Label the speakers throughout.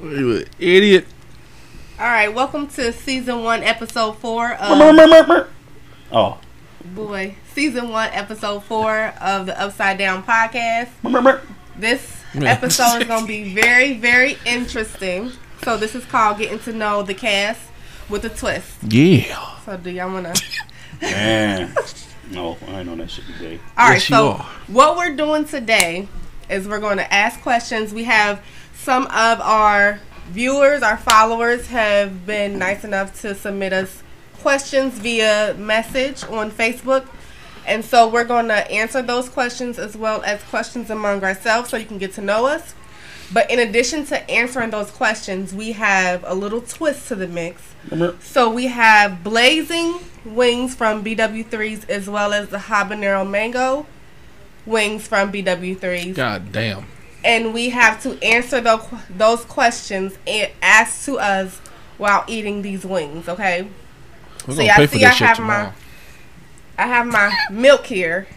Speaker 1: You an idiot.
Speaker 2: All right, welcome to season one, episode four of
Speaker 1: Oh.
Speaker 2: boy, season one, episode four of the Upside Down podcast. This episode is going to be very, very interesting. So this is called getting to know the cast with a twist.
Speaker 1: Yeah.
Speaker 2: So do y'all want to?
Speaker 1: Man. No, I know that shit today.
Speaker 2: All right,
Speaker 1: Yes, you
Speaker 2: so
Speaker 1: are.
Speaker 2: what we're doing today is we're going to ask questions. We have some of our viewers, our followers have been nice enough to submit us questions via message on Facebook. And so we're going to answer those questions as well as questions among ourselves so you can get to know us. But in addition to answering those questions, we have a little twist to the mix. So we have blazing wings from BW3s as well as the habanero mango wings from BW3s.
Speaker 1: God damn.
Speaker 2: And we have to answer tho- those questions and asked to us while eating these wings, okay?
Speaker 1: We're
Speaker 2: See,
Speaker 1: gonna
Speaker 2: I
Speaker 1: pay for
Speaker 2: see
Speaker 1: this
Speaker 2: I
Speaker 1: shit
Speaker 2: have
Speaker 1: tomorrow.
Speaker 2: I have my milk here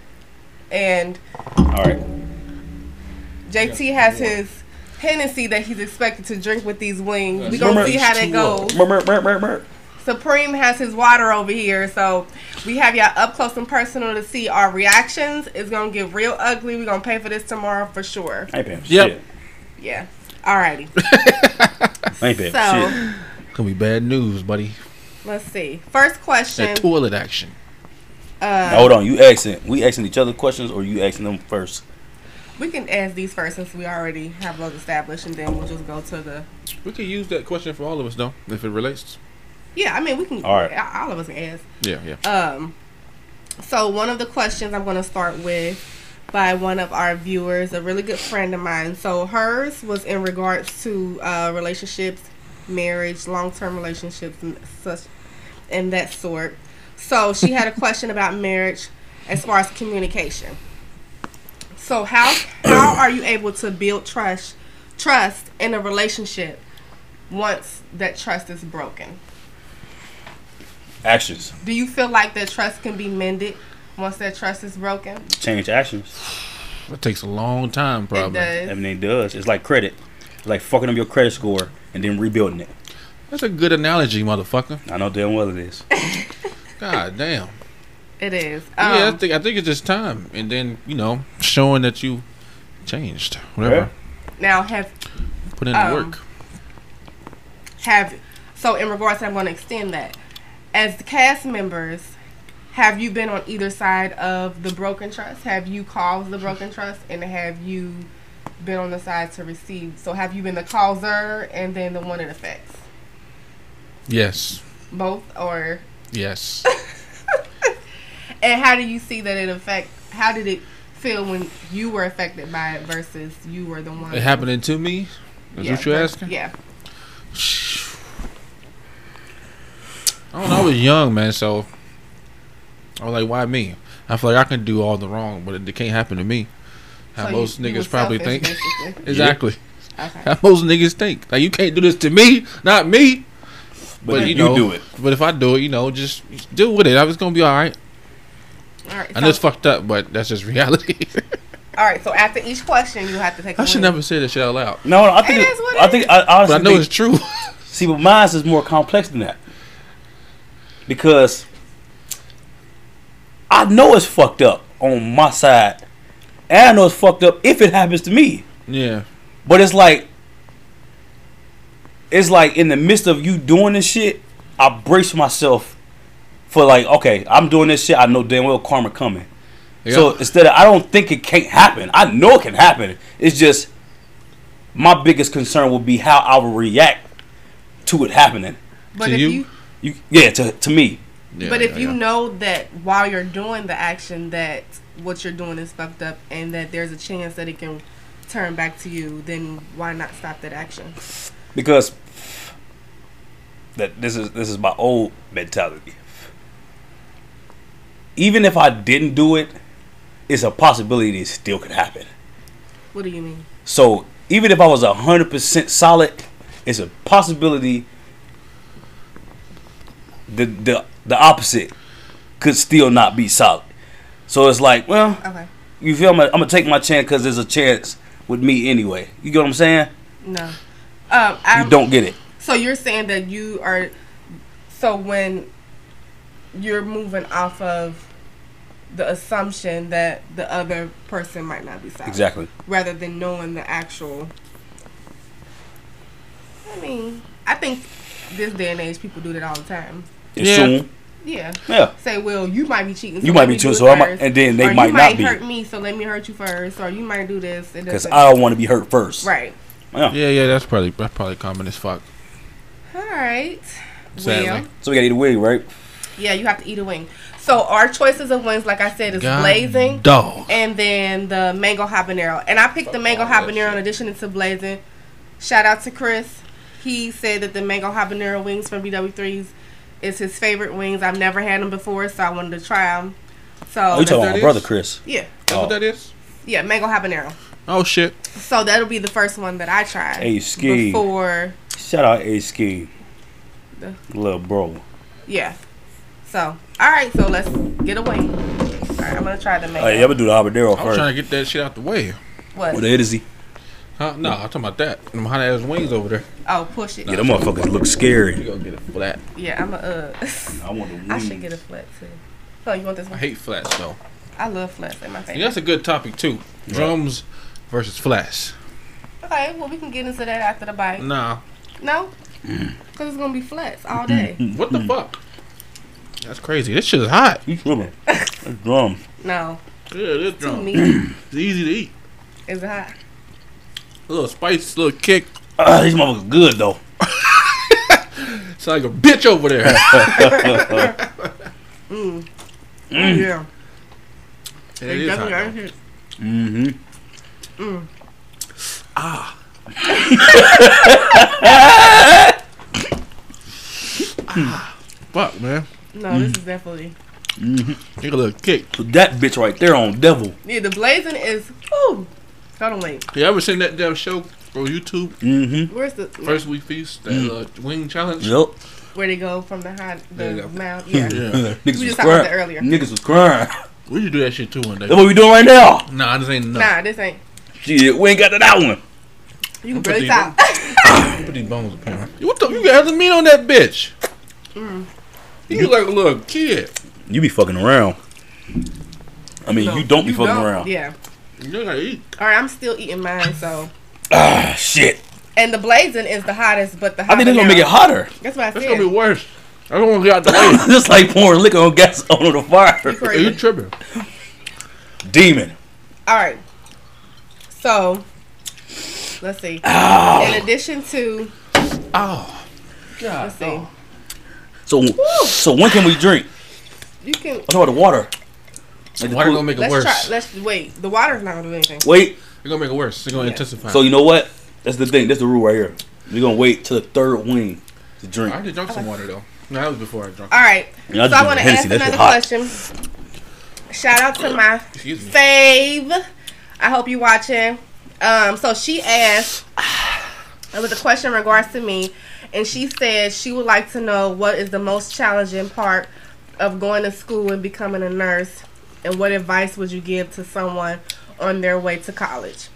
Speaker 2: and
Speaker 1: All right.
Speaker 2: JT has his Hennessy that he's expected to drink with these wings. We're
Speaker 1: Yes.
Speaker 2: going to
Speaker 1: Remember,
Speaker 2: see how
Speaker 1: it's
Speaker 2: that
Speaker 1: too
Speaker 2: goes. Supreme has his water over here, so we have y'all up close and personal to see our reactions. It's gonna get real ugly. We're gonna pay for this tomorrow for sure.
Speaker 3: I ain't paying for
Speaker 1: Yep.
Speaker 3: shit.
Speaker 2: Yeah. Alrighty.
Speaker 3: I ain't paying
Speaker 2: So- uh,
Speaker 3: for shit.
Speaker 1: Gonna be bad news, buddy.
Speaker 2: Let's see. First question.
Speaker 1: That toilet action.
Speaker 3: Now, hold on, you asking? We asking each other questions, or you asking them first?
Speaker 2: We can ask these first since we already have those established, and then we'll just go to the.
Speaker 1: We could use that question for all of us though, if it relates.
Speaker 2: Yeah, I mean we can. All
Speaker 3: All right.
Speaker 2: All of us can ask.
Speaker 1: Yeah, yeah.
Speaker 2: Um, so one of the questions I'm going to start with by one of our viewers, a really good friend of mine. So hers was in regards to uh, relationships, marriage, long-term relationships, and such, and that sort. So she had a question about marriage as far as communication. So how how are you able to build trust trust in a relationship once that trust is broken?
Speaker 3: Actions
Speaker 2: Do you feel like that trust can be mended once that trust is broken?
Speaker 3: change actions.
Speaker 1: That takes a long time probably.
Speaker 2: It does.
Speaker 3: Everything does. It's like credit. It's like fucking up your credit score and then rebuilding it.
Speaker 1: That's a good analogy, motherfucker.
Speaker 3: I know damn well it is.
Speaker 1: God damn.
Speaker 2: It is.
Speaker 1: yeah, I
Speaker 2: Um,
Speaker 1: think I think it's just time, and then you know, showing that you changed, whatever,
Speaker 2: now have
Speaker 1: put in the
Speaker 2: Um,
Speaker 1: work.
Speaker 2: have so in regards to I'm going to extend that. As the cast members, have you been on either side of the broken trust? Have you caused the broken trust and have you been on the side to receive? So have you been the causer and then the one it affects?
Speaker 1: Yes,
Speaker 2: Both or
Speaker 1: yes.
Speaker 2: and how do you see that it affect how did it feel when you were affected by it versus you were the one
Speaker 1: it happening to me. Is
Speaker 2: Yeah,
Speaker 1: what you're
Speaker 2: that's-
Speaker 1: asking?
Speaker 2: Yeah.
Speaker 1: I don't know. I was young, man, so I was like, "Why me?" I feel like I can do all the wrong, but it can't happen to me. How
Speaker 2: So you-
Speaker 1: most
Speaker 2: you
Speaker 1: niggas
Speaker 2: was
Speaker 1: probably
Speaker 2: selfish,
Speaker 1: think.
Speaker 2: basically.
Speaker 1: exactly.
Speaker 2: Okay.
Speaker 1: How most niggas think. Like you can't do this to me, not me.
Speaker 3: But, you,
Speaker 1: know,
Speaker 3: do it.
Speaker 1: But if I do it, you know, just deal with it. I was gonna be all right.
Speaker 2: All right.
Speaker 1: I know it's
Speaker 2: So,
Speaker 1: fucked up, but that's just reality.
Speaker 2: all right. So after each question, you have to take.
Speaker 1: I
Speaker 2: a
Speaker 1: should
Speaker 2: win.
Speaker 1: never say that shit out loud.
Speaker 3: No, no I think
Speaker 2: It
Speaker 3: it,
Speaker 2: is what it
Speaker 3: I think I honestly
Speaker 1: But I know
Speaker 3: think-
Speaker 1: it's true.
Speaker 3: see, but mine is more complex than that because I know it's fucked up on my side, and I know it's fucked up if it happens to me.
Speaker 1: yeah.
Speaker 3: But it's like, it's like in the midst of you doing this shit, I brace myself for like, okay, I'm doing this shit. I know damn well karma coming.
Speaker 1: Yeah.
Speaker 3: So instead of, I don't think it can't happen. I know it can happen. It's just my biggest concern will be how I will react to it happening.
Speaker 2: But
Speaker 1: to
Speaker 2: if you,
Speaker 1: you?
Speaker 3: You, yeah, to to me,
Speaker 1: Yeah,
Speaker 2: but if
Speaker 1: yeah,
Speaker 2: you
Speaker 1: yeah.
Speaker 2: know that while you're doing the action that what you're doing is fucked up and that there's a chance that it can turn back to you, then why not stop that action?
Speaker 3: because that this is this is my old mentality. Even if I didn't do it, it's a possibility it still could happen.
Speaker 2: What do you mean?
Speaker 3: So even if I was hundred percent solid, it's a possibility. The the the opposite could still not be solid. So it's like, well,
Speaker 2: Okay.
Speaker 3: You feel me? I'm gonna take my chance because there's a chance with me anyway. You get what I'm saying?
Speaker 2: No. Um, I
Speaker 3: you don't get it.
Speaker 2: So you're saying that you are. So when you're moving off of the assumption that the other person might not be solid,
Speaker 3: Exactly.
Speaker 2: rather than knowing the actual. I mean, I think this day and age people do that all the time.
Speaker 1: Yeah.
Speaker 3: Assume.
Speaker 2: Yeah.
Speaker 3: Yeah.
Speaker 2: Say, well, you might be cheating. so
Speaker 3: You
Speaker 2: let
Speaker 3: might be
Speaker 2: me
Speaker 3: cheating,
Speaker 2: do it
Speaker 3: so I might-
Speaker 2: first,"
Speaker 3: and then they
Speaker 2: or you
Speaker 3: might not
Speaker 2: might
Speaker 3: be.
Speaker 2: hurt me, so let me hurt you first, or you might do this. and
Speaker 3: Because
Speaker 2: this,
Speaker 3: I don't want to be hurt first.
Speaker 2: right.
Speaker 3: Yeah.
Speaker 1: Yeah, yeah, that's probably that's probably common as fuck.
Speaker 2: All right.
Speaker 1: Sadly.
Speaker 2: Well,
Speaker 3: So we gotta eat a wig, right?
Speaker 2: yeah, you have to eat a wing. So our choices of wings, like I said, is
Speaker 1: God
Speaker 2: blazing
Speaker 1: Dog.
Speaker 2: and then the mango habanero. And I picked the mango
Speaker 1: all that
Speaker 2: habanero in addition to blazing. Shout out to Chris. He said that the mango habanero wings from BW3s is his favorite wings. I've never had them before, so I wanted to try them. So
Speaker 3: Oh, you talking
Speaker 1: that
Speaker 3: about my
Speaker 1: is?
Speaker 3: brother Chris?
Speaker 2: yeah,
Speaker 1: That's
Speaker 3: Oh.
Speaker 1: what that is?
Speaker 2: yeah, mango habanero.
Speaker 1: Oh shit.
Speaker 2: So that'll be the first one that I tried
Speaker 3: Hey, Ski.
Speaker 2: before.
Speaker 3: Shout out A Ski,
Speaker 2: The-
Speaker 3: little bro.
Speaker 2: Yeah. So all right, so let's get away. All right, I'm gonna try the mango.
Speaker 3: Hey, I'm gonna do the habanero
Speaker 1: I was
Speaker 3: first.
Speaker 1: trying to get that shit out the way.
Speaker 2: What?
Speaker 3: What is he?
Speaker 1: Huh? No, I'm talking about that. Them hot ass wings over there.
Speaker 2: Oh, push it.
Speaker 3: Yeah, them motherfuckers look scary.
Speaker 1: You gonna get it flat.
Speaker 2: Yeah, I'm a. Uh,
Speaker 3: I want the
Speaker 2: I should get a flat too. Oh, you want this
Speaker 1: I
Speaker 2: one?
Speaker 1: hate flats though.
Speaker 2: I love flats. They're my
Speaker 1: And
Speaker 2: favorite.
Speaker 1: that's a good topic too. Drums versus flats.
Speaker 2: Okay, well we can get into that after the bite.
Speaker 1: Nah.
Speaker 2: No, because it's gonna be flats all day.
Speaker 1: What the fuck? That's crazy. This shit is hot.
Speaker 3: You tripping? That's dumb.
Speaker 2: No,
Speaker 1: Yeah, this
Speaker 2: too
Speaker 1: drum.
Speaker 2: meat.
Speaker 1: It's easy to eat.
Speaker 2: Is it hot?
Speaker 1: A little spice, little kick.
Speaker 3: Ah, these motherfuckers good though.
Speaker 1: It's like a bitch over there.
Speaker 2: Yeah.
Speaker 1: Mm. it is hot. though.
Speaker 3: Mm-hmm.
Speaker 1: Fuck, man.
Speaker 2: No, this is definitely.
Speaker 1: Take a little kick.
Speaker 3: So that bitch right there on devil.
Speaker 2: Yeah, the blazing is. Ooh. Hold on, wait.
Speaker 1: You ever seen that damn show on YouTube?
Speaker 3: Mm-hmm.
Speaker 2: Where's the
Speaker 1: First Week Feast, that uh, wing challenge.
Speaker 3: Yep.
Speaker 2: where they go from the high
Speaker 1: There you
Speaker 2: the
Speaker 1: go.
Speaker 2: mouth? Yeah.
Speaker 3: Niggas
Speaker 2: We
Speaker 3: was
Speaker 2: just talked about that
Speaker 3: crying.
Speaker 2: earlier.
Speaker 3: Niggas was crying.
Speaker 1: We should do that shit too one day.
Speaker 3: That's what we doing right now.
Speaker 1: Nah, this ain't enough.
Speaker 2: Nah, this ain't.
Speaker 3: Shit, we ain't got to that one.
Speaker 2: You can
Speaker 1: I'm pretty
Speaker 2: barely talk.
Speaker 1: Put these bones up here. What the? You got the meat on that bitch?
Speaker 2: Mm.
Speaker 1: You like a little kid.
Speaker 3: You be fucking around. I mean, you don't be fucking around.
Speaker 2: Yeah.
Speaker 1: You gotta eat.
Speaker 2: All right, I'm still eating mine. So,
Speaker 3: Ah, shit.
Speaker 2: and the blazing is the hottest, but the
Speaker 3: I think they're gonna make it hotter.
Speaker 2: That's what I
Speaker 1: That's
Speaker 2: said.
Speaker 1: gonna be worse. I don't want to get out the
Speaker 3: Just like pouring liquor on gas on the fire.
Speaker 1: way. you
Speaker 2: Crazy.
Speaker 1: tripping?
Speaker 3: Demon.
Speaker 2: All right. So, let's see.
Speaker 3: Oh.
Speaker 2: In addition to,
Speaker 1: Oh,
Speaker 2: let's see.
Speaker 3: So, so when can we drink?
Speaker 2: You can
Speaker 3: What's about the water? Like the
Speaker 1: water
Speaker 3: cool-
Speaker 1: gonna make it
Speaker 2: let's
Speaker 1: worse.
Speaker 2: try. Let's wait. The water's not gonna do anything.
Speaker 3: Wait.
Speaker 1: It's gonna make it worse. It's gonna intensify.
Speaker 3: So you know what? That's the thing. That's the rule right here. We're gonna wait till the third wing to
Speaker 1: I
Speaker 3: drink.
Speaker 1: already drunk some water though. No, that was before I drunk.
Speaker 2: All right.
Speaker 3: Yeah, I
Speaker 2: so
Speaker 3: just
Speaker 2: I want to
Speaker 3: drink
Speaker 2: ask
Speaker 3: Hennessy. That
Speaker 2: another
Speaker 3: shit hot.
Speaker 2: question. Shout out to my
Speaker 1: Excuse me.
Speaker 2: fave. I hope you watching. Um, so she asked. It was a question in regards to me, and she said she would like to know what is the most challenging part of going to school and becoming a nurse, and what advice would you give to someone on their way to college?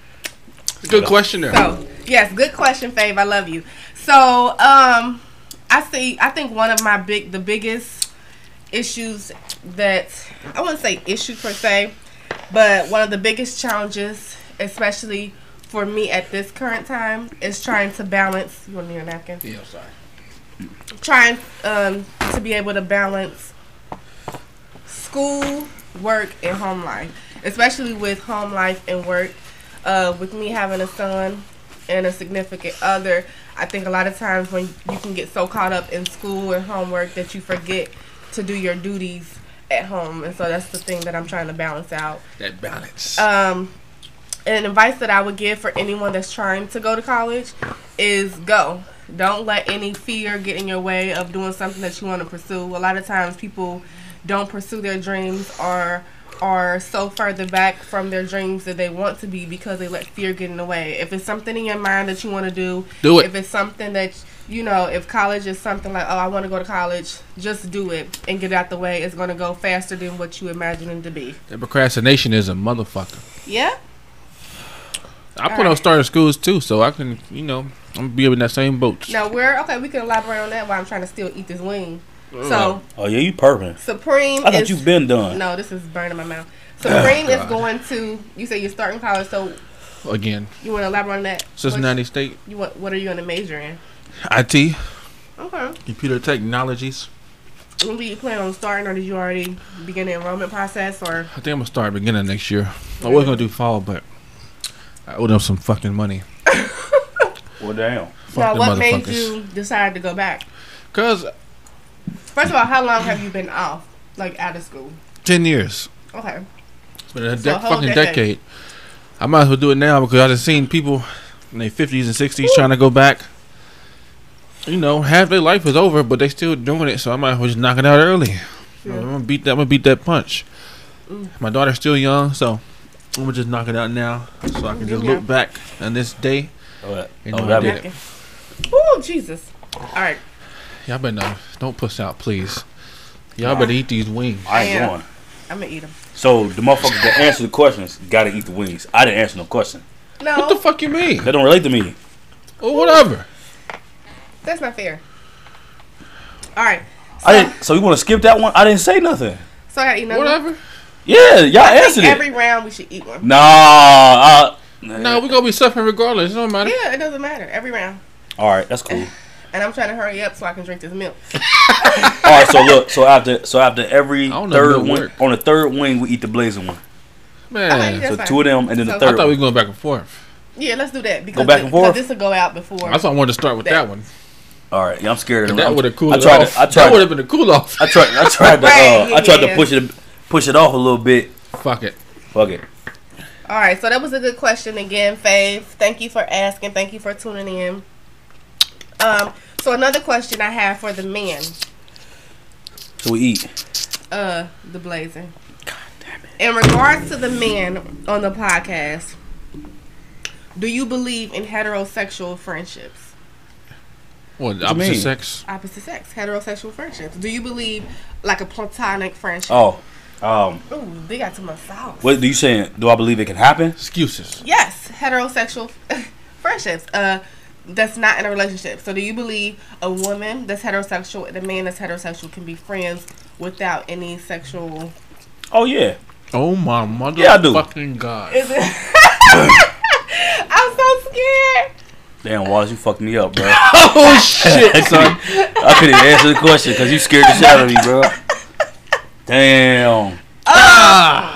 Speaker 1: Good question there.
Speaker 2: So, yes, good question, Fave. I love you. So, um, I see. I think one of my big, the biggest issues that I wouldn't say issue per se, but one of the biggest challenges, especially for me at this current time, is trying to balance. You want me a napkin?
Speaker 1: Yeah, I'm sorry.
Speaker 2: Trying um, to be able to balance school, work, and home life, especially with home life and work. Uh, with me having a son and a significant other, I think a lot of times when you can get so caught up in school and homework that you forget to do your duties at home, and so that's the thing that I'm trying to balance out.
Speaker 1: That balance.
Speaker 2: Um, and advice that I would give for anyone that's trying to go to college is go. Don't let any fear get in your way of doing something that you want to pursue. A lot of times people don't pursue their dreams or are so further back from their dreams that they want to be because they let fear get in the way. If it's something in your mind that you want to do,
Speaker 1: Do it.
Speaker 2: If it's something that you know, if college is something like, oh, I want to go to college, just do it and get it out the way. It's going to go faster than what you imagine it to be.
Speaker 1: That procrastination is a motherfucker.
Speaker 2: Yeah.
Speaker 1: I
Speaker 2: All
Speaker 1: put on
Speaker 2: right.
Speaker 1: starting schools too, so I can, you know, I'm be in that same boat.
Speaker 2: Now we're okay. We can elaborate on that while I'm trying to still eat this wing. So
Speaker 3: Oh yeah, you purping.
Speaker 2: Supreme.
Speaker 3: I thought
Speaker 2: is,
Speaker 3: you've been done.
Speaker 2: No, this is burning my mouth. Supreme is
Speaker 1: God.
Speaker 2: going to. You say you're starting college, so
Speaker 1: Again,
Speaker 2: you want to elaborate on that. What-
Speaker 1: Cincinnati State,
Speaker 2: You want? What are you going to major in?
Speaker 1: IT,
Speaker 2: Okay.
Speaker 1: computer technologies.
Speaker 2: When do you plan on starting, or did you already begin the enrollment process, or
Speaker 1: I think I'm gonna start beginning next year. I was gonna do fall, but I owe them some fucking money.
Speaker 3: Well damn.
Speaker 2: now
Speaker 1: Fuck them
Speaker 2: what made
Speaker 1: motherfuckers.
Speaker 2: you decide to go back?
Speaker 1: Cause
Speaker 2: First of all, how long have you been off, like out of school?
Speaker 1: ten years,
Speaker 2: Okay.
Speaker 1: it's been a
Speaker 2: So
Speaker 1: de-
Speaker 2: a whole
Speaker 1: fucking
Speaker 2: decade.
Speaker 1: decade. I might as well do it now because I just seen people in their fifties and sixties trying to go back. You know, half their life is over, but they still doing it. So I might as well just knock it out early.
Speaker 2: Yeah.
Speaker 1: I'm gonna beat that. I'm gonna beat that punch.
Speaker 2: Mm.
Speaker 1: My daughter's still young, so I'm gonna just knock it out now, so I can just
Speaker 2: Yeah.
Speaker 1: look back on this day.
Speaker 3: Oh, that-
Speaker 1: You
Speaker 3: oh,
Speaker 1: know,
Speaker 3: that
Speaker 1: I
Speaker 3: be-
Speaker 1: did it.
Speaker 2: Oh Jesus! All right.
Speaker 1: Y'all better know. Don't push out, please. Y'all better eat these wings.
Speaker 3: I ain't
Speaker 2: Yeah.
Speaker 3: going.
Speaker 2: I'm gonna eat them.
Speaker 3: So the motherfuckers that answer the questions gotta eat the wings. I didn't answer no question.
Speaker 2: No,
Speaker 1: What the fuck you mean?
Speaker 3: That don't relate to me.
Speaker 1: Or whatever.
Speaker 2: that's not fair. All right. So,
Speaker 3: I didn't. So you want to skip that one? I didn't say nothing.
Speaker 2: so I gotta eat another. one?
Speaker 1: Whatever.
Speaker 3: Yeah, y'all
Speaker 2: I think
Speaker 3: answered
Speaker 2: every
Speaker 3: it.
Speaker 2: round we should eat one.
Speaker 3: Nah. I,
Speaker 1: No, we're gonna be suffering regardless. It don't matter.
Speaker 2: Yeah, it doesn't matter. Every round.
Speaker 3: All right, that's cool.
Speaker 2: And I'm trying to hurry up so I can drink this milk.
Speaker 3: All right, so look, so after so after every
Speaker 1: I don't know
Speaker 3: third
Speaker 1: if it'll
Speaker 3: wing,
Speaker 1: work.
Speaker 3: on the third wing we eat the blazing one.
Speaker 1: Man,
Speaker 2: That's
Speaker 3: so
Speaker 2: fine.
Speaker 3: two of them and then the
Speaker 2: So-
Speaker 1: I
Speaker 3: third.
Speaker 1: thought we
Speaker 3: one.
Speaker 1: were going back and forth.
Speaker 2: Yeah, let's do that because,
Speaker 3: back and
Speaker 2: because
Speaker 3: forth?
Speaker 2: this will go out before.
Speaker 1: I thought I wanted to start with that one.
Speaker 3: All right, yeah, I'm scared of
Speaker 1: That
Speaker 3: I'm-
Speaker 1: would have cooled
Speaker 3: I tried.
Speaker 1: it off.
Speaker 3: To, I
Speaker 1: that would
Speaker 3: tried.
Speaker 1: have been a cool off.
Speaker 3: I tried. I tried to.
Speaker 2: Right,
Speaker 3: Uh, I tried
Speaker 2: yeah.
Speaker 3: to push it push it off a little bit.
Speaker 1: Fuck it.
Speaker 3: Fuck it.
Speaker 2: All right, so that was a good question again, Fave. Thank you for asking. Thank you for tuning in. Um, so another question I have for the men,
Speaker 3: So we eat.
Speaker 2: uh, the blazer. In regards to the men on the podcast, do you believe in heterosexual friendships?
Speaker 1: What, opposite
Speaker 3: mean?
Speaker 1: sex?
Speaker 2: Opposite sex, heterosexual friendships. Do you believe like a platonic friendship?
Speaker 3: Oh, um,
Speaker 2: Ooh, they got too much sauce.
Speaker 3: what do you saying? Do I believe it can happen?
Speaker 1: Excuses.
Speaker 2: Yes, heterosexual friendships. Uh, that's not in a relationship. So, do you believe a woman that's heterosexual and a man that's heterosexual can be friends without any sexual?
Speaker 3: Oh yeah.
Speaker 1: Oh my mother
Speaker 3: Yeah, I do.
Speaker 1: fucking god.
Speaker 2: Is it? I'm so scared.
Speaker 3: Damn, Wallace, you fucked me up, bro.
Speaker 1: Oh shit, son.
Speaker 3: I couldn't even answer the question because you scared the shit out of me, bro. Damn.
Speaker 1: Ah.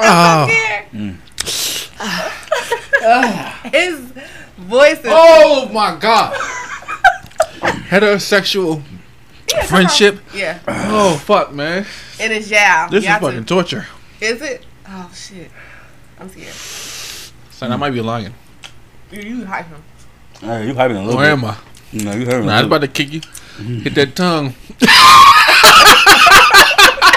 Speaker 2: I'm so
Speaker 1: Oh.
Speaker 2: scared. His voice is
Speaker 1: Mm. Oh my god. Heterosexual
Speaker 2: Yeah, come on.
Speaker 1: friendship.
Speaker 2: Yeah,
Speaker 1: Oh fuck, man.
Speaker 2: it is y'all.
Speaker 1: This is
Speaker 2: Y'all
Speaker 1: fucking
Speaker 2: too.
Speaker 1: torture.
Speaker 2: Is it? Oh shit, I'm scared.
Speaker 1: Son, I might be lying.
Speaker 2: You, you hype him.
Speaker 3: Hey, you hyping a little
Speaker 1: Where
Speaker 3: bit.
Speaker 1: am I?
Speaker 3: No, you heard me.
Speaker 1: Nah, I was about to kick you. Hit that tongue.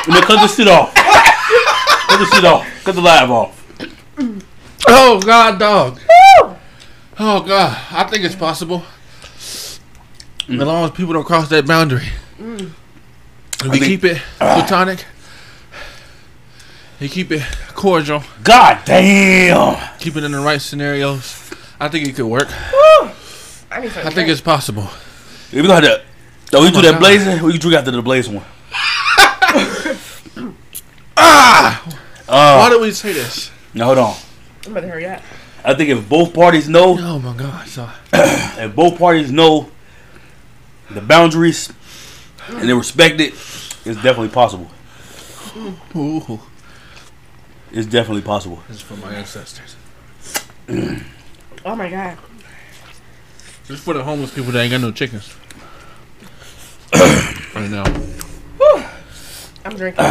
Speaker 3: Man, cut this shit off. cut this shit off. Cut the live off.
Speaker 1: Oh god, dog. Oh god, I think it's possible. As long as people don't cross that boundary, Mm. and we
Speaker 3: I think-
Speaker 1: keep it platonic. You keep it cordial.
Speaker 3: God damn.
Speaker 1: Keep it in the right scenarios. I think it could work.
Speaker 2: I need some
Speaker 1: I think
Speaker 2: drink.
Speaker 1: it's possible.
Speaker 3: If we gonna have that. Though we oh, do that
Speaker 1: God.
Speaker 3: blazing, we drink after the blazing one.
Speaker 1: Why
Speaker 3: ah! Uh,
Speaker 1: did we say this?
Speaker 3: now hold on.
Speaker 2: I'm about to hurry up.
Speaker 3: I think if both parties know,
Speaker 1: Oh my god, son.
Speaker 3: if both parties know the boundaries and they respect it, it's definitely possible.
Speaker 1: Ooh,
Speaker 3: It's definitely possible.
Speaker 1: this is for my ancestors.
Speaker 2: Oh my god.
Speaker 1: This is for the homeless people that ain't got no chickens. right now,
Speaker 2: I'm drinking.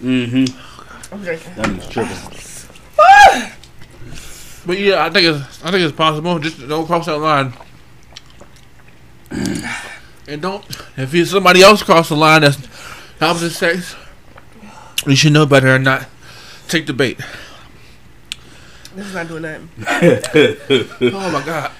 Speaker 3: Mm-hmm.
Speaker 2: I'm drinking.
Speaker 3: That nigga's tripping.
Speaker 1: but yeah, I think it's I think it's possible. Just don't cross that line. And don't if you somebody else cross the line that's opposite sex, you should know better and not take the bait.
Speaker 2: This is not doing nothing.
Speaker 1: Oh my god.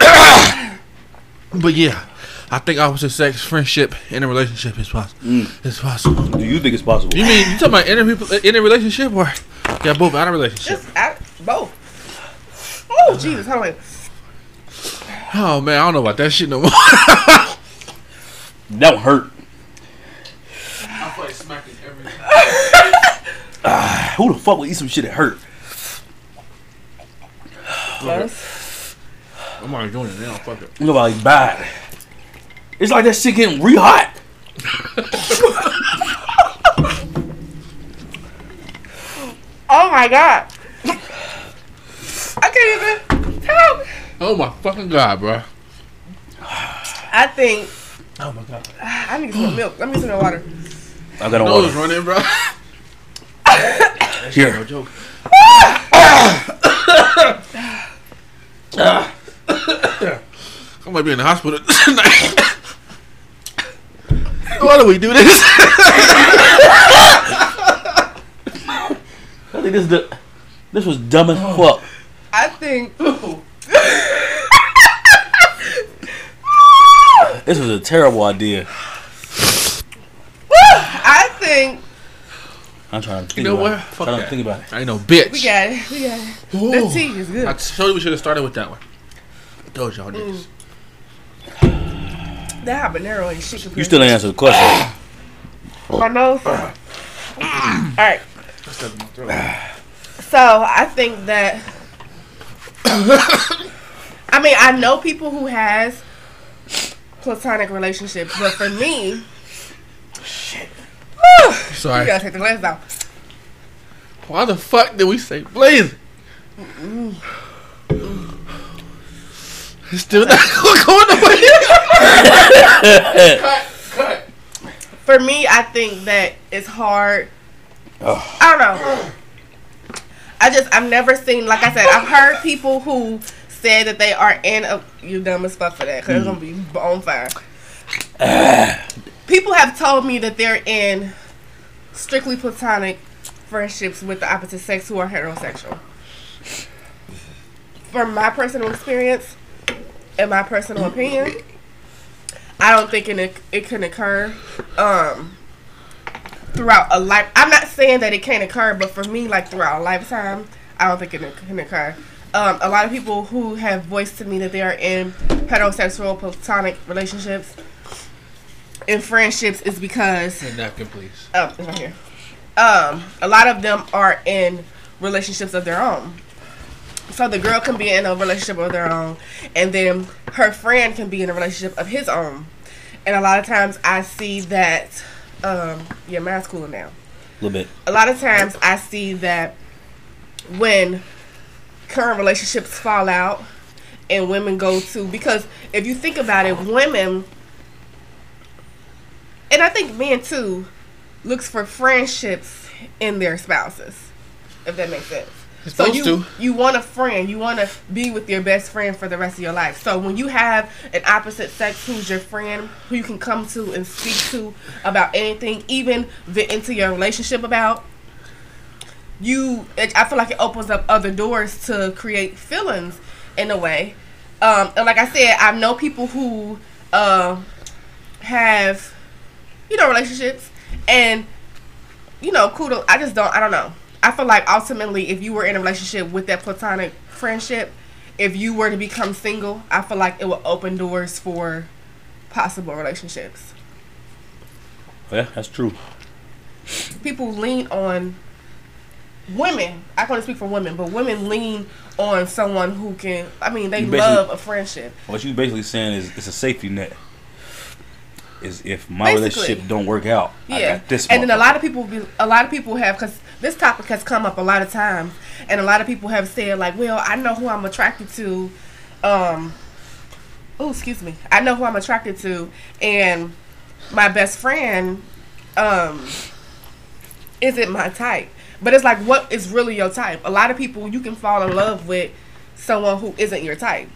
Speaker 1: but yeah, I think opposite sex friendship in a relationship is possible. It's possible.
Speaker 3: Do you think it's possible?
Speaker 1: You mean you talking about in a, people- in a relationship or yeah, both out of relationship?
Speaker 2: Just I, both. Oh Jesus! Hold on.
Speaker 1: Oh man, I don't know about that shit no more.
Speaker 3: That would hurt.
Speaker 1: I play smacking every.
Speaker 3: Who the fuck would eat some shit that hurt?
Speaker 2: Close.
Speaker 1: I'm already doing it now. Fuck it.
Speaker 3: Nobody bad. It's like that shit getting re hot.
Speaker 2: Oh my God! I can't even talk.
Speaker 1: Oh my fucking god, bro.
Speaker 2: I think
Speaker 1: Oh my god.
Speaker 2: I need some milk. Let me get some water.
Speaker 3: I got a
Speaker 1: Nose
Speaker 3: water.
Speaker 1: running, bro.
Speaker 3: Here.
Speaker 1: joke. I might be in the hospital tonight. Why do we do this?
Speaker 3: I think this, is the, this was dumb as
Speaker 1: Oh.
Speaker 3: fuck.
Speaker 2: I think
Speaker 3: This was a terrible idea.
Speaker 2: I think
Speaker 3: I'm trying to think
Speaker 1: You know
Speaker 3: about
Speaker 1: what?
Speaker 3: it.
Speaker 1: Fuck
Speaker 3: trying
Speaker 1: that.
Speaker 3: to think about it.
Speaker 1: I ain't no bitch.
Speaker 2: we got it. We got it.
Speaker 1: Ooh.
Speaker 2: That tea is
Speaker 1: I
Speaker 2: good.
Speaker 1: told you we should have started with that one. I told y'all niggas.
Speaker 2: That habanero ain't shit. compared
Speaker 3: You still ain't answered the question.
Speaker 2: to my nose. All
Speaker 1: Ah.
Speaker 2: right.
Speaker 1: That's stuck in my throat.
Speaker 2: So I think that I mean I know people who has platonic relationships, but for me, you
Speaker 1: Sorry.
Speaker 2: gotta take the lens off.
Speaker 1: Why the fuck did we say blaze? It's still not going away. cut, cut.
Speaker 2: For me, I think that it's hard. I don't know. I just I've never seen like I said I've heard people who said that they are in a you dumb as fuck for that because it's gonna be on fire. people have told me that they're in strictly platonic friendships with the opposite sex who are heterosexual. From my personal experience and my personal opinion, I don't think it it can occur um, throughout a life. I'm not saying that it can't occur, but for me, like throughout a lifetime, I don't think it can occur. Um, a lot of people who have voiced to me that they are in heterosexual platonic relationships and friendships is because
Speaker 1: A napkin, please.
Speaker 2: um, it's right here. Um, a lot of them are in relationships of their own. So the girl can be in a relationship of their own, and then her friend can be in a relationship of his own. And a lot of times I see that, um, yeah, mine's cooling down
Speaker 3: A little bit.
Speaker 2: a lot of times I see that when current relationships fall out and women go to because if you think about it, women and I think men too looks for friendships in their spouses, if that makes sense.
Speaker 1: It's
Speaker 2: So
Speaker 1: supposed
Speaker 2: you
Speaker 1: to.
Speaker 2: you want a friend, you want to be with your best friend for the rest of your life. So when you have an opposite sex who's your friend, who you can come to and speak to about anything, even vent into your relationship about, you it, I feel like it opens up other doors to create feelings in a way. Um, and like I said, I know people who uh, have you know relationships and you know, kudos. I just don't. I don't know. I feel like ultimately, if you were in a relationship with that platonic friendship, if you were to become single, I feel like it will open doors for possible relationships.
Speaker 3: Yeah, that's true.
Speaker 2: People lean on women. I can't speak for women, but women lean on someone who can. I mean, they
Speaker 3: You basically-
Speaker 2: love a friendship.
Speaker 3: What you basically saying is it's a safety net. Is if my
Speaker 2: Basically.
Speaker 3: relationship don't work out, I
Speaker 2: Yeah,
Speaker 3: got this.
Speaker 2: and then a
Speaker 3: motherfucker.
Speaker 2: lot of people, be, a lot of people have because this topic has come up a lot of times, and a lot of people have said like, "Well, I know who I'm attracted to." Um, oh, excuse me, I know who I'm attracted to, and my best friend, um, isn't my type. But it's like, what is really your type? A lot of people you can fall in love with someone who isn't your type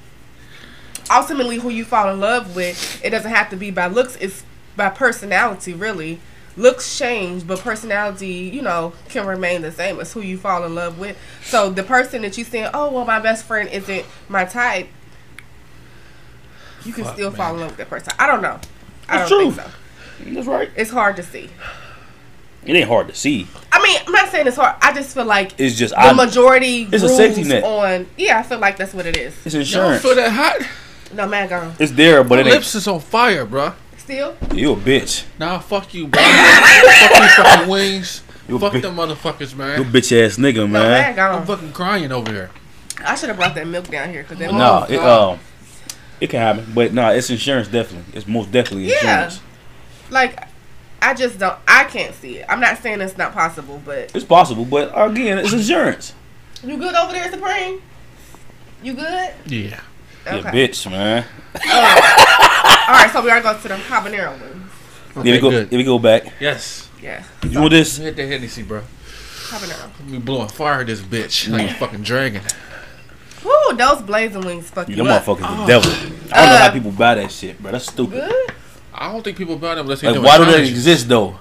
Speaker 2: ultimately who you fall in love with it doesn't have to be by looks it's by personality really looks change, but personality, you know, can remain the same as who you fall in love with. So the person that you saying, oh well, my best friend isn't my type, you can
Speaker 1: Fuck,
Speaker 2: still fall
Speaker 1: man.
Speaker 2: in love with that person. I don't know. I
Speaker 3: That's
Speaker 2: don't
Speaker 3: true.
Speaker 2: think so.
Speaker 3: That's right.
Speaker 2: It's hard to see.
Speaker 3: It ain't hard to see.
Speaker 2: I mean, I'm not saying it's hard. I just feel like the
Speaker 3: It's just I.
Speaker 2: majority
Speaker 3: It's a
Speaker 2: rules
Speaker 3: safety net.
Speaker 2: on. Yeah, I feel like that's what it is.
Speaker 3: it's
Speaker 1: Y'all
Speaker 3: insurance.
Speaker 1: feel that hot?
Speaker 2: No man, gone.
Speaker 3: It's there, but
Speaker 1: My
Speaker 3: it ain't.
Speaker 1: lips is on fire, bruh.
Speaker 2: Still,
Speaker 3: You a bitch.
Speaker 1: Nah, fuck you, bro. fuck you, fucking wings.
Speaker 3: You
Speaker 1: fuck
Speaker 3: bi-
Speaker 1: them motherfuckers,
Speaker 3: You a
Speaker 1: man.
Speaker 3: bitch ass nigga,
Speaker 2: no man,
Speaker 3: man.
Speaker 1: I'm
Speaker 2: gone.
Speaker 1: fucking crying over here.
Speaker 2: I should have brought that milk down here because that.
Speaker 1: No.
Speaker 2: milk-
Speaker 3: No, it um, it can happen, but no, it's insurance definitely. It's most definitely
Speaker 2: Yeah.
Speaker 3: insurance.
Speaker 2: like, I just don't. I can't see it. I'm not saying it's not possible, but
Speaker 3: It's possible, but again, it's insurance.
Speaker 2: you good over there, Supreme? You good?
Speaker 1: Yeah.
Speaker 3: Yeah, bitch, man.
Speaker 2: All right, so we are going to the habanero one.
Speaker 1: Okay,
Speaker 3: yeah, we go.
Speaker 1: good.
Speaker 3: Yeah, we go back.
Speaker 1: Yes.
Speaker 2: Yeah,
Speaker 3: You want this?
Speaker 1: Hit that Hennessy, bro.
Speaker 2: habanero.
Speaker 1: We blowing fire at this bitch like a fucking dragon.
Speaker 2: Woo, those blazing wings fuck
Speaker 3: You
Speaker 2: you,
Speaker 3: them
Speaker 2: up.
Speaker 3: motherfuckers the devil. I don't know how people buy that shit, bro. That's stupid.
Speaker 2: Oh. Uh. Good.
Speaker 1: I don't think people buy them unless they
Speaker 3: Like,
Speaker 1: doing
Speaker 3: why do they
Speaker 1: challenges.
Speaker 3: exist though?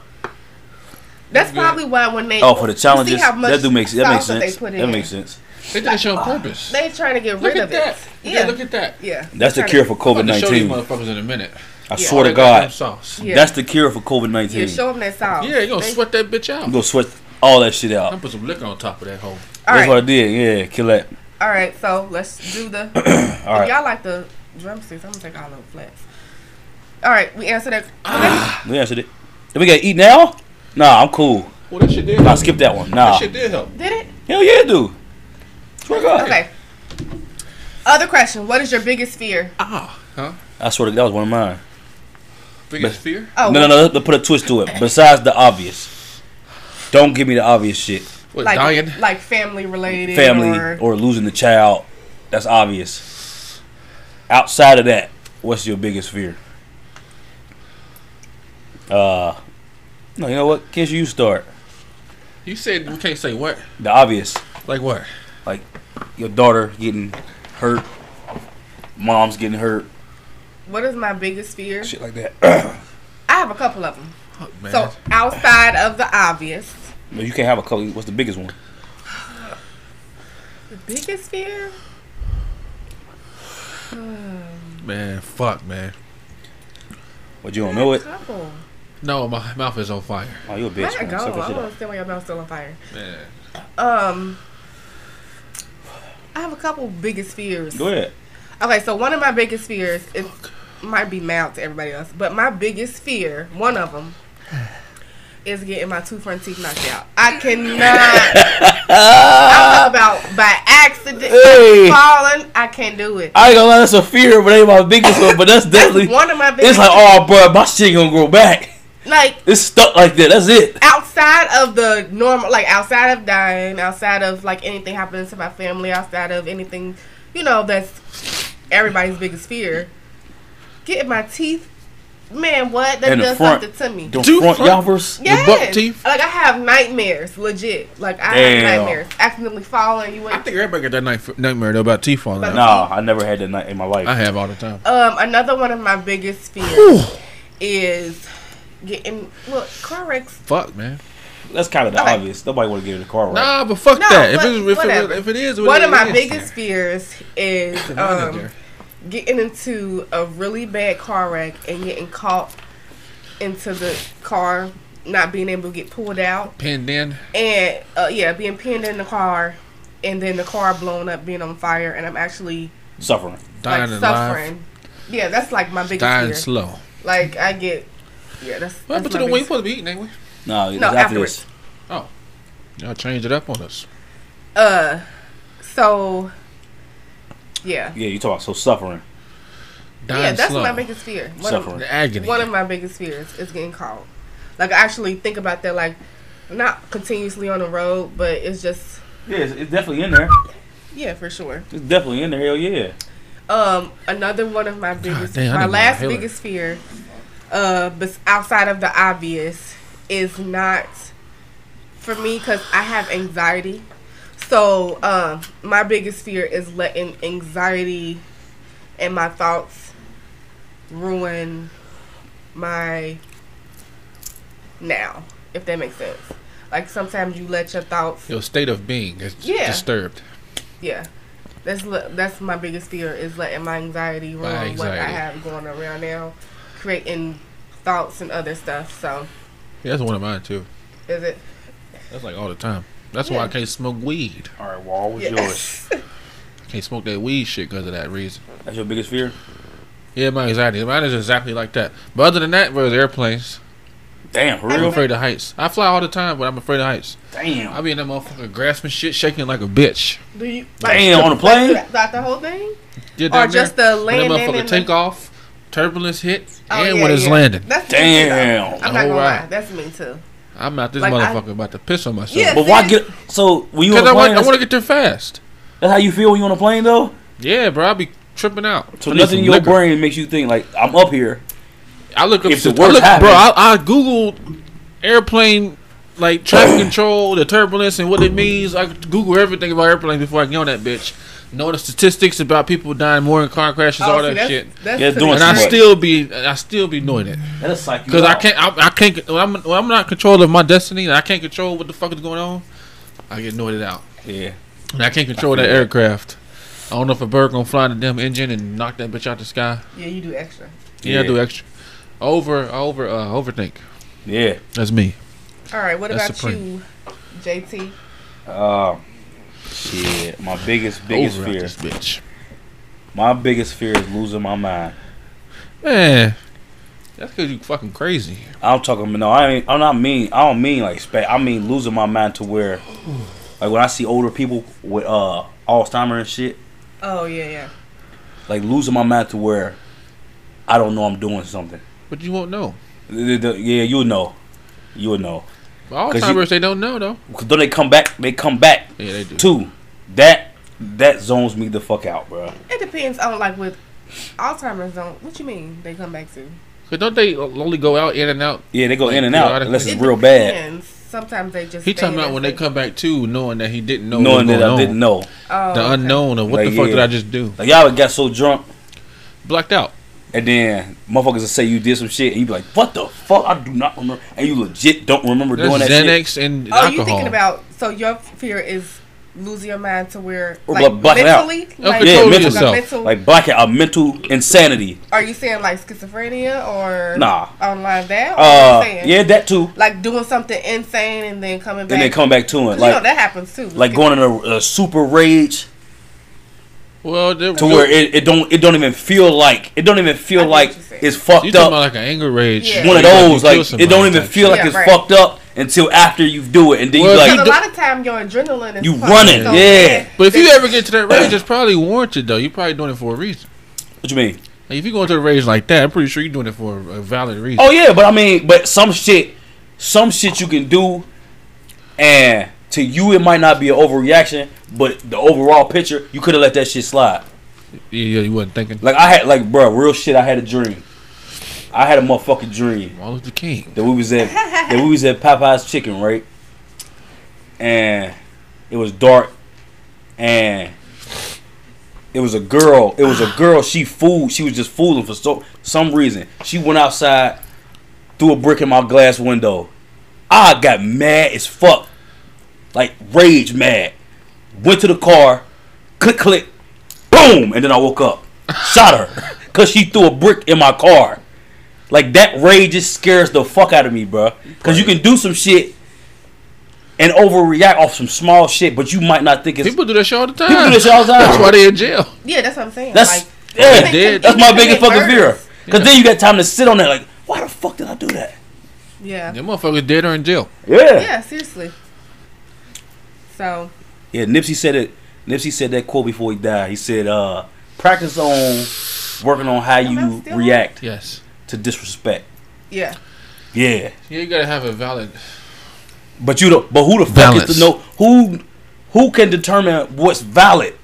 Speaker 2: That's
Speaker 1: Good.
Speaker 2: probably why when they
Speaker 3: Oh, for the
Speaker 2: you
Speaker 3: challenges.
Speaker 2: see how much
Speaker 3: That do makes that
Speaker 2: sauce
Speaker 3: makes sense.
Speaker 2: They put in
Speaker 3: That
Speaker 2: there.
Speaker 3: makes sense.
Speaker 1: They did that shit on purpose.
Speaker 2: They trying to get
Speaker 1: look
Speaker 2: rid
Speaker 1: at
Speaker 2: of
Speaker 1: that.
Speaker 2: it.
Speaker 1: Yeah.
Speaker 2: Yeah,
Speaker 1: look at that.
Speaker 2: yeah.
Speaker 3: That's the
Speaker 2: Trying to-
Speaker 3: cure for COVID
Speaker 1: I'm gonna show these
Speaker 3: nineteen.
Speaker 1: motherfuckers in a minute.
Speaker 3: I
Speaker 2: Yeah.
Speaker 3: swear to
Speaker 1: That goddamn
Speaker 3: God,
Speaker 1: Sauce.
Speaker 2: Yeah.
Speaker 3: that's the cure for COVID nineteen.
Speaker 2: Yeah, show them that sauce.
Speaker 1: Yeah, you gonna
Speaker 2: They-
Speaker 1: sweat that bitch out.
Speaker 3: I'm gonna sweat all that shit out.
Speaker 1: I'm gonna put some liquor on top of that hole.
Speaker 2: All
Speaker 3: that's
Speaker 2: right,
Speaker 3: what I did. Yeah, kill that.
Speaker 2: all right. So let's do the.
Speaker 3: All
Speaker 2: If
Speaker 3: right,
Speaker 2: y'all like the drumsticks, I'm gonna take all the flats. All right, we answered that.
Speaker 1: Ah.
Speaker 2: Okay.
Speaker 3: we answered it. Then we gotta eat now? Nah, I'm cool.
Speaker 1: Well, that shit did.
Speaker 3: Nah,
Speaker 1: help.
Speaker 3: skip that one.
Speaker 1: That
Speaker 3: Nah,
Speaker 1: shit did help.
Speaker 2: Did it?
Speaker 3: hell yeah, dude. Swear to God.
Speaker 2: Okay. Other question: What is your biggest fear?
Speaker 3: Uh,
Speaker 1: Ah, huh?
Speaker 3: I swear to God, that was one of mine.
Speaker 1: Biggest fear?
Speaker 2: Oh,
Speaker 3: No, no, no. Let's put a twist to it. Besides the obvious, don't give me the obvious shit.
Speaker 1: What,
Speaker 2: like
Speaker 1: dying?
Speaker 2: like family related,
Speaker 3: Family
Speaker 2: or,
Speaker 3: or losing the child. That's obvious. Outside of that, what's your biggest fear? Uh, no. You know what? Kids, you start.
Speaker 1: You said we can't say what?
Speaker 3: The obvious,
Speaker 1: Like what?
Speaker 3: like your daughter getting hurt, mom's getting hurt,
Speaker 2: what is my biggest fear?
Speaker 3: shit like that.
Speaker 2: I have a couple of them.
Speaker 1: Oh, man.
Speaker 2: So outside of the obvious,
Speaker 3: No, you can't have a couple. What's the biggest one?
Speaker 2: the biggest fear.
Speaker 1: man, fuck, man.
Speaker 3: But you don't know it.
Speaker 2: Couple.
Speaker 1: No, my mouth is on fire.
Speaker 3: Oh, you a bitch.
Speaker 2: Let it
Speaker 3: man.
Speaker 2: go.
Speaker 3: Suck that
Speaker 2: I
Speaker 3: shit
Speaker 2: don't
Speaker 3: up.
Speaker 2: understand why your mouth's still on fire.
Speaker 1: Man.
Speaker 2: Um, I have a couple biggest fears.
Speaker 3: Go ahead.
Speaker 2: Okay, so one of my biggest fears is might be mild to everybody else, but my biggest fear, one of them, is getting my two front teeth knocked out. I cannot. I'm talking about by accident
Speaker 3: Hey.
Speaker 2: falling. I can't do it.
Speaker 3: I ain't gonna lie, that's a fear, but ain't my biggest one. But that's definitely.
Speaker 2: One of my
Speaker 3: It's
Speaker 2: biggest,
Speaker 3: like, oh, bro, my shit gonna grow back.
Speaker 2: like
Speaker 3: It's stuck like that. That's it.
Speaker 2: outside of the normal, like outside of dying, outside of like anything happening to my family, outside of anything, you know, that's everybody's biggest fear. Getting my teeth, man, what that
Speaker 3: In the
Speaker 2: does
Speaker 3: front.
Speaker 2: something to me.
Speaker 3: Don't
Speaker 1: Two
Speaker 3: front
Speaker 1: front-
Speaker 3: yalvers.
Speaker 1: Your
Speaker 2: Yes.
Speaker 1: buck teeth?
Speaker 2: Like I have nightmares, legit. Like I
Speaker 3: Damn.
Speaker 2: have nightmares, accidentally falling. You
Speaker 1: I
Speaker 2: went.
Speaker 1: think everybody got that night- nightmare though about teeth falling out.
Speaker 3: Nah, I never had that night in my
Speaker 1: I
Speaker 3: life.
Speaker 1: have all the time.
Speaker 2: Um, another one of my biggest fears is getting look car wrecks.
Speaker 1: Fuck, man.
Speaker 3: That's kind of the
Speaker 2: Okay.
Speaker 3: obvious. Nobody want to get in the car right.
Speaker 1: Nah, but fuck
Speaker 2: No,
Speaker 1: that.
Speaker 2: but
Speaker 1: if, it's, if,
Speaker 2: whatever.
Speaker 1: it, if it is, what
Speaker 2: One
Speaker 1: it
Speaker 2: of my
Speaker 1: is.
Speaker 2: biggest fears is
Speaker 1: Mine in
Speaker 2: um,
Speaker 1: there.
Speaker 2: getting into a really bad car wreck and getting caught into the car, not being able to get pulled out,
Speaker 1: pinned in.
Speaker 2: and uh, yeah, being pinned in the car, and then the car blown up, being on fire, and I'm actually
Speaker 3: Suffering.
Speaker 1: dying
Speaker 2: like
Speaker 1: alive,
Speaker 2: suffering. Yeah, that's like my biggest
Speaker 1: dying
Speaker 2: fear.
Speaker 1: slow.
Speaker 2: like I get, yeah, that's.
Speaker 1: Well,
Speaker 2: that's
Speaker 1: but you know
Speaker 2: my
Speaker 1: when you
Speaker 2: biggest-
Speaker 1: supposed to be eating, ain't we?
Speaker 3: Nah, it's
Speaker 2: No,
Speaker 3: after this.
Speaker 1: Oh, y'all changed it up on us.
Speaker 2: uh, so, yeah,
Speaker 3: Yeah, you talk about so suffering.
Speaker 1: Dying
Speaker 2: yeah, that's
Speaker 1: slow.
Speaker 2: my biggest fear. One
Speaker 3: Suffering.
Speaker 2: of,
Speaker 1: the agony.
Speaker 2: one of my biggest fears is getting caught. Like I actually think about that, like not continuously on the road, but it's just
Speaker 3: Yeah, it's, it's definitely in there.
Speaker 2: yeah, for sure.
Speaker 3: It's definitely in there. Hell yeah.
Speaker 2: Um, another one of my biggest,
Speaker 1: damn, I
Speaker 2: my
Speaker 1: need my
Speaker 2: last
Speaker 1: inhaler.
Speaker 2: biggest fear, uh, bes- outside of the obvious, is not for me because I have anxiety. So, um, my biggest fear is letting anxiety and my thoughts ruin my now, if that makes sense. Like sometimes you let your thoughts.
Speaker 1: Your state of being is
Speaker 2: Yeah.
Speaker 1: disturbed.
Speaker 2: Yeah, that's le- that's my biggest fear is letting my anxiety run
Speaker 1: My
Speaker 2: what I
Speaker 1: anxiety.
Speaker 2: have going around now, creating thoughts and other stuff. So
Speaker 1: Yeah, that's one of mine too.
Speaker 2: is it?
Speaker 1: That's like all the time. That's why I
Speaker 2: Yeah.
Speaker 1: can't smoke weed.
Speaker 3: All right, well, what was yours?
Speaker 2: Yes.
Speaker 1: I can't smoke that weed shit because of that reason.
Speaker 3: That's your biggest fear?
Speaker 1: Yeah, my anxiety. Mine is exactly like that. But other than that, where's airplanes?
Speaker 3: Damn, for
Speaker 1: I'm
Speaker 3: real?
Speaker 1: afraid of heights. I fly all the time, but I'm afraid of heights. I
Speaker 3: Damn.
Speaker 1: be in that motherfucker grasping shit, shaking like a bitch.
Speaker 2: Do you? Like,
Speaker 3: Damn, on a plane?
Speaker 2: like, like the whole thing,
Speaker 1: Get
Speaker 2: or
Speaker 1: down
Speaker 2: just
Speaker 1: there, when
Speaker 2: the landing?
Speaker 1: that motherfucker
Speaker 2: and
Speaker 1: take
Speaker 2: the,
Speaker 1: off, turbulence hit,
Speaker 2: Oh,
Speaker 1: and
Speaker 2: yeah,
Speaker 1: when it's
Speaker 2: yeah.
Speaker 1: landing.
Speaker 2: That's me too, though.
Speaker 3: Damn.
Speaker 2: I'm not
Speaker 1: Oh,
Speaker 2: gonna
Speaker 1: wow.
Speaker 2: lie, that's me too.
Speaker 1: I'm out this
Speaker 2: Like, I-
Speaker 1: motherfucker about to piss on myself.
Speaker 2: Yeah.
Speaker 1: Yeah.
Speaker 3: But why get. So, when you on
Speaker 1: Cause I
Speaker 3: a
Speaker 1: want,
Speaker 3: plane,
Speaker 1: I want to
Speaker 3: that's,
Speaker 1: get there fast.
Speaker 3: that's how you feel when you on a plane, though?
Speaker 1: Yeah, bro, I be tripping out.
Speaker 3: So,
Speaker 1: I need
Speaker 3: nothing
Speaker 1: some
Speaker 3: in your
Speaker 1: liquor.
Speaker 3: brain makes you think, like, I'm up here.
Speaker 1: I look up
Speaker 3: if the
Speaker 1: I
Speaker 3: worst
Speaker 1: look-
Speaker 3: happens-
Speaker 1: bro. I, I googled airplane like traffic control, the turbulence, and what it means. I Google everything about airplanes before I get on that bitch. Know the statistics about people dying more in car crashes, all
Speaker 2: Oh, see,
Speaker 1: that
Speaker 2: that's,
Speaker 1: shit.
Speaker 2: That's
Speaker 3: Yeah,
Speaker 2: to
Speaker 3: doing
Speaker 2: me.
Speaker 1: And I
Speaker 3: Right.
Speaker 1: still be, I still be doing it
Speaker 3: That'll psych you
Speaker 1: because I
Speaker 3: out.
Speaker 1: can't, I, I can't. When I'm, when I'm not in control of my destiny, and I can't control what the fuck is going on. I get annoyed out.
Speaker 3: Yeah.
Speaker 1: And I can't control that aircraft. I don't know if a bird gonna fly in the damn engine and knock that bitch out the sky.
Speaker 2: Yeah, you do extra.
Speaker 1: Yeah, I
Speaker 3: Yeah.
Speaker 1: do extra. Over, over, uh, overthink.
Speaker 3: Yeah.
Speaker 1: That's me.
Speaker 2: All right, what
Speaker 1: That's
Speaker 2: about
Speaker 1: supreme.
Speaker 2: you, JT?
Speaker 3: Uh, shit. My biggest, biggest
Speaker 1: over out
Speaker 3: fear.
Speaker 1: this bitch.
Speaker 3: My biggest fear is losing my mind.
Speaker 1: Man, that's because you fucking crazy.
Speaker 3: I'm talking. No, I ain't. I'm not mean. I don't mean like spec. I mean losing my mind to where, like when I see older people with uh Alzheimer and shit,
Speaker 2: Oh yeah, yeah.
Speaker 3: like losing my mind to where, I don't know I'm doing something.
Speaker 1: But you won't know.
Speaker 3: The- the- the- yeah, you'll know. You'll know.
Speaker 1: All
Speaker 3: 'Cause you-
Speaker 1: timers they don't know though.
Speaker 3: 'Cause Don't they come back? They come back
Speaker 1: Yeah, they do.
Speaker 3: too. That that zones me the fuck out, bro.
Speaker 2: It depends on like with Alzheimer's. Don't what you mean they come back to?
Speaker 1: Cause don't they only go out in and out?
Speaker 3: Yeah, they go in and
Speaker 1: Yeah, I
Speaker 3: out
Speaker 1: done-
Speaker 3: unless it's
Speaker 2: It
Speaker 3: real bad.
Speaker 2: depends. Sometimes they just.
Speaker 1: He
Speaker 2: stay
Speaker 1: talking
Speaker 2: in
Speaker 1: about
Speaker 2: that
Speaker 1: when they
Speaker 2: state.
Speaker 1: come back to, knowing that he didn't know
Speaker 3: Knowing
Speaker 1: what was
Speaker 3: that
Speaker 1: going
Speaker 3: I
Speaker 1: on.
Speaker 3: didn't know.
Speaker 2: Oh,
Speaker 1: The
Speaker 2: okay.
Speaker 1: unknown of what
Speaker 3: Like,
Speaker 1: the fuck did
Speaker 3: yeah.
Speaker 1: I just do?
Speaker 3: Like y'all got so drunk
Speaker 1: Blacked out.
Speaker 3: And then motherfuckers will say you did some shit, and you be like, "What the fuck? I do not remember." And you legit don't remember
Speaker 1: That's
Speaker 3: doing that shit.
Speaker 1: Xanax and
Speaker 2: Oh,
Speaker 1: alcohol.
Speaker 2: you thinking about? So your fear is losing your mind to where
Speaker 3: Or
Speaker 2: like
Speaker 3: black out.
Speaker 2: mentally,
Speaker 1: Don't
Speaker 2: like,
Speaker 1: control
Speaker 2: like,
Speaker 1: yourself.
Speaker 2: mental-
Speaker 3: Like blackout, a mental insanity.
Speaker 2: are you saying like schizophrenia or
Speaker 3: Nah.
Speaker 2: online that? Or
Speaker 3: Uh,
Speaker 2: you saying,
Speaker 3: yeah, that too.
Speaker 2: like doing something insane and then coming back.
Speaker 3: And then come back to it,
Speaker 2: 'Cause
Speaker 3: like
Speaker 2: you know that happens too.
Speaker 3: like going in a, a super rage
Speaker 1: Well, there-
Speaker 3: to where it, it don't it don't even feel like it don't even
Speaker 2: I
Speaker 3: feel
Speaker 2: get
Speaker 3: like
Speaker 2: what you're saying.
Speaker 3: it's
Speaker 1: You
Speaker 3: fucked
Speaker 1: talking about
Speaker 3: up.
Speaker 1: like an anger rage?
Speaker 2: Yeah.
Speaker 3: One of
Speaker 1: You got- you
Speaker 3: those,
Speaker 1: kill
Speaker 3: like it
Speaker 1: somebody
Speaker 3: don't even
Speaker 1: type
Speaker 3: feel like
Speaker 2: Yeah,
Speaker 3: it's
Speaker 2: right.
Speaker 3: fucked up until after you do it, and then
Speaker 1: Well,
Speaker 3: you
Speaker 1: if
Speaker 3: like,
Speaker 2: Because
Speaker 1: you
Speaker 2: a lot of time your adrenaline is
Speaker 3: You
Speaker 2: pumping
Speaker 3: running,
Speaker 2: so
Speaker 3: yeah.
Speaker 2: bad
Speaker 1: But if
Speaker 2: that-
Speaker 1: you ever get to that rage, it's probably warranted though. You're probably doing it for a reason.
Speaker 3: "What you mean?"
Speaker 1: Like, if you go into a rage like that, I'm pretty sure you're doing it for a a valid reason.
Speaker 3: Oh yeah, but I mean, but some shit, some shit you can do, and to you it might not be an overreaction, but the overall picture you could have let that shit slide.
Speaker 1: yeah, yeah, you wasn't thinking.
Speaker 3: Like I had, like bro, real shit. I had a dream. I had a motherfucking dream
Speaker 1: Martin Luther King.
Speaker 3: that we was at that we was at Popeye's Chicken, right? And it was dark, and it was a girl. It was a girl. She fooled. She was just fooling for so some reason. She went outside, threw a brick in my glass window. I got mad as fuck, like rage mad. Went to the car, click click, boom, and then I woke up. Shot her because she threw a brick in my car. Like that rage just scares the fuck out of me, bro. Because you can do some shit and overreact off some small shit, but you might not think it's
Speaker 1: People do that shit all the time.
Speaker 3: People do this shit all the time.
Speaker 1: That's why they in jail.
Speaker 2: Yeah, that's what I'm saying.
Speaker 3: That's
Speaker 2: like,
Speaker 3: yeah,
Speaker 1: did.
Speaker 3: that's my
Speaker 2: Even
Speaker 3: biggest
Speaker 2: if it
Speaker 3: fucking fear.
Speaker 2: works.
Speaker 3: Cause then you got time to sit on that like, why the fuck did I do that?
Speaker 2: yeah.
Speaker 1: Them motherfuckers dead or in jail.
Speaker 3: Yeah.
Speaker 2: Yeah, seriously. So,
Speaker 3: Yeah, Nipsey said it Nipsey said that quote before he died. He said, uh, practice on working on how
Speaker 2: I'm
Speaker 3: you
Speaker 2: still on.
Speaker 3: react
Speaker 1: Yes.
Speaker 3: to disrespect.
Speaker 2: yeah.
Speaker 3: Yeah.
Speaker 1: Yeah, you gotta have a valid.
Speaker 3: But you don't but who the fuck is
Speaker 1: Balance.
Speaker 3: to know who who can determine what's valid?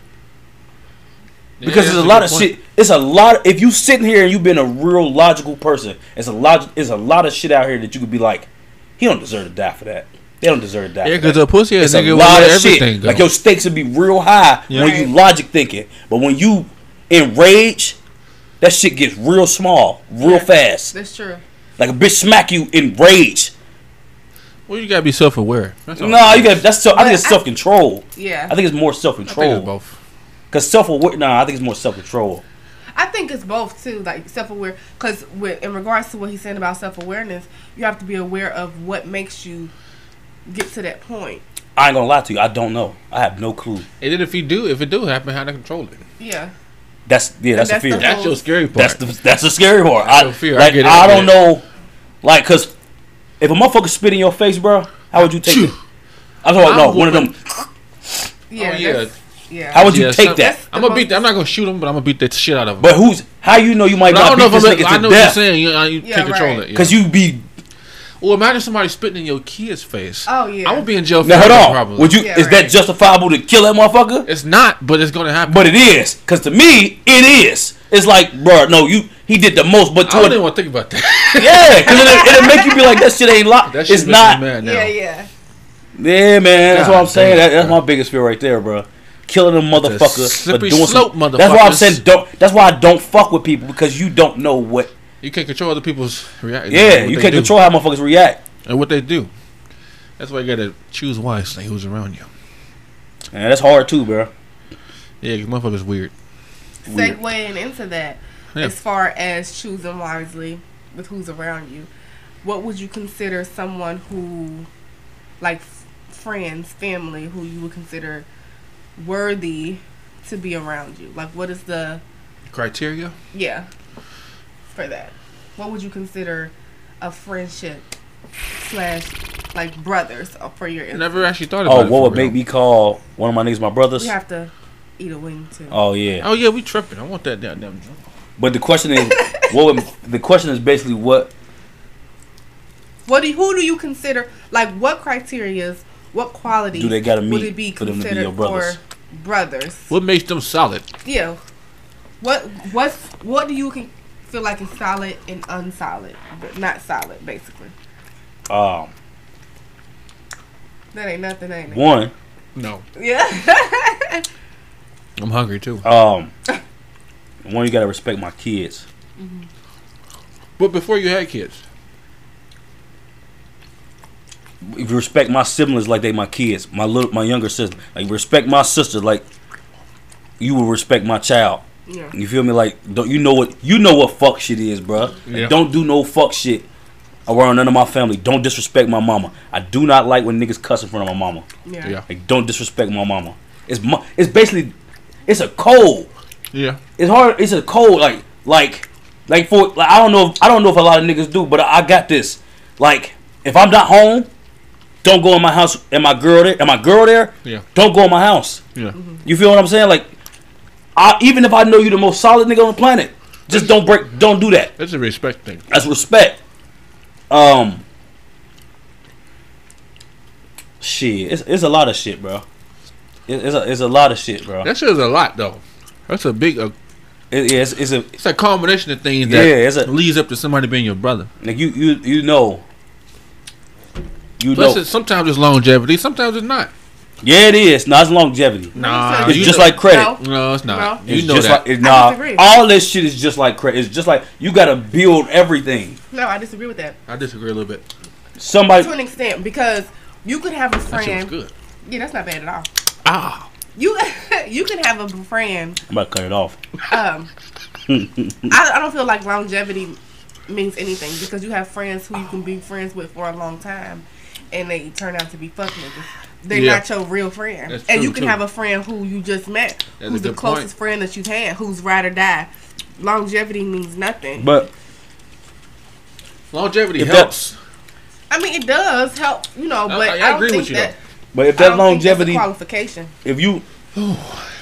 Speaker 3: Because
Speaker 1: Yeah,
Speaker 3: there's
Speaker 1: that's
Speaker 3: a lot of
Speaker 1: good
Speaker 3: shit. It's a lot. If you sitting here and you've been a real logical person, it's a log. It's a lot of shit out here that you could be like, he don't deserve to die for that. They don't deserve to die.
Speaker 1: Yeah,
Speaker 3: for
Speaker 1: because
Speaker 3: that.
Speaker 1: a pussy ass
Speaker 3: it's a
Speaker 1: nigga will
Speaker 3: lot
Speaker 1: let
Speaker 3: of
Speaker 1: everything
Speaker 3: shit.
Speaker 1: go.
Speaker 3: Like your stakes would be real high
Speaker 1: Yeah.
Speaker 3: when you
Speaker 2: Right.
Speaker 3: logic thinking, but when you enrage, that shit gets real small, real
Speaker 2: Yeah.
Speaker 3: fast.
Speaker 2: That's true.
Speaker 3: Like a bitch smack you in rage.
Speaker 1: Well, you gotta be self aware.
Speaker 3: No, you got that's. Self, I
Speaker 2: But
Speaker 3: think it's
Speaker 2: I-
Speaker 3: self control.
Speaker 2: Yeah.
Speaker 3: I think it's more self
Speaker 1: I think it's
Speaker 3: control.
Speaker 1: both.
Speaker 3: Cause self aware. Nah, I think it's more self control.
Speaker 2: I think it's both too, like self-aware. Because with in regards to what he's saying about self-awareness, you have to be aware of what makes you get to that point.
Speaker 3: I ain't gonna lie to you. I don't know. I have no clue.
Speaker 1: And then if you do, if it do happen, how to control it?
Speaker 2: Yeah,
Speaker 3: That's yeah. That's,
Speaker 2: that's
Speaker 3: a fear.
Speaker 2: the whole-
Speaker 1: That's your scary part.
Speaker 3: That's the that's the scary part. I,
Speaker 1: feel fear. I
Speaker 3: like, I,
Speaker 1: get it.
Speaker 3: don't know, like, cause if a motherfucker spit in your face, bro, how would you take
Speaker 1: Chew.
Speaker 3: it? I'm talking about no
Speaker 1: I'm
Speaker 3: one of them.
Speaker 2: yeah,
Speaker 1: Oh, yeah.
Speaker 2: that's- yeah.
Speaker 3: How would you
Speaker 1: Yeah,
Speaker 3: take
Speaker 1: some-
Speaker 3: that?
Speaker 1: I'm gonna beat. that- I'm not gonna shoot him, but I'm gonna beat the shit out of him.
Speaker 3: But who's how you know you might
Speaker 1: But I
Speaker 3: not
Speaker 1: don't know
Speaker 3: beat
Speaker 1: if I'm.
Speaker 3: this
Speaker 1: I
Speaker 3: nigga
Speaker 1: know
Speaker 3: to
Speaker 1: what you're
Speaker 3: death?
Speaker 1: saying. You, uh, you
Speaker 2: Yeah,
Speaker 1: take control
Speaker 2: right.
Speaker 1: of it.
Speaker 3: Cause you be
Speaker 1: Well, imagine somebody spitting in your kid's face.
Speaker 2: Oh, yeah.
Speaker 1: I would be in jail. For
Speaker 3: now. Hold
Speaker 1: that
Speaker 3: on.
Speaker 1: Probably.
Speaker 3: Would you?
Speaker 2: Yeah,
Speaker 3: is that
Speaker 2: right.
Speaker 3: justifiable to kill that motherfucker?
Speaker 1: It's not, but it's gonna happen.
Speaker 3: But it is. Cause to me, it is. It's like, bro, no, you. He did the most, but
Speaker 1: I don't
Speaker 3: toward,
Speaker 1: even
Speaker 3: yeah, cause
Speaker 1: want to think about that.
Speaker 3: it, it'll make you be like, that shit ain't locked.
Speaker 1: that shit
Speaker 3: It's
Speaker 1: makes me
Speaker 3: not.
Speaker 1: mad now.
Speaker 2: yeah, yeah.
Speaker 3: Yeah, man. That's
Speaker 1: God
Speaker 3: what I'm saying.
Speaker 1: damn,
Speaker 3: That, that's
Speaker 1: bro.
Speaker 3: my biggest fear right there, bro. Killing a motherfucker for
Speaker 1: slippery
Speaker 3: doing
Speaker 1: slope,
Speaker 3: some. That's why I'm
Speaker 1: motherfuckers.
Speaker 3: saying don't. That's why I don't fuck with people because you don't know what.
Speaker 1: You can't control other people's reactions.
Speaker 3: Yeah, you can't control how motherfuckers react.
Speaker 1: and what they do. That's why you gotta choose wisely who's around you.
Speaker 3: Man, that's hard too, bro.
Speaker 1: Yeah, 'cause motherfuckers weird.
Speaker 3: Weird.
Speaker 2: Segueing into that,
Speaker 1: Yeah.
Speaker 2: as far as choosing wisely with who's around you, what would you consider someone who, like, f- friends, family, who you would consider worthy to be around you? Like, what is the
Speaker 1: Criteria.
Speaker 2: Yeah. For that. What would you consider a friendship slash like brothers uh, for your
Speaker 1: I never actually thought about
Speaker 3: Oh,
Speaker 1: it.
Speaker 3: what
Speaker 1: for
Speaker 3: would
Speaker 1: real.
Speaker 3: make me call one of my niggas my brothers?
Speaker 2: We have to eat a wing too.
Speaker 3: Oh yeah.
Speaker 1: Oh yeah, we tripping. I want that goddamn drunk.
Speaker 3: But the question is, what? Would, the question is basically what?
Speaker 2: What do you, who do you consider like what criterias, what qualities
Speaker 3: Do they gotta
Speaker 2: would
Speaker 3: meet
Speaker 2: it be
Speaker 3: for them to be
Speaker 2: considered
Speaker 3: your brothers?
Speaker 2: for brothers?
Speaker 1: What makes them solid?
Speaker 2: Yeah. What what's what do you can feel like is solid and unsolid, but not solid basically.
Speaker 3: Um,
Speaker 2: That ain't nothing, ain't it?
Speaker 3: one.
Speaker 1: No,
Speaker 2: Yeah.
Speaker 1: I'm hungry too.
Speaker 3: Um, one. You gotta respect my kids.
Speaker 1: But before you had kids,
Speaker 3: If you respect my siblings like they my kids, my little, my younger sister. Like respect my sister like you would respect my child.
Speaker 2: yeah.
Speaker 3: You feel me? Like don't you know what you know what fuck shit is, bruh. Like,
Speaker 1: Yeah.
Speaker 3: don't do no fuck shit around none of my family. Don't disrespect my mama. I do not like when niggas cuss in front of my mama.
Speaker 2: Yeah.
Speaker 1: yeah,
Speaker 3: Like don't disrespect my mama. It's my, it's basically it's a code.
Speaker 1: yeah,
Speaker 3: It's hard. It's a code. Like like like for like I don't know. If, I don't know if a lot of niggas do, but I, I got this. Like if I'm not home, don't go in my house. And my girl there. And my girl there.
Speaker 1: Yeah.
Speaker 3: Don't go in my house.
Speaker 1: yeah.
Speaker 3: You feel what I'm saying? Like, I, even if I know you the most solid nigga on the planet, just don't break, don't do that.
Speaker 1: That's a respect thing.
Speaker 3: That's respect. Um, shit, it's, it's a lot of shit, bro. It, it's a it's a lot of shit, bro.
Speaker 1: That shit is a lot though. That's a big. Uh,
Speaker 3: It, yeah, it's, it's a
Speaker 1: it's a combination of things that
Speaker 3: Yeah, it's a-
Speaker 1: leads up to somebody being your brother.
Speaker 3: like you you you know. You
Speaker 1: Plus,
Speaker 3: know,
Speaker 1: it's, sometimes it's longevity. Sometimes it's not.
Speaker 3: yeah, it is. Not it's longevity.
Speaker 1: Nah,
Speaker 3: It's
Speaker 1: you
Speaker 3: just
Speaker 1: know-
Speaker 3: like credit.
Speaker 2: No.
Speaker 1: No, it's not.
Speaker 2: No.
Speaker 1: You
Speaker 3: It's
Speaker 1: know
Speaker 3: just
Speaker 1: that.
Speaker 3: Like, it- nah,
Speaker 2: disagree.
Speaker 3: all this shit is just like credit. It's just like you gotta build everything.
Speaker 2: No, I disagree with that.
Speaker 1: I disagree a little bit.
Speaker 3: Somebody,
Speaker 2: to an extent because you could have a
Speaker 1: That shit was
Speaker 2: friend.
Speaker 1: good.
Speaker 2: Yeah, that's not bad at all.
Speaker 1: Ah,
Speaker 2: You you can have a friend.
Speaker 3: I'm about to cut it off.
Speaker 2: Um, I, I don't feel like longevity means anything because you have friends who you can be friends with for a long time, and they turn out to be fuck niggas. They're
Speaker 1: Yeah.
Speaker 2: not your real friend,
Speaker 1: That's
Speaker 2: and
Speaker 1: true,
Speaker 2: you can
Speaker 1: too.
Speaker 2: have a friend who you just met,
Speaker 1: That's a
Speaker 2: who's the
Speaker 1: good point.
Speaker 2: closest friend that you've had, who's ride or die. Longevity means nothing.
Speaker 3: But
Speaker 1: longevity
Speaker 3: If that-
Speaker 1: helps.
Speaker 2: I mean, it does help, you know,
Speaker 1: I-
Speaker 2: but
Speaker 1: I
Speaker 2: I, don't
Speaker 1: agree
Speaker 2: think
Speaker 1: with you,
Speaker 2: that,
Speaker 3: But if
Speaker 2: I don't
Speaker 3: that
Speaker 2: think that's a
Speaker 3: longevity,
Speaker 2: qualification.
Speaker 3: if you,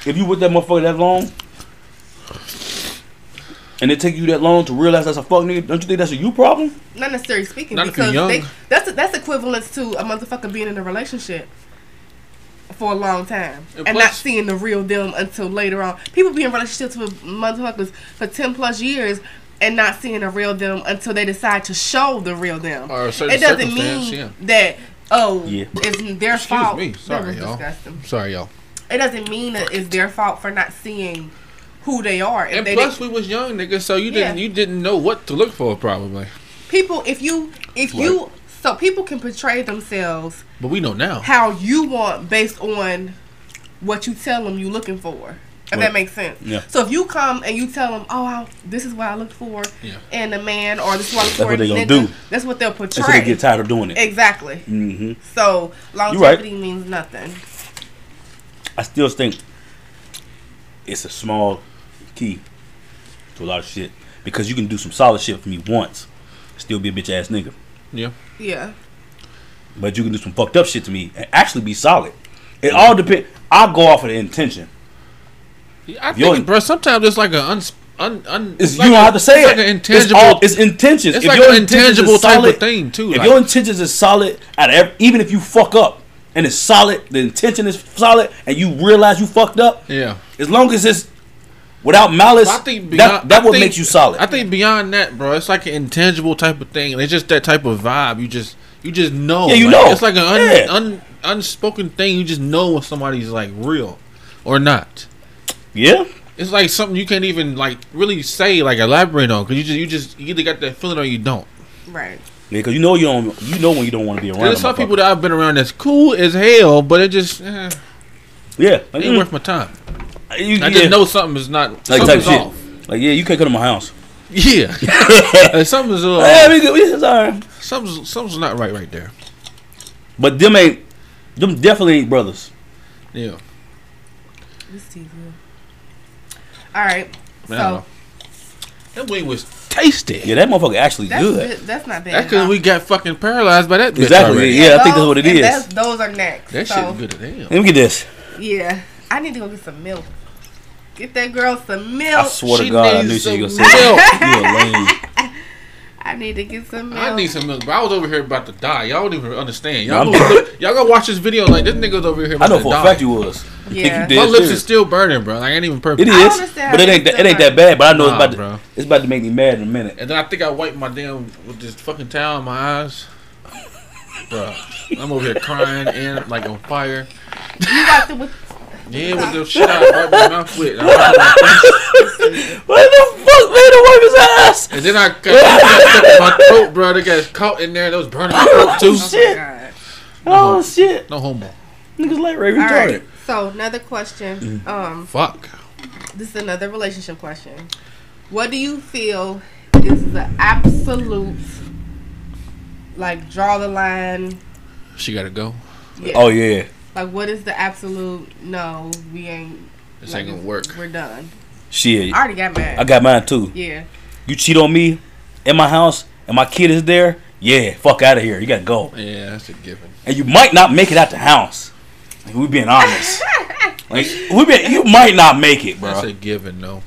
Speaker 3: if you with that motherfucker that long, and it take you that long to realize that's a fuck nigga, don't you think that's a you problem?
Speaker 2: Not necessarily speaking,
Speaker 1: Not if you're
Speaker 2: because
Speaker 1: young.
Speaker 2: They, that's that's equivalence to a motherfucker being in a relationship for a long time
Speaker 1: And
Speaker 2: and, not
Speaker 1: plus-
Speaker 2: seeing the real them until later on. People be in relationships with motherfuckers for ten plus years and not seeing the real them until they decide to show the real them.
Speaker 1: Or a certain
Speaker 2: It doesn't
Speaker 1: circumstance,
Speaker 2: mean
Speaker 1: yeah.
Speaker 2: that oh
Speaker 3: Yeah.
Speaker 2: it's their
Speaker 1: Excuse
Speaker 2: fault.
Speaker 1: me.
Speaker 2: That
Speaker 1: Sorry,
Speaker 2: was
Speaker 1: y'all.
Speaker 2: disgusting.
Speaker 1: Sorry, y'all.
Speaker 2: It doesn't mean that it's their fault for not seeing who they are. If
Speaker 1: And
Speaker 2: they
Speaker 1: plus,
Speaker 2: didn't-
Speaker 1: we was young niggas, so you
Speaker 2: Yeah.
Speaker 1: didn't you didn't know what to look for probably.
Speaker 2: people if you if you So people can portray themselves
Speaker 1: But we know now.
Speaker 2: how you want based on what you tell them you're looking for. If
Speaker 3: Right.
Speaker 2: that makes sense.
Speaker 3: Yeah.
Speaker 2: So if you come and you tell them, "Oh, I, this is what I look for
Speaker 1: Yeah.
Speaker 2: in a man," or "This is what I look
Speaker 3: That's
Speaker 2: for,"
Speaker 3: what they
Speaker 2: in a
Speaker 3: gonna
Speaker 2: nigga,
Speaker 3: do.
Speaker 2: That's what they'll
Speaker 3: That's how they
Speaker 2: portray.
Speaker 3: get tired of doing it.
Speaker 2: exactly.
Speaker 3: hmm
Speaker 2: So longevity means nothing.
Speaker 3: I still think it's a small key to a lot of shit because you can do some solid shit for me once, still be a bitch ass nigga,
Speaker 1: Yeah.
Speaker 2: Yeah.
Speaker 3: but you can do some fucked up shit to me and actually be solid. It all depend. I go off of the intention.
Speaker 1: Yeah, I
Speaker 3: Yo-
Speaker 1: think, bro. Sometimes it's like an uns, un, un,
Speaker 3: It's,
Speaker 1: like
Speaker 3: you don't have to say
Speaker 1: it's
Speaker 3: it.
Speaker 1: Like an
Speaker 3: It's,
Speaker 1: intangible.
Speaker 3: all, it's intentions.
Speaker 1: it's
Speaker 3: If
Speaker 1: like
Speaker 3: your
Speaker 1: an
Speaker 3: intentions is
Speaker 1: intangible type of
Speaker 3: solid-
Speaker 1: thing, too,
Speaker 3: If
Speaker 1: like-
Speaker 3: your intentions is solid, out of every, even if you fuck up and it's solid, the intention is solid, and you realize you fucked up.
Speaker 1: yeah.
Speaker 3: As long as it's without malice,
Speaker 1: I think
Speaker 3: that,
Speaker 1: beyond,
Speaker 3: that
Speaker 1: I
Speaker 3: what
Speaker 1: think-
Speaker 3: makes you solid.
Speaker 1: I think beyond that, bro, it's like an intangible type of thing, and it's just that type of vibe. You just you just know.
Speaker 3: Yeah, you
Speaker 1: Like,
Speaker 3: know.
Speaker 1: It's like an un,
Speaker 3: Yeah.
Speaker 1: un, unspoken thing. You just know when somebody's like real or not.
Speaker 3: yeah.
Speaker 1: It's like something you can't even like really say like elaborate on because you just you just you either got that feeling or you don't.
Speaker 2: Right.
Speaker 3: Because you know you don't, you know when you don't want to be around.
Speaker 1: There's
Speaker 3: a
Speaker 1: some people
Speaker 3: motherfucker.
Speaker 1: that I've been around that's cool as hell, but it just eh,
Speaker 3: yeah,
Speaker 1: it
Speaker 3: like,
Speaker 1: ain't
Speaker 3: mm,
Speaker 1: worth my time.
Speaker 3: you,
Speaker 1: I
Speaker 3: yeah.
Speaker 1: just know something is not
Speaker 3: like type
Speaker 1: something's
Speaker 3: shit.
Speaker 1: off.
Speaker 3: Like yeah, you can't come to my house.
Speaker 1: Yeah, Like, something's
Speaker 3: Yeah,
Speaker 1: uh,
Speaker 3: we good. We, it's all right.
Speaker 1: something's something's not right right there.
Speaker 3: But them ain't, them definitely ain't brothers.
Speaker 1: Yeah,
Speaker 2: This is easy. All right.
Speaker 1: Man, I don't
Speaker 2: So
Speaker 1: know. that wing was tasty.
Speaker 3: Yeah, that motherfucker actually
Speaker 2: that's
Speaker 3: good.
Speaker 2: good. That's not bad.
Speaker 1: That's
Speaker 2: at
Speaker 1: because
Speaker 2: all.
Speaker 1: we got fucking paralyzed by that. Bitch
Speaker 3: Exactly,
Speaker 1: already.
Speaker 3: yeah. I think that's what it
Speaker 2: and
Speaker 3: is.
Speaker 2: that's- Those are next.
Speaker 1: That
Speaker 2: so,
Speaker 1: shit good as hell.
Speaker 3: Let me get this.
Speaker 2: Yeah. I need to go get some milk. Get that girl some
Speaker 3: I
Speaker 2: milk.
Speaker 3: swear to
Speaker 1: She
Speaker 3: God, I
Speaker 1: needs
Speaker 3: knew she was
Speaker 1: some
Speaker 3: gonna say that. You a lame.
Speaker 2: I need to get some milk.
Speaker 1: I need some milk. But I was over here about to die. Y'all don't even understand.
Speaker 3: Nah,
Speaker 1: Y'all,
Speaker 3: I'm-
Speaker 1: gonna, look- y'all gonna watch this video like this nigga's over here.
Speaker 3: I
Speaker 1: About
Speaker 3: know
Speaker 1: to
Speaker 3: for a
Speaker 1: die.
Speaker 3: fact you was.
Speaker 2: Yeah.
Speaker 3: You
Speaker 1: My
Speaker 3: did,
Speaker 1: lips
Speaker 3: too.
Speaker 1: is still burning, bro. Like, I ain't even
Speaker 3: It
Speaker 1: perfect.
Speaker 2: I don't
Speaker 3: is,
Speaker 2: understand
Speaker 3: but it
Speaker 2: how
Speaker 3: ain't
Speaker 2: you
Speaker 3: that, it ain't
Speaker 2: feel
Speaker 3: that bad. But I know
Speaker 1: Nah,
Speaker 3: it's about
Speaker 1: bro.
Speaker 3: to, it's about to make me mad in a minute.
Speaker 1: And then I think I wiped my damn with this fucking towel in my eyes. bro, I'm over here crying and like on fire.
Speaker 2: You got the with
Speaker 1: Yeah, with the shit I wiped my mouth with. And, I-
Speaker 3: What the fuck, man? The wipe his ass.
Speaker 1: and then I got I got my throat, bro. It got caught in there. That was burning my throat
Speaker 3: Oh,
Speaker 1: too.
Speaker 3: shit.
Speaker 2: God.
Speaker 3: Oh shit.
Speaker 1: No homo.
Speaker 3: Niggas like Ray
Speaker 2: All
Speaker 3: retarded.
Speaker 2: right. So another question. Um,
Speaker 1: Fuck.
Speaker 2: this is another relationship question. What do you feel is the absolute like draw the line?
Speaker 1: She gotta go.
Speaker 2: Yeah.
Speaker 3: Oh yeah.
Speaker 2: Like what is the absolute no, we ain't
Speaker 1: This
Speaker 2: like,
Speaker 1: ain't gonna work.
Speaker 2: We're done.
Speaker 3: Shit.
Speaker 2: I already got mad.
Speaker 3: I got mine too.
Speaker 2: yeah.
Speaker 3: You cheat on me in my house and my kid is there, yeah, fuck out of here. You gotta go.
Speaker 1: Yeah, that's a given.
Speaker 3: And you might not make it out the house. Like, we being honest. like we been, you might not make it, bro.
Speaker 1: That's a given, though.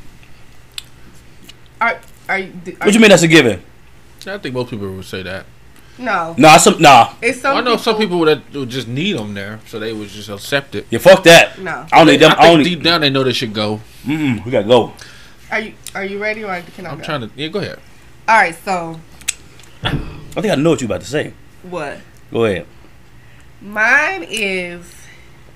Speaker 2: Are are you? do- Are
Speaker 3: what you mean that's a given?
Speaker 1: I think most people would say that.
Speaker 2: No.
Speaker 3: Nah, some nah.
Speaker 2: It's some
Speaker 1: Well, I know some people that would just need them there, so they would just accept it.
Speaker 3: Yeah, fuck that.
Speaker 2: No.
Speaker 3: I don't need them.
Speaker 1: I
Speaker 3: I, don't
Speaker 1: think
Speaker 3: need.
Speaker 1: deep down they know they should go.
Speaker 3: Mm-mm, we gotta go.
Speaker 2: Are you are you ready or can I
Speaker 1: I'm
Speaker 2: go?
Speaker 1: trying to. Yeah, go ahead.
Speaker 2: All right. So
Speaker 3: I think I know what you about to say.
Speaker 2: what?
Speaker 3: Go ahead.
Speaker 2: Mine is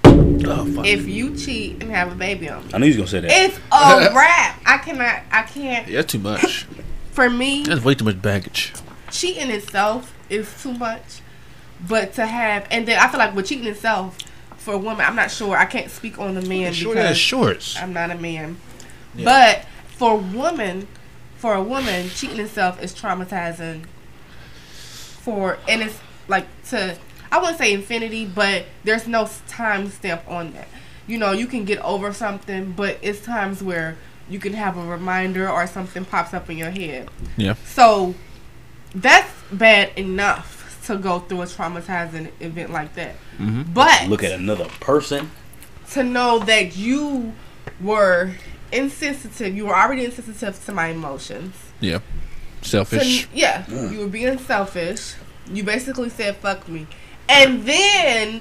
Speaker 3: Oh, fuck.
Speaker 2: if you cheat and have a baby on me.
Speaker 3: I knew you was gonna say that.
Speaker 2: It's a wrap. I cannot. I can't.
Speaker 1: Yeah, that's too much.
Speaker 2: For me,
Speaker 1: That's way too much baggage.
Speaker 2: cheating itself is too much. But to have, and then I feel like with cheating itself for a woman, I'm not sure. I can't speak on the man
Speaker 1: Short
Speaker 2: because
Speaker 1: ass shorts.
Speaker 2: I'm not a man.
Speaker 1: Yeah.
Speaker 2: But for woman, for a woman, cheating itself is traumatizing. For and it's like to I wouldn't say infinity, but there's no s- time stamp on that. You know, you can get over something, but it's times where you can have a reminder or something pops up in your head.
Speaker 1: Yeah.
Speaker 2: So that's bad enough to go through a traumatizing event like that. But
Speaker 3: Mm-hmm. Look at another person.
Speaker 2: to know that you were insensitive. You were already insensitive to my emotions.
Speaker 1: Yeah.
Speaker 2: To-
Speaker 1: Selfish.
Speaker 2: yeah, you were being selfish. You basically said "fuck me," and then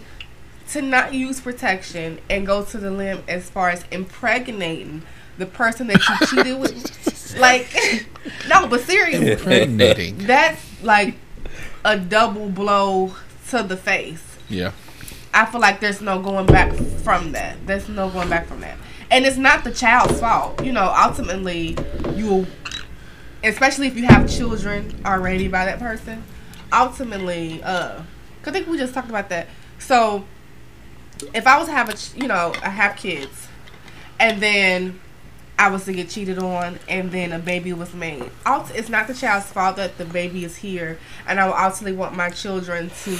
Speaker 2: to not use protection and go to the limb as far as impregnating the person that you cheated with. Like, no, but seriously,
Speaker 1: Impregnating.
Speaker 2: that's like a double blow to the face.
Speaker 1: yeah.
Speaker 2: I feel like there's no going back from that. There's no going back from that. And it's not the child's fault. You know, ultimately, you will, especially if you have children already by that person, ultimately, uh, 'cause I think we just talked about that. So, if I was to have a, ch- you know, I have kids, and then I was to get cheated on, and then a baby was made. Ult- It's not the child's fault that the baby is here, and I would ultimately want my children to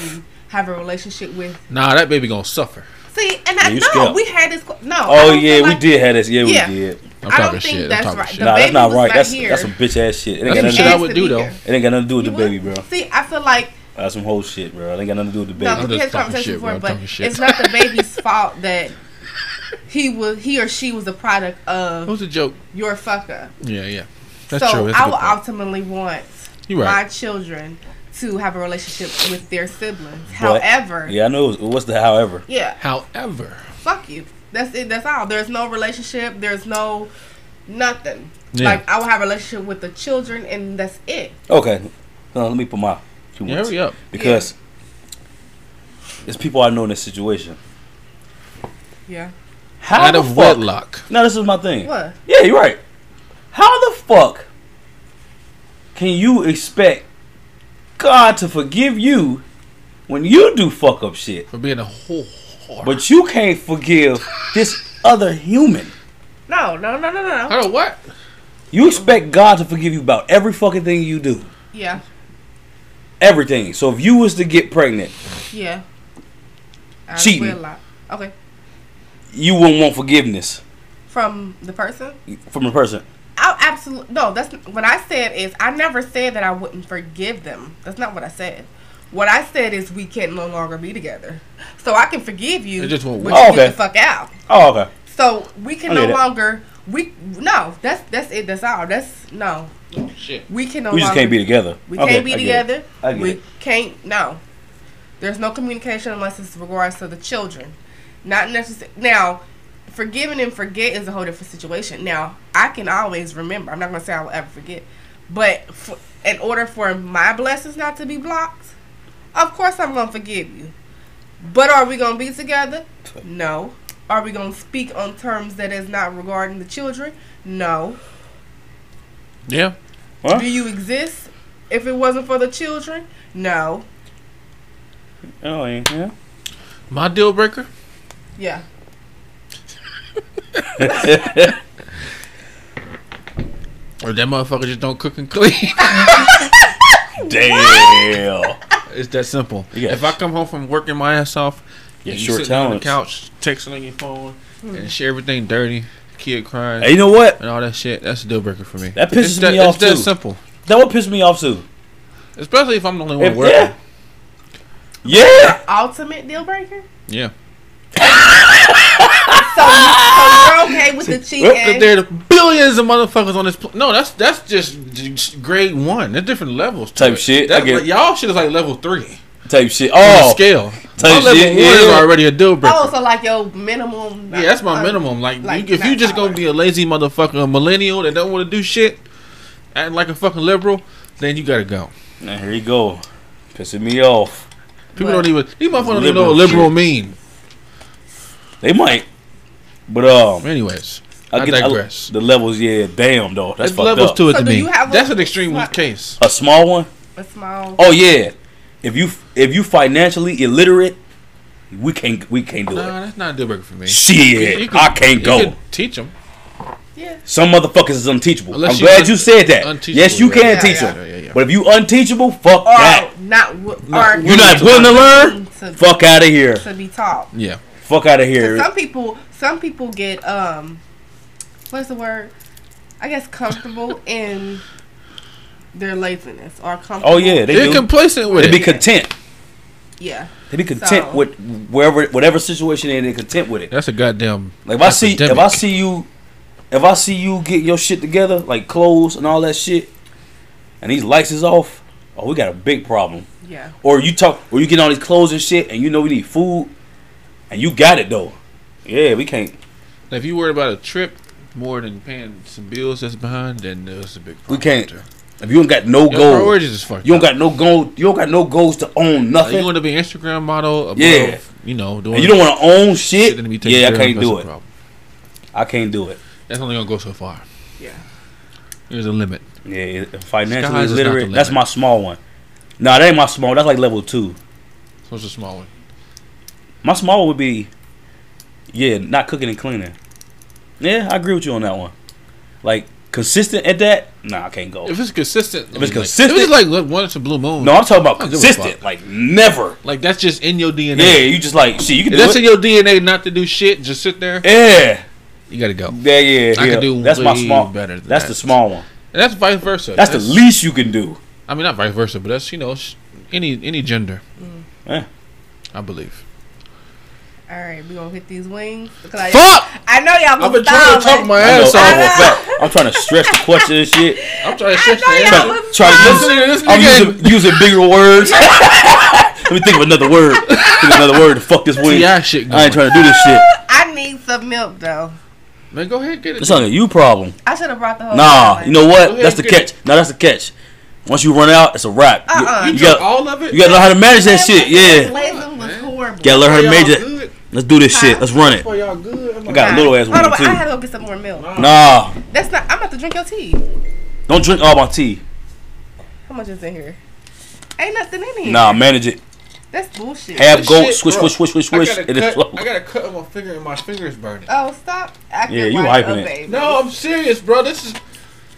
Speaker 2: have a relationship with.
Speaker 1: Nah, that baby gonna suffer.
Speaker 2: See, and I
Speaker 3: Yeah, you
Speaker 2: know
Speaker 3: scared.
Speaker 2: we had this. qu- No. I
Speaker 3: Oh
Speaker 2: don't feel
Speaker 3: yeah, we
Speaker 2: like-
Speaker 3: did have this. Yeah, we
Speaker 2: Yeah.
Speaker 3: did.
Speaker 1: I'm
Speaker 2: I don't
Speaker 1: talking
Speaker 2: think
Speaker 1: shit.
Speaker 2: that's
Speaker 1: I'm talking
Speaker 2: right.
Speaker 1: shit.
Speaker 2: The
Speaker 3: Nah, that's
Speaker 2: baby
Speaker 3: not
Speaker 2: was
Speaker 3: right.
Speaker 2: not
Speaker 3: that's
Speaker 2: here.
Speaker 3: that's some bitch ass shit.
Speaker 1: That's some
Speaker 3: It ain't, got nothing,
Speaker 1: shit
Speaker 3: to
Speaker 1: I
Speaker 2: asked
Speaker 3: do-
Speaker 1: would
Speaker 2: to
Speaker 1: do
Speaker 2: be
Speaker 1: though.
Speaker 2: here.
Speaker 3: it ain't got nothing to do with the
Speaker 2: You
Speaker 3: baby, bro.
Speaker 2: would- See, I feel like
Speaker 3: That's some whole shit, bro. It ain't got nothing to do with the baby.
Speaker 2: no, we
Speaker 1: just
Speaker 2: had this
Speaker 1: talking
Speaker 2: conversation
Speaker 1: shit,
Speaker 2: before,
Speaker 1: bro. I'm
Speaker 2: but
Speaker 1: talking shit.
Speaker 2: it's not the baby's fault that he was he or she was the product
Speaker 1: It
Speaker 2: of
Speaker 1: was a joke.
Speaker 2: your fucker.
Speaker 1: Yeah, yeah. That's
Speaker 2: so
Speaker 1: true. That's a
Speaker 2: I
Speaker 1: good
Speaker 2: will
Speaker 1: point.
Speaker 2: ultimately want
Speaker 1: You right.
Speaker 2: my children to have a relationship with their siblings.
Speaker 3: But-
Speaker 2: However, yeah.
Speaker 3: yeah, I know. It was, what's the however?
Speaker 1: However,
Speaker 2: fuck you. That's it. That's all. There's no relationship. There's no nothing.
Speaker 1: Yeah.
Speaker 2: Like I will have a relationship with the children, and that's it.
Speaker 3: Okay, no, let me put my two
Speaker 1: yeah,
Speaker 3: months.
Speaker 1: hurry up.
Speaker 3: because there's people I know in this situation.
Speaker 2: Yeah.
Speaker 3: How
Speaker 1: Out
Speaker 3: the
Speaker 1: of
Speaker 3: fuck?
Speaker 1: wedlock.
Speaker 3: No, this is my thing.
Speaker 2: What?
Speaker 3: Yeah, you're right. How the fuck can you expect God to forgive you when you do fuck up shit,
Speaker 1: For being a whole whore.
Speaker 3: but you can't forgive this other human?
Speaker 2: No, no, no, no, no, no.
Speaker 1: Hold on, what?
Speaker 3: You expect God to forgive you about every fucking thing you do,
Speaker 2: Yeah,
Speaker 3: everything. So if you was to get pregnant,
Speaker 2: yeah. I
Speaker 3: Cheating.
Speaker 2: will lie. Okay.
Speaker 3: you wouldn't want forgiveness
Speaker 2: From the person?
Speaker 3: from the person.
Speaker 2: I absolutely no. That's what I said. Is I never said that I wouldn't forgive them. That's not what I said. What I said is we can no longer be together. So I can forgive you,
Speaker 1: It just won't
Speaker 2: but
Speaker 1: work.
Speaker 2: you
Speaker 3: Oh,
Speaker 2: get
Speaker 3: okay.
Speaker 2: the fuck out.
Speaker 3: Oh, okay.
Speaker 2: So we can
Speaker 3: I
Speaker 2: no
Speaker 3: get it.
Speaker 2: longer. We no. That's that's it. That's all. That's no.
Speaker 1: Oh shit.
Speaker 2: We can no
Speaker 3: We just
Speaker 2: longer.
Speaker 3: can't be together.
Speaker 2: We
Speaker 3: Okay,
Speaker 2: can't be
Speaker 3: I get it.
Speaker 2: together.
Speaker 3: I get
Speaker 2: we
Speaker 3: it.
Speaker 2: can't. No, there's no communication unless it's regards to the children. Not necessary. Now, forgiving and forget is a whole different situation. Now, I can always remember. I'm not gonna say I will ever forget, but for, in order for my blessings not to be blocked, of course I'm gonna forgive you. But are we gonna be together? No. Are we gonna speak on terms that is not regarding the children? No.
Speaker 1: Yeah.
Speaker 3: Huh?
Speaker 2: Do you exist if it wasn't for the children? No.
Speaker 3: Oh, yeah.
Speaker 1: My deal breaker.
Speaker 2: Yeah.
Speaker 1: Or that motherfucker just don't cook and clean.
Speaker 3: Damn.
Speaker 1: it's that simple.
Speaker 3: Yes.
Speaker 1: If I come home from working my ass off,
Speaker 3: Yeah,
Speaker 1: and
Speaker 3: sure
Speaker 1: sitting on the
Speaker 3: talents.
Speaker 1: couch, texting on your phone, and shit, everything dirty, kid crying,
Speaker 3: Hey, you know what?
Speaker 1: and all that shit. That's a deal breaker for me.
Speaker 3: That pisses
Speaker 1: It's
Speaker 3: me
Speaker 1: it's
Speaker 3: off,
Speaker 1: that
Speaker 3: too.
Speaker 1: simple.
Speaker 3: That would piss me off too.
Speaker 1: Especially if I'm the only one
Speaker 3: If-
Speaker 1: working.
Speaker 3: yeah. Yeah.
Speaker 2: Ultimate deal breaker?
Speaker 1: Yeah.
Speaker 2: So, you, so you're okay with the
Speaker 1: But
Speaker 2: cheating?
Speaker 1: There are billions of motherfuckers on this. Pl- no, that's that's just j- j- grade one. There's different levels. to
Speaker 3: Type
Speaker 1: it.
Speaker 3: shit,
Speaker 1: That's
Speaker 3: I get
Speaker 1: like-
Speaker 3: it.
Speaker 1: y'all shit is like level three.
Speaker 3: Type shit.
Speaker 1: on the
Speaker 3: Oh,
Speaker 1: scale. My
Speaker 3: type
Speaker 1: level
Speaker 3: shit,
Speaker 1: one is
Speaker 3: yeah.
Speaker 1: already a deal breaker.
Speaker 2: Oh, so like your minimum?
Speaker 1: yeah, that's my
Speaker 2: uh,
Speaker 1: minimum. Like,
Speaker 2: like
Speaker 1: you, if you
Speaker 2: not
Speaker 1: just gonna
Speaker 2: power.
Speaker 1: be a lazy motherfucker, a millennial that don't want to do shit, acting like a fucking liberal, then you gotta go.
Speaker 3: Now, here you go. Pissing me off.
Speaker 1: People
Speaker 2: But-
Speaker 1: don't even these motherfuckers don't even know
Speaker 3: Liberal
Speaker 1: what liberal
Speaker 3: shit.
Speaker 1: mean.
Speaker 3: They might. But um,
Speaker 1: Anyways,
Speaker 3: I
Speaker 1: I
Speaker 3: get I-
Speaker 1: digress.
Speaker 3: the levels. Yeah, damn though. That's
Speaker 1: There's
Speaker 3: fucked
Speaker 1: levels
Speaker 3: up.
Speaker 1: to it
Speaker 2: So
Speaker 1: to
Speaker 2: do
Speaker 1: me.
Speaker 2: you have a-
Speaker 1: That's an extreme
Speaker 2: what-
Speaker 1: case.
Speaker 3: A small one.
Speaker 2: A small.
Speaker 3: Oh yeah. If you if you financially illiterate, we can't we can't do
Speaker 1: Nah,
Speaker 3: it.
Speaker 1: that's not a deal breaker for me.
Speaker 3: Shit,
Speaker 1: You
Speaker 3: I can't
Speaker 1: you
Speaker 3: go.
Speaker 1: could Teach them.
Speaker 2: Yeah.
Speaker 3: Some motherfuckers is unteachable.
Speaker 1: Unless
Speaker 3: I'm
Speaker 1: you
Speaker 3: glad
Speaker 1: un-
Speaker 3: you said that.
Speaker 1: unteachable,
Speaker 3: Yes, you
Speaker 1: yeah.
Speaker 3: can
Speaker 2: Yeah,
Speaker 3: teach
Speaker 2: yeah.
Speaker 3: them.
Speaker 1: Yeah, yeah, Oh. yeah.
Speaker 3: But if you unteachable, fuck
Speaker 2: Or
Speaker 3: that.
Speaker 2: Oh, not. W-
Speaker 1: Not
Speaker 2: or
Speaker 1: willing
Speaker 3: You're not
Speaker 1: to
Speaker 3: willing to learn.
Speaker 2: to,
Speaker 3: Fuck out of here.
Speaker 2: to be taught.
Speaker 1: Yeah.
Speaker 3: Fuck out of
Speaker 2: 'Cause
Speaker 3: here.
Speaker 2: Some people, some people get um, what's the word? I guess comfortable in their laziness or comfortable.
Speaker 3: Oh yeah, they
Speaker 1: They're
Speaker 3: do.
Speaker 1: complacent with
Speaker 3: they
Speaker 1: it.
Speaker 3: be content.
Speaker 2: Yeah.
Speaker 3: They be content
Speaker 2: So-
Speaker 3: with wherever, whatever situation they're in. They content with it.
Speaker 1: That's a goddamn.
Speaker 3: Like if I see, if I
Speaker 1: epidemic.
Speaker 3: see you, if I see you get your shit together, like clothes and all that shit, and these lights is off. Oh, we got a big problem.
Speaker 2: Yeah.
Speaker 3: Or you talk, or you get all these clothes and shit, and you know we need food, and you got it though. Yeah, we can't.
Speaker 1: If you worried about a trip more than paying some bills that's behind, then there's a big problem.
Speaker 3: can't
Speaker 1: Your
Speaker 3: If you don't got no goal,
Speaker 1: priorities is fucked.
Speaker 3: you don't
Speaker 1: up.
Speaker 3: got no goal. You don't got no goals to own
Speaker 1: Like, you
Speaker 3: nothing.
Speaker 1: want to be an Instagram model? Above,
Speaker 3: Yeah.
Speaker 1: You know, doing
Speaker 3: And you don't want to own shit.
Speaker 1: shit and be taken
Speaker 3: Yeah,
Speaker 1: care
Speaker 3: I
Speaker 1: of,
Speaker 3: can't
Speaker 1: that's
Speaker 3: do
Speaker 1: a
Speaker 3: it.
Speaker 1: problem.
Speaker 3: I can't do it.
Speaker 1: That's only gonna go so far.
Speaker 2: Yeah.
Speaker 1: There's a limit.
Speaker 3: Yeah, financially
Speaker 1: Sky's is not the
Speaker 3: literate. That's
Speaker 1: limit.
Speaker 3: my small one. Nah, that ain't my small. That's like level two.
Speaker 1: So it's a small one.
Speaker 3: My small would be, yeah, not cooking and cleaning. Yeah, I agree with you on that one. Like consistent at that, nah, I can't go.
Speaker 1: If it's consistent,
Speaker 3: If it's
Speaker 1: like-
Speaker 3: consistent-
Speaker 1: if it's like look, once a blue moon.
Speaker 3: No, I'm talking about
Speaker 1: I don't give a
Speaker 3: consistent. Like never.
Speaker 1: like that's just in your DNA.
Speaker 3: Yeah, you just like shit. You can
Speaker 1: If
Speaker 3: do
Speaker 1: that's
Speaker 3: it.
Speaker 1: in your DNA not to do shit, just sit there.
Speaker 3: yeah,
Speaker 1: You gotta go. And
Speaker 3: yeah, yeah.
Speaker 1: I
Speaker 3: yeah.
Speaker 1: could do
Speaker 3: that's my
Speaker 1: way
Speaker 3: small.
Speaker 1: better than
Speaker 3: that's
Speaker 1: that.
Speaker 3: the small one.
Speaker 1: that's vice versa.
Speaker 3: That's, the least you can do.
Speaker 1: I mean, not vice versa, but that's you know sh- any any gender.
Speaker 3: Yeah.
Speaker 1: I believe.
Speaker 2: All right, we gonna hit these wings. Because I-
Speaker 1: Fuck!
Speaker 2: I know y'all.
Speaker 1: I've
Speaker 2: was
Speaker 1: been trying to
Speaker 2: stalling.
Speaker 1: talk my
Speaker 3: I know,
Speaker 1: ass
Speaker 3: I know
Speaker 1: off.
Speaker 3: for a fact. I'm trying to stretch the question and shit.
Speaker 1: I'm trying to
Speaker 2: I
Speaker 1: shit
Speaker 2: know
Speaker 1: that.
Speaker 2: y'all
Speaker 3: Try-
Speaker 2: was
Speaker 3: try
Speaker 1: Listen
Speaker 3: to-
Speaker 1: to this
Speaker 3: I'm
Speaker 1: nigga.
Speaker 3: using, using bigger words. Let me think of another word. Think of another word to fuck this wing.
Speaker 1: Yeah, shit.
Speaker 3: I
Speaker 1: Going.
Speaker 3: ain't trying to do this shit.
Speaker 2: I need some milk though.
Speaker 1: Man, go ahead get it.
Speaker 3: It's not a you problem.
Speaker 2: I should have
Speaker 1: Oh,
Speaker 2: brought the whole.
Speaker 3: Nah, you know
Speaker 1: Go
Speaker 3: what?
Speaker 1: ahead
Speaker 3: That's the
Speaker 1: and get
Speaker 3: catch. No, that's the catch. Once you run out, it's a wrap. You-
Speaker 2: Uh-uh.
Speaker 3: You,
Speaker 1: you took
Speaker 3: got
Speaker 1: all of it.
Speaker 3: you gotta know how to manage that shit. Yeah,
Speaker 2: Blazing was horrible.
Speaker 3: gotta learn how to
Speaker 1: y'all
Speaker 3: manage it.
Speaker 1: good.
Speaker 3: Let's do this shit. Let's run it.
Speaker 1: For y'all good. I'm like,
Speaker 3: got little ass
Speaker 2: Hold on,
Speaker 3: women,
Speaker 2: wait, I
Speaker 3: too.
Speaker 2: gotta go get some more milk.
Speaker 3: Nah,
Speaker 2: That's not. I'm about to drink your tea.
Speaker 3: don't drink all my tea.
Speaker 2: How much is in here? Ain't nothing in here.
Speaker 3: Nah, manage it.
Speaker 2: That's bullshit.
Speaker 3: Have
Speaker 1: This
Speaker 3: go
Speaker 1: shit,
Speaker 3: swish,
Speaker 1: bro.
Speaker 3: swish, swish, swish,
Speaker 1: I
Speaker 3: swish.
Speaker 1: gotta,
Speaker 3: It is
Speaker 1: cut,
Speaker 3: slow.
Speaker 1: I gotta cut on my finger and my finger's burning.
Speaker 2: oh, stop. Acting
Speaker 3: Yeah, you
Speaker 2: like
Speaker 3: hyping
Speaker 2: a
Speaker 3: it.
Speaker 2: baby.
Speaker 1: No, I'm serious, bro. This is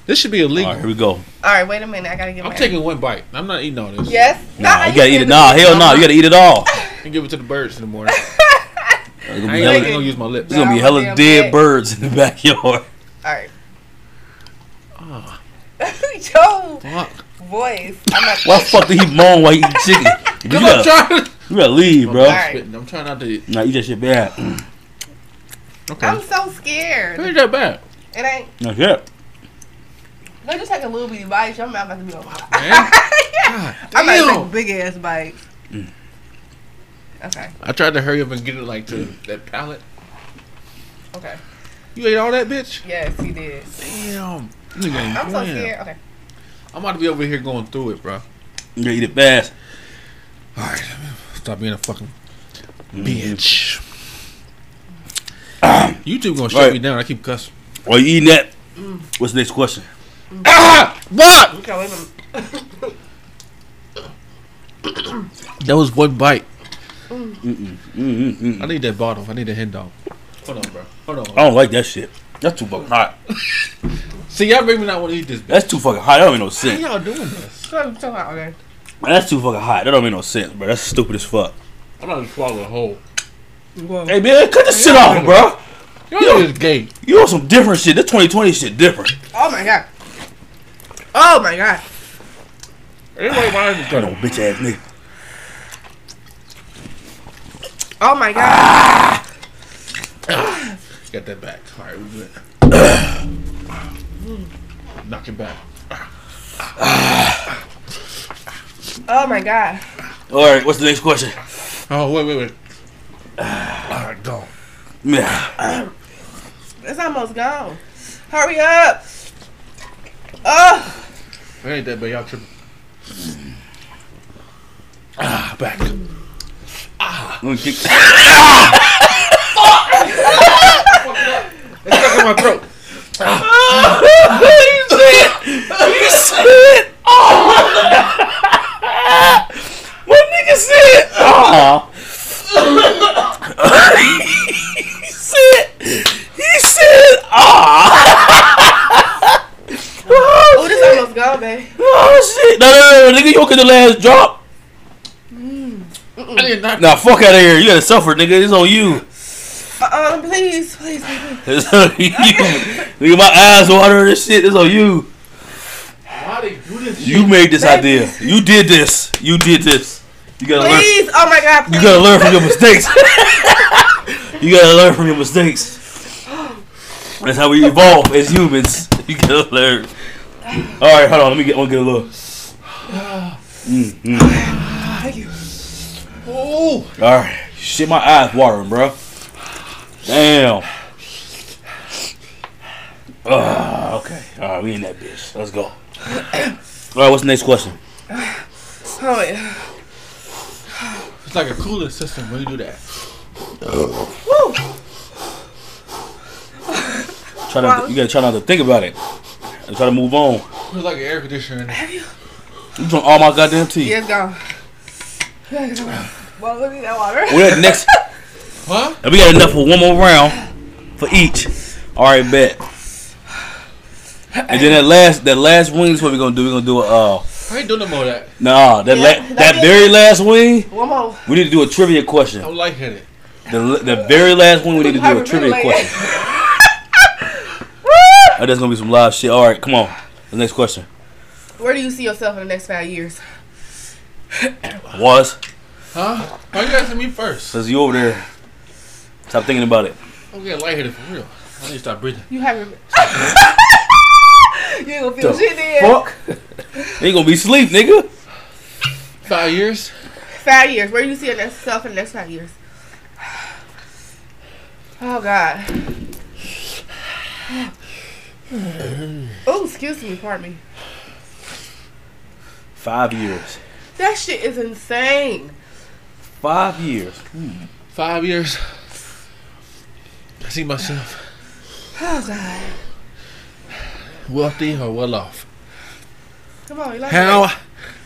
Speaker 1: this should be
Speaker 3: All
Speaker 1: illegal.
Speaker 3: right, here we go.
Speaker 2: All right, wait a minute. I gotta get.
Speaker 1: I'm
Speaker 2: my-
Speaker 1: taking one bite. I'm not eating all this.
Speaker 2: Yes.
Speaker 3: Nah, you
Speaker 2: I
Speaker 3: gotta eat
Speaker 2: used
Speaker 3: it.
Speaker 2: to-
Speaker 3: Nah, hell no, you gotta eat it all.
Speaker 1: And give it to the birds in the morning.
Speaker 3: There's
Speaker 1: I
Speaker 3: gonna be
Speaker 1: ain't
Speaker 2: Really?
Speaker 1: never
Speaker 3: hella,
Speaker 1: gonna use my lips.
Speaker 3: there's gonna be hella
Speaker 2: Nah,
Speaker 3: dead
Speaker 2: I'm
Speaker 3: birds in the backyard.
Speaker 2: All right. Yo,
Speaker 1: Fuck.
Speaker 2: voice. I'm not.
Speaker 3: Why the fuck did he moan while he eating chicken? You
Speaker 1: Cause I'm
Speaker 3: gotta,
Speaker 1: trying.
Speaker 3: you gotta leave, bro.
Speaker 1: I'm
Speaker 2: Alright.
Speaker 1: spitting. I'm trying not to. eat.
Speaker 3: Nah, eat that shit bad.
Speaker 1: Okay.
Speaker 2: I'm
Speaker 1: It
Speaker 2: so scared.
Speaker 1: ain't that bad,
Speaker 2: It ain't.
Speaker 3: That's it.
Speaker 2: No, just take a little bitty bite. Your mouth about to be on fire.
Speaker 1: man. God
Speaker 2: I'm about to take a
Speaker 1: damn.
Speaker 2: big ass bite. Mm. Okay.
Speaker 1: I tried to hurry up and get it like to that palate.
Speaker 2: Okay.
Speaker 1: You ate all that, bitch.
Speaker 2: Yes, he did.
Speaker 1: Damn. Nigga ain't
Speaker 2: I'm so
Speaker 1: playing.
Speaker 2: scared. Okay.
Speaker 1: I'm about to be over here going through it, bro.
Speaker 3: You gotta eat it fast.
Speaker 1: All right. Stop being a fucking Mm-hmm. bitch. YouTube gonna shut
Speaker 3: Alright.
Speaker 1: me down. I keep cussing.
Speaker 3: While you eating that, what's the next question?
Speaker 1: Ah! Fuck!
Speaker 2: Okay, wait a minute.
Speaker 1: That was one bite.
Speaker 3: Mm-mm.
Speaker 1: I need that bottle. I need that hen dog. Uh, Hold on, bro. Hold on.
Speaker 3: Mm-hmm, I don't like that shit. That's too fucking hot.
Speaker 1: See, y'all make me not want to eat this. Bitch.
Speaker 3: That's too fucking hot. That don't make no
Speaker 1: Why
Speaker 3: sense.
Speaker 1: y'all doing this?
Speaker 2: So, so, okay.
Speaker 3: Man, that's too fucking hot. That don't make no sense, bro. That's stupid as fuck.
Speaker 1: I'm not just swallow a whole.
Speaker 2: Whoa.
Speaker 3: Hey, man, cut this shit off, bro.
Speaker 1: Y'all niggas gay.
Speaker 3: You on some different shit. This 2020 shit different.
Speaker 2: Oh my god. Oh my god.
Speaker 1: Everybody behind each
Speaker 3: Got
Speaker 1: other.
Speaker 3: no bitch ass nigga.
Speaker 2: Oh my god.
Speaker 1: Got that back. All right, we good. Knock it back.
Speaker 2: Oh my god.
Speaker 3: All right, what's the next question?
Speaker 1: Oh wait, wait, wait. All right, go.
Speaker 3: Yeah.
Speaker 2: It's almost gone. Hurry up. Oh.
Speaker 1: It ain't that bad. Y'all tripping. Ah, back.
Speaker 3: Let me kick-
Speaker 1: It's stuck in my throat.
Speaker 3: you said, you said, oh, what nigga said, oh. he said, he said, ah.
Speaker 2: Oh,
Speaker 3: oh.
Speaker 2: this almost gone, babe.
Speaker 3: Oh shit! No, no, no, no, nigga, you okay the last drop?
Speaker 1: I did not.
Speaker 3: Nah, fuck out of here. You gotta suffer, nigga. It's on you.
Speaker 2: Uh um, please, please, please. please.
Speaker 3: It's on you. Nigga, my eyes water and shit. It's on you.
Speaker 1: Why they do this?
Speaker 3: You made this
Speaker 2: Baby.
Speaker 3: idea. You did this. You did this. You gotta learn.
Speaker 2: Please. Oh my god,
Speaker 3: You
Speaker 2: please.
Speaker 3: gotta learn from your mistakes. you gotta learn from your mistakes. That's how we evolve as humans. You gotta learn. All right, hold on. Let me get. Let me get a little. Mm, mm.
Speaker 2: Thank you.
Speaker 1: Oh,
Speaker 3: All right. Shit, my eyes watering, bro. Damn. Ah, okay. All right, we in that bitch. Let's go. All right, what's the next question?
Speaker 2: Oh, wait.
Speaker 1: it's like a cooling system when you do that.
Speaker 3: Try to, you gotta try not to think about it. And try to move on.
Speaker 1: It's like an air conditioner. In there.
Speaker 3: You drunk all my goddamn tea.
Speaker 2: Years gone. well, let me that water.
Speaker 3: We're at next.
Speaker 1: Huh?
Speaker 3: And we got enough for one more round for each. All right, bet. And then that last that last wing is what we're gonna do. We're gonna do a uh,
Speaker 1: I ain't doing no more of that.
Speaker 3: nah that
Speaker 2: Yeah,
Speaker 3: la- that
Speaker 2: that'd be-
Speaker 3: very last wing.
Speaker 2: One more.
Speaker 3: We need to do a trivia
Speaker 1: I
Speaker 3: question.
Speaker 1: would like hitting.
Speaker 3: The, the very last one we need to do a trivia question. Oh, that's gonna be some live shit. All right, come on. The next question
Speaker 2: Where do you see yourself in the next five years?
Speaker 3: was
Speaker 1: Huh? Why you asking me first?
Speaker 3: since you over there, stop thinking about it.
Speaker 1: I'm getting lightheaded for real. I need to stop breathing.
Speaker 2: You haven't. you ain't gonna feel shit then.
Speaker 3: Ain't gonna be sleep, nigga.
Speaker 1: Five years?
Speaker 2: Five years. Where do you see yourself in the next five years? Oh God. Oh, excuse me. Pardon me.
Speaker 3: Five years.
Speaker 2: That shit is insane.
Speaker 3: Five years.
Speaker 1: Five years. I see myself
Speaker 2: Oh God.
Speaker 1: wealthy or well off.
Speaker 2: Come on, you like
Speaker 1: How?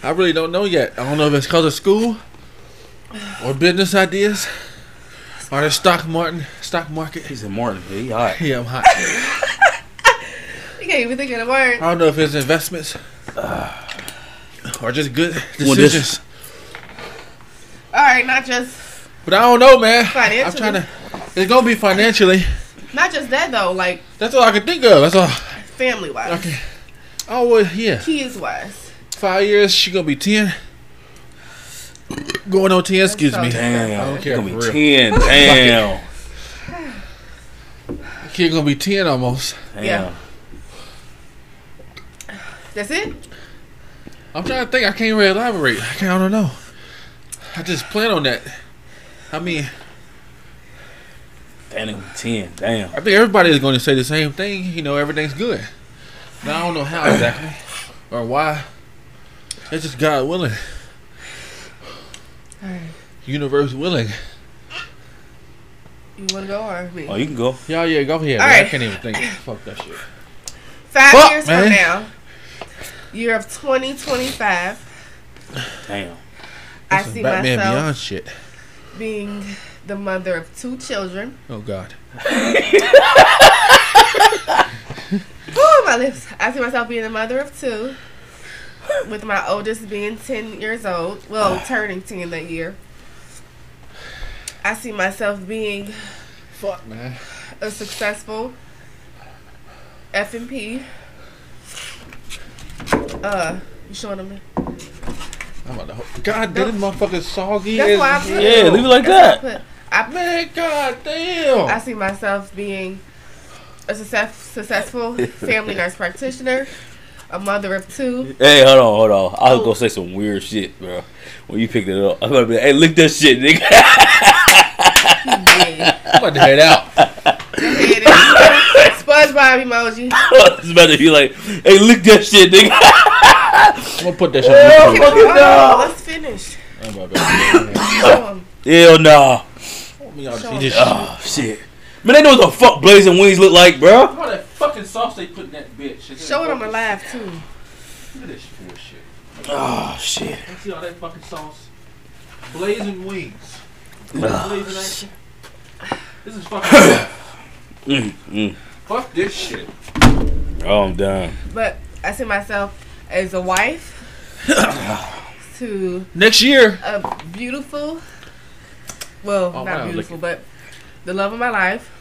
Speaker 1: I really don't know yet. I don't know if it's because of school or business ideas or the stock market. Stock market.
Speaker 3: He said Martin. Yeah, he hot.
Speaker 1: Yeah, I'm hot.
Speaker 2: You can't even think of the word.
Speaker 1: I don't know if it's investments or just good
Speaker 3: Well,
Speaker 1: decisions.
Speaker 3: this-
Speaker 2: All right, not just
Speaker 1: but I don't know, man. I'm
Speaker 2: Financially.
Speaker 1: trying to. It's gonna be financially.
Speaker 2: not just that though. Like
Speaker 1: That's all I can think of. That's all.
Speaker 2: family wise,
Speaker 1: Okay. Oh well, yeah.
Speaker 2: kids wise.
Speaker 1: Five years. She gonna be ten. Going on ten. Excuse me.
Speaker 2: so-
Speaker 3: Damn,
Speaker 1: I don't
Speaker 3: it's
Speaker 1: care
Speaker 3: gonna be
Speaker 1: for
Speaker 3: ten. Damn,
Speaker 1: Kid gonna be ten almost.
Speaker 3: damn.
Speaker 2: Yeah. That's it.
Speaker 1: I'm trying to think. I can't really elaborate. I can't. I don't know. I just plan on that. I mean,
Speaker 3: Damn, it's gonna be ten. Damn.
Speaker 1: I think everybody is going to say the same thing. You know, everything's good. Now I don't know how exactly or why. It's just God willing,
Speaker 2: All right.
Speaker 1: universe willing.
Speaker 2: You wanna go or me?
Speaker 3: Oh, you can go.
Speaker 1: Yeah, yeah, go ahead.
Speaker 2: All
Speaker 1: man. I
Speaker 2: right.
Speaker 1: can't even think. Fuck that shit.
Speaker 2: Five
Speaker 1: Fuck,
Speaker 2: years
Speaker 1: man.
Speaker 2: from now, year of 2025,
Speaker 3: Damn.
Speaker 2: I
Speaker 1: Some
Speaker 2: see
Speaker 1: Batman
Speaker 2: myself
Speaker 1: Beyond shit.
Speaker 2: being the mother of two children.
Speaker 1: Oh God.
Speaker 2: Oh my lips! I see myself being the mother of two, with my oldest being 10 years old. Well,
Speaker 1: Ah.
Speaker 2: turning 10 that year. I see myself being
Speaker 1: Fuck man.
Speaker 2: a successful F and P. Uh, you showing them?
Speaker 1: I'm about to. ho- God, damn, this motherfucker soggy.
Speaker 2: That's
Speaker 1: as-
Speaker 2: why I'm
Speaker 3: Yeah, leave it like that.
Speaker 2: I,
Speaker 1: Man, God damn.
Speaker 2: I see myself being a success, successful family nurse practitioner, a mother of two.
Speaker 3: Hey, hold on, hold on. I was gonna say some weird shit, bro. When you picked it up, I'm gonna be like, "Hey, lick that shit, nigga."
Speaker 2: Yeah.
Speaker 1: I'm about to head out.
Speaker 2: There it is. SpongeBob emoji.
Speaker 3: it's about to be like, "Hey, lick that shit, nigga."
Speaker 1: I'm gonna put that shit on YouTube.
Speaker 3: fuck it,
Speaker 2: Oh,
Speaker 3: dog.
Speaker 2: let's finish.
Speaker 1: I'm about to-
Speaker 2: Show 'em.
Speaker 3: Hell nah.
Speaker 1: We all just
Speaker 2: Show
Speaker 1: eat this shit.
Speaker 3: Oh shit. Man, they know what the fuck blazing wings look like, bro.
Speaker 1: All that fucking sauce they put in that bitch. It's
Speaker 2: Show them
Speaker 1: fucking-
Speaker 2: alive too.
Speaker 1: Look at this bullshit.
Speaker 3: Oh shit.
Speaker 1: You see all that fucking sauce? Blazing wings. Blazing action. This is fucking.
Speaker 3: Mm, mm.
Speaker 1: fuck this shit.
Speaker 3: Oh, I'm done.
Speaker 2: But I see myself as a wife to
Speaker 1: Next year.
Speaker 2: a beautiful, well,
Speaker 1: Oh,
Speaker 2: not
Speaker 1: wow,
Speaker 2: beautiful, but the love of my life,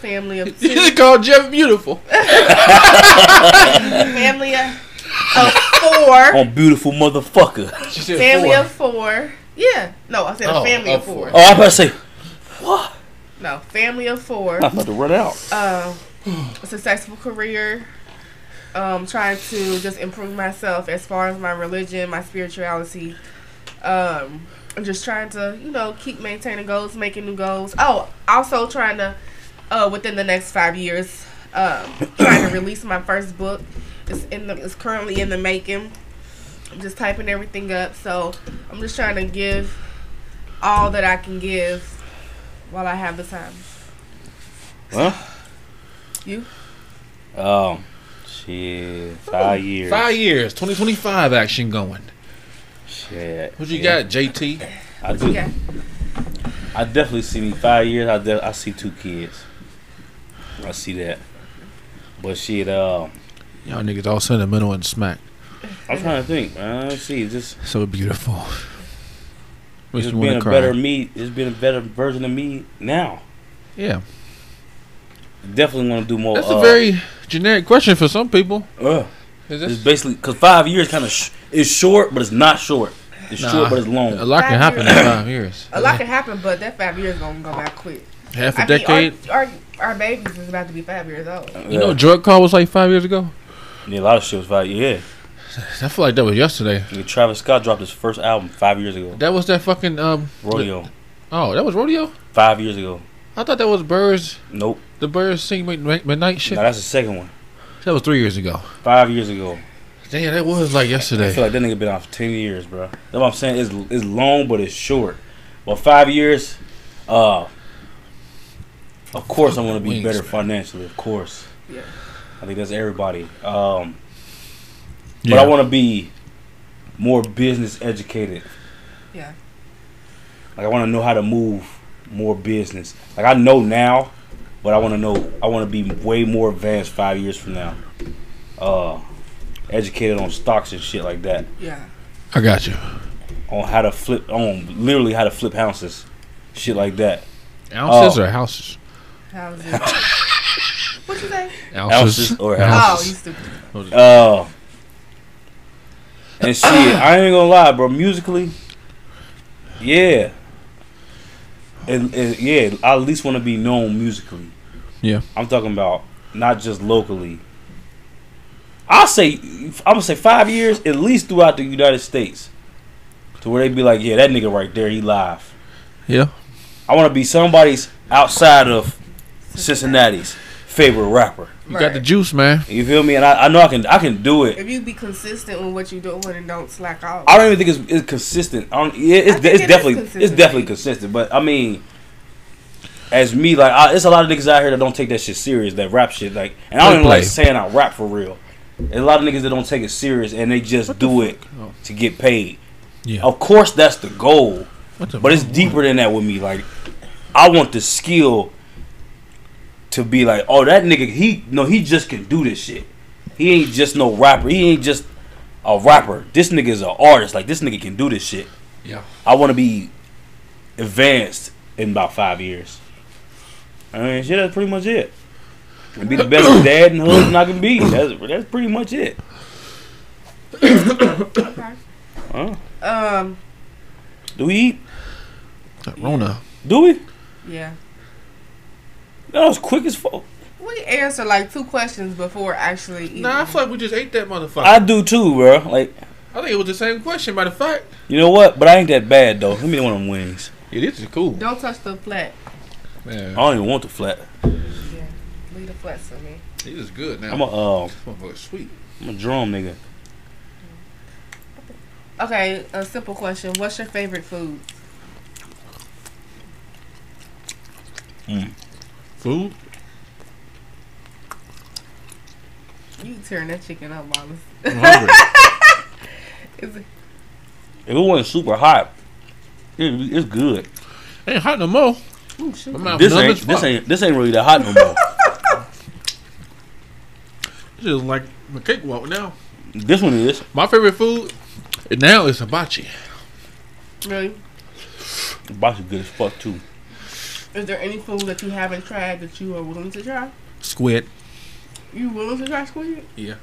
Speaker 2: family of
Speaker 1: You
Speaker 2: two,
Speaker 1: just called Jeff beautiful.
Speaker 2: family of, of four,
Speaker 3: On beautiful motherfucker.
Speaker 1: She said
Speaker 2: family
Speaker 1: four.
Speaker 2: of four. Yeah, no, I said
Speaker 1: Oh,
Speaker 2: a family
Speaker 1: of
Speaker 2: of four.
Speaker 3: Oh, I'm about to say, what?
Speaker 2: No, family of
Speaker 1: Oh.
Speaker 2: four.
Speaker 3: I'm about to run out.
Speaker 2: Uh, a successful career. Um, trying to just improve myself as far as my religion, my spirituality. Um, I'm just trying to, you know, keep maintaining goals, making new goals. Oh, also trying to, uh, within the next five years, um, trying to release my first book. It's in the, it's currently in the making. I'm just typing everything up, so I'm just trying to give all that I can give while I have the time.
Speaker 3: Well,
Speaker 2: You?
Speaker 3: Um, Shit, five years.
Speaker 1: Five years, 2025 action going.
Speaker 3: Shit.
Speaker 1: What you
Speaker 3: Yeah.
Speaker 1: got, JT?
Speaker 3: I do.
Speaker 2: Okay.
Speaker 3: I definitely see me five years. I de- I see two kids. I see that. But shit, um,
Speaker 1: Y'all niggas all sentimental and smack.
Speaker 3: I'm trying to think. man. I don't see just
Speaker 1: So beautiful. Makes
Speaker 3: just
Speaker 1: me
Speaker 3: being
Speaker 1: want
Speaker 3: a
Speaker 1: to cry.
Speaker 3: better me. Just being a better version of me now.
Speaker 1: yeah,
Speaker 3: Definitely want to do more.
Speaker 1: that's
Speaker 3: uh,
Speaker 1: a very generic question for some people.
Speaker 3: uh,
Speaker 1: Is
Speaker 3: it's
Speaker 1: this,
Speaker 3: basically because five years kind of sh- is short, but it's not short. It's
Speaker 1: Nah.
Speaker 3: short, but it's long.
Speaker 1: a lot can
Speaker 2: Five
Speaker 1: happen in five years.
Speaker 2: A lot can happen, but that five years gonna go by quick.
Speaker 1: Half
Speaker 2: I
Speaker 1: a
Speaker 2: mean,
Speaker 1: decade.
Speaker 2: Our, our, our babies is about to be five years old.
Speaker 1: You know, drug call was like five years ago.
Speaker 3: yeah, a lot of shit was five. Yeah,
Speaker 1: I feel like that was yesterday.
Speaker 3: Yeah, Travis Scott dropped his first album five years ago.
Speaker 1: That was that fucking um.
Speaker 3: Rodeo,
Speaker 1: Oh, that was rodeo.
Speaker 3: five years ago.
Speaker 1: I thought that was birds.
Speaker 3: Nope,
Speaker 1: The birds sing midnight, midnight shit.
Speaker 3: now that's the second one.
Speaker 1: That was three years ago.
Speaker 3: Five years ago.
Speaker 1: Damn, that was like
Speaker 3: I feel
Speaker 1: yesterday.
Speaker 3: like that nigga been off for ten years, bro. That's what I'm saying. It's it's long, but it's short. Well, five years. Uh, of course, I'm gonna be
Speaker 1: Wings,
Speaker 3: better
Speaker 1: man.
Speaker 3: financially. Of course,
Speaker 2: Yeah.
Speaker 3: I think that's everybody. Um,
Speaker 1: Yeah.
Speaker 3: but I want to be more business educated.
Speaker 2: Yeah.
Speaker 3: Like I want to know how to move more business. Like I know now, but I want to know. I want to be way more advanced five years from now. Uh, educated on stocks and shit like that.
Speaker 2: Yeah.
Speaker 1: I got you.
Speaker 3: on how to flip on literally how to flip houses, shit like that.
Speaker 1: Ounces
Speaker 3: Oh.
Speaker 1: or houses?
Speaker 2: How's it? what you say?
Speaker 3: Ounces or
Speaker 2: Oh,
Speaker 3: houses.
Speaker 2: you stupid.
Speaker 3: Uh, and shit, I ain't gonna lie, bro. Musically, yeah, and, and yeah, I at least want to be known musically.
Speaker 1: Yeah.
Speaker 3: I'm talking about not just locally. I'll say I'm gonna say five years at least throughout the United States, to where they be like, yeah, that nigga right there, he live.
Speaker 1: Yeah.
Speaker 3: I want to be somebody's outside of Cincinnati's favorite rapper.
Speaker 1: You got the juice, man.
Speaker 3: You feel me? And I, I know I can I can do it.
Speaker 2: If you be consistent with what you do and don't slack off.
Speaker 3: I don't even think it's, it's consistent. I don't, yeah,
Speaker 2: I
Speaker 3: it's,
Speaker 2: think
Speaker 3: it's
Speaker 2: it is
Speaker 3: definitely it's
Speaker 2: consistent.
Speaker 3: definitely consistent. But I mean, as me, like I, it's a lot of niggas out here that don't take that shit serious. That rap shit, like, and I don't
Speaker 1: Play,
Speaker 3: even like
Speaker 1: play.
Speaker 3: saying I rap for real. There's a lot of niggas that don't take it serious and they just do it
Speaker 1: Oh.
Speaker 3: to get paid.
Speaker 1: Yeah.
Speaker 3: Of course, that's the goal.
Speaker 1: What the
Speaker 3: But it's deeper than that with me. Like, I want the skill to be like, oh, that nigga, he no, he just can do this shit. He ain't just no rapper. He ain't just a rapper. This nigga is an artist. Like, this nigga can do this shit.
Speaker 1: Yeah.
Speaker 3: I want to be advanced in about five years. I mean, shit, that's pretty much it. And be the best dad in the hood than I can be. That's that's pretty much it.
Speaker 2: Okay.
Speaker 3: Huh?
Speaker 2: Um.
Speaker 3: Do we eat?
Speaker 1: Rona.
Speaker 3: Do we?
Speaker 2: Yeah.
Speaker 3: That was quick as fuck.
Speaker 2: We answer like two questions before actually eating.
Speaker 1: Nah, I feel like we just ate that motherfucker.
Speaker 3: I
Speaker 1: I,
Speaker 3: do too, bro. Like.
Speaker 1: think it was the same question. Matter of fact,
Speaker 3: You know what? But I ain't that bad though. Let me one of them wings.
Speaker 1: yeah, this is cool.
Speaker 2: don't touch the flat.
Speaker 3: I
Speaker 1: Man,
Speaker 3: don't even want the flat.
Speaker 2: Yeah. Leave the flats for me.
Speaker 1: this is good now.
Speaker 3: I'm a um,
Speaker 1: This motherfucker's sweet.
Speaker 3: I'm a drum nigga.
Speaker 2: Okay. A simple question. What's your favorite food?
Speaker 1: Food?
Speaker 2: You tearing that chicken up, mama.
Speaker 1: I'm hungry.
Speaker 2: Is it-
Speaker 3: If it wasn't super hot, it, it's good.
Speaker 1: ain't hot no more.
Speaker 2: Ooh, shoot.
Speaker 1: My mouth
Speaker 3: This
Speaker 1: numb
Speaker 3: ain't
Speaker 1: as
Speaker 3: this
Speaker 1: fuck.
Speaker 3: ain't this ain't really that hot no more.
Speaker 1: This is like a cakewalk now.
Speaker 3: this one is.
Speaker 1: My favorite food now is hibachi.
Speaker 2: Really?
Speaker 3: Box is good as fuck too.
Speaker 2: Is there any food that you haven't tried that you are willing to try?
Speaker 1: Squid.
Speaker 2: You willing to try squid?
Speaker 3: You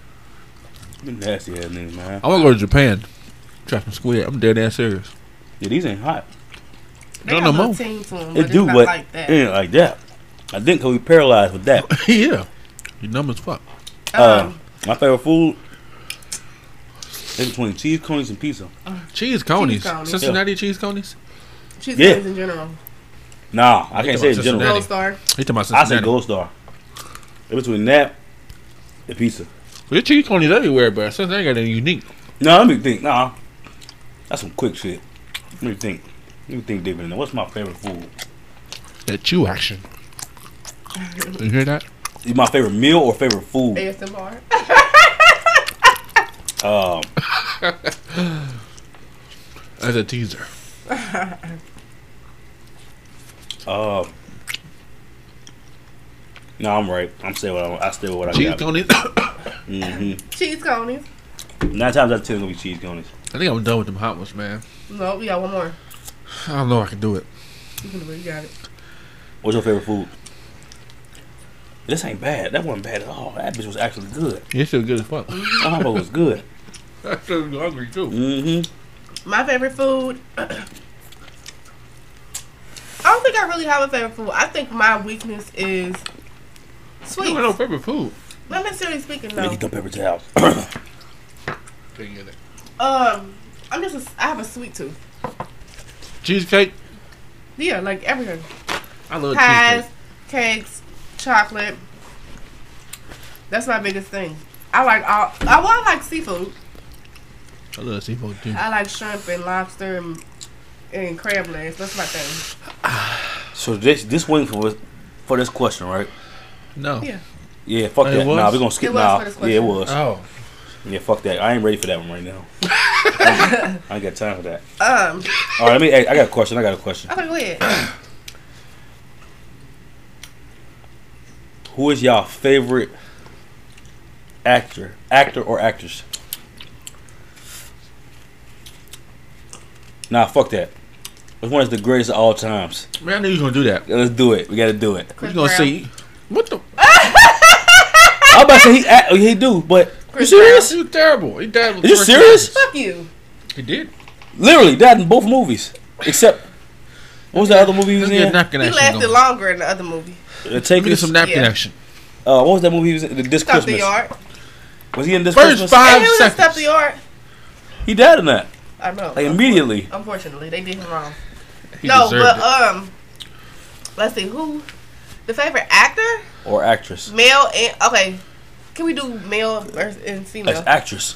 Speaker 3: Nasty ass nigga, man.
Speaker 1: I want to go to Japan. Try some squid. I'm dead ass serious.
Speaker 3: Yeah, these ain't hot.
Speaker 2: They
Speaker 1: Don't
Speaker 2: got
Speaker 1: know
Speaker 2: a little
Speaker 1: more.
Speaker 2: team to them, but
Speaker 3: It
Speaker 2: it's
Speaker 3: do,
Speaker 2: not
Speaker 3: but
Speaker 2: like that.
Speaker 3: it ain't like that. I think cause we paralyzed with that.
Speaker 1: yeah. You numb as fuck.
Speaker 3: Uh,
Speaker 2: Um,
Speaker 3: my favorite food is between cheese conies and pizza.
Speaker 1: Cheese conies.
Speaker 2: conies.
Speaker 1: Cincinnati cheese conies.
Speaker 2: cheese
Speaker 3: yeah.
Speaker 2: curds in general.
Speaker 3: Nah, I can't say it
Speaker 1: Cincinnati.
Speaker 3: in general.
Speaker 2: Gold star.
Speaker 1: You talking about
Speaker 3: I say
Speaker 1: Cincinnati?
Speaker 3: Gold Star. In between that, the pizza.
Speaker 1: There's cheese conies everywhere, but Cincinnati got anything unique.
Speaker 3: No, let me think. Nah, that's some quick shit. Let me think. Let me think deeper. than that. What's my favorite food?
Speaker 1: That chew action. You hear that?
Speaker 3: Is my favorite meal or favorite food?
Speaker 2: ASMR.
Speaker 3: Um,
Speaker 1: As a teaser.
Speaker 3: um, no, I'm right. I'm still what I, I stay with what I
Speaker 1: Cheese
Speaker 3: got.
Speaker 1: conies.
Speaker 3: hmm
Speaker 2: Cheese conies.
Speaker 3: Nine times out of ten, it's gonna be cheese conies.
Speaker 1: I think I'm done with them hot ones, man.
Speaker 2: No, we got one more.
Speaker 1: I don't know if I can do it.
Speaker 2: You can do it. You got it.
Speaker 3: What's your favorite food? This ain't bad. That wasn't bad at all. That bitch was actually good.
Speaker 1: It's still good as fuck.
Speaker 3: That motherfucker was good.
Speaker 1: I'm still hungry too.
Speaker 3: Mm-hmm.
Speaker 2: My favorite food. I don't think I really have a favorite food. I think my weakness is
Speaker 1: You
Speaker 2: sweet.
Speaker 1: don't have no favorite food.
Speaker 2: Not necessarily speaking
Speaker 3: Let me
Speaker 2: though.
Speaker 3: get them paper towels.
Speaker 1: Thing in it.
Speaker 2: Um, I'm just. A, I have a sweet tooth.
Speaker 1: Cheesecake.
Speaker 2: Yeah, like everything.
Speaker 1: I
Speaker 3: Oh,
Speaker 1: love
Speaker 2: Pies,
Speaker 1: cheesecake.
Speaker 2: cakes, chocolate. That's my biggest thing. I like all. I, well, I like seafood.
Speaker 1: I love seafood too.
Speaker 2: I like shrimp and lobster and, and crab legs. That's my thing.
Speaker 3: So this this waiting for us- for this question, right?
Speaker 1: No.
Speaker 2: Yeah.
Speaker 3: Yeah, fuck
Speaker 1: Oh, it
Speaker 3: that. Nah,
Speaker 1: was?
Speaker 3: we're gonna skip
Speaker 2: It was
Speaker 3: now.
Speaker 2: for this
Speaker 3: yeah, it
Speaker 2: question.
Speaker 3: was.
Speaker 1: Oh.
Speaker 3: Yeah, fuck that. I ain't ready for that one right now. I ain't got time for that.
Speaker 2: Um.
Speaker 3: All right, let me. hey, I got a question. I got a question.
Speaker 2: Okay, go ahead.
Speaker 3: Who is y'all favorite actor, actor or actress? Nah, fuck that. Which one is the greatest of all times?
Speaker 1: Man, I knew you was gonna do that.
Speaker 3: Yeah, let's do it. We gotta do it.
Speaker 1: You
Speaker 2: Chris
Speaker 1: gonna
Speaker 2: Brown.
Speaker 1: see? What the?
Speaker 3: I'm about to say he act, he do, but
Speaker 2: Chris
Speaker 3: you serious?
Speaker 1: He was terrible. He died. with
Speaker 3: Are you
Speaker 1: first-
Speaker 3: serious?
Speaker 2: Fuck you.
Speaker 1: He did.
Speaker 3: Literally, that in both movies, except what was the other movie he
Speaker 1: Let's
Speaker 3: was
Speaker 1: get
Speaker 3: in?
Speaker 1: napkin
Speaker 2: He
Speaker 1: action.
Speaker 2: lasted
Speaker 1: going.
Speaker 2: longer in the other movie.
Speaker 3: The
Speaker 1: Let me get
Speaker 3: Takers.
Speaker 1: some napkin
Speaker 2: Yeah.
Speaker 1: action.
Speaker 3: Uh, what was that movie he was in? This
Speaker 2: Stop the
Speaker 3: Christmas.
Speaker 2: yard.
Speaker 3: Was he in this
Speaker 1: First
Speaker 3: Christmas?
Speaker 1: five
Speaker 2: And he was in
Speaker 1: seconds.
Speaker 2: Stop the yard.
Speaker 3: He died in that
Speaker 2: I know.
Speaker 3: like immediately.
Speaker 2: Unfortunately, they did him wrong.
Speaker 1: He
Speaker 2: no,
Speaker 1: deserved
Speaker 2: but
Speaker 1: it.
Speaker 2: um, let's see who the favorite actor,
Speaker 3: Or actress.
Speaker 2: male and okay. Can we do male versus and
Speaker 3: Like
Speaker 2: female?
Speaker 3: actress.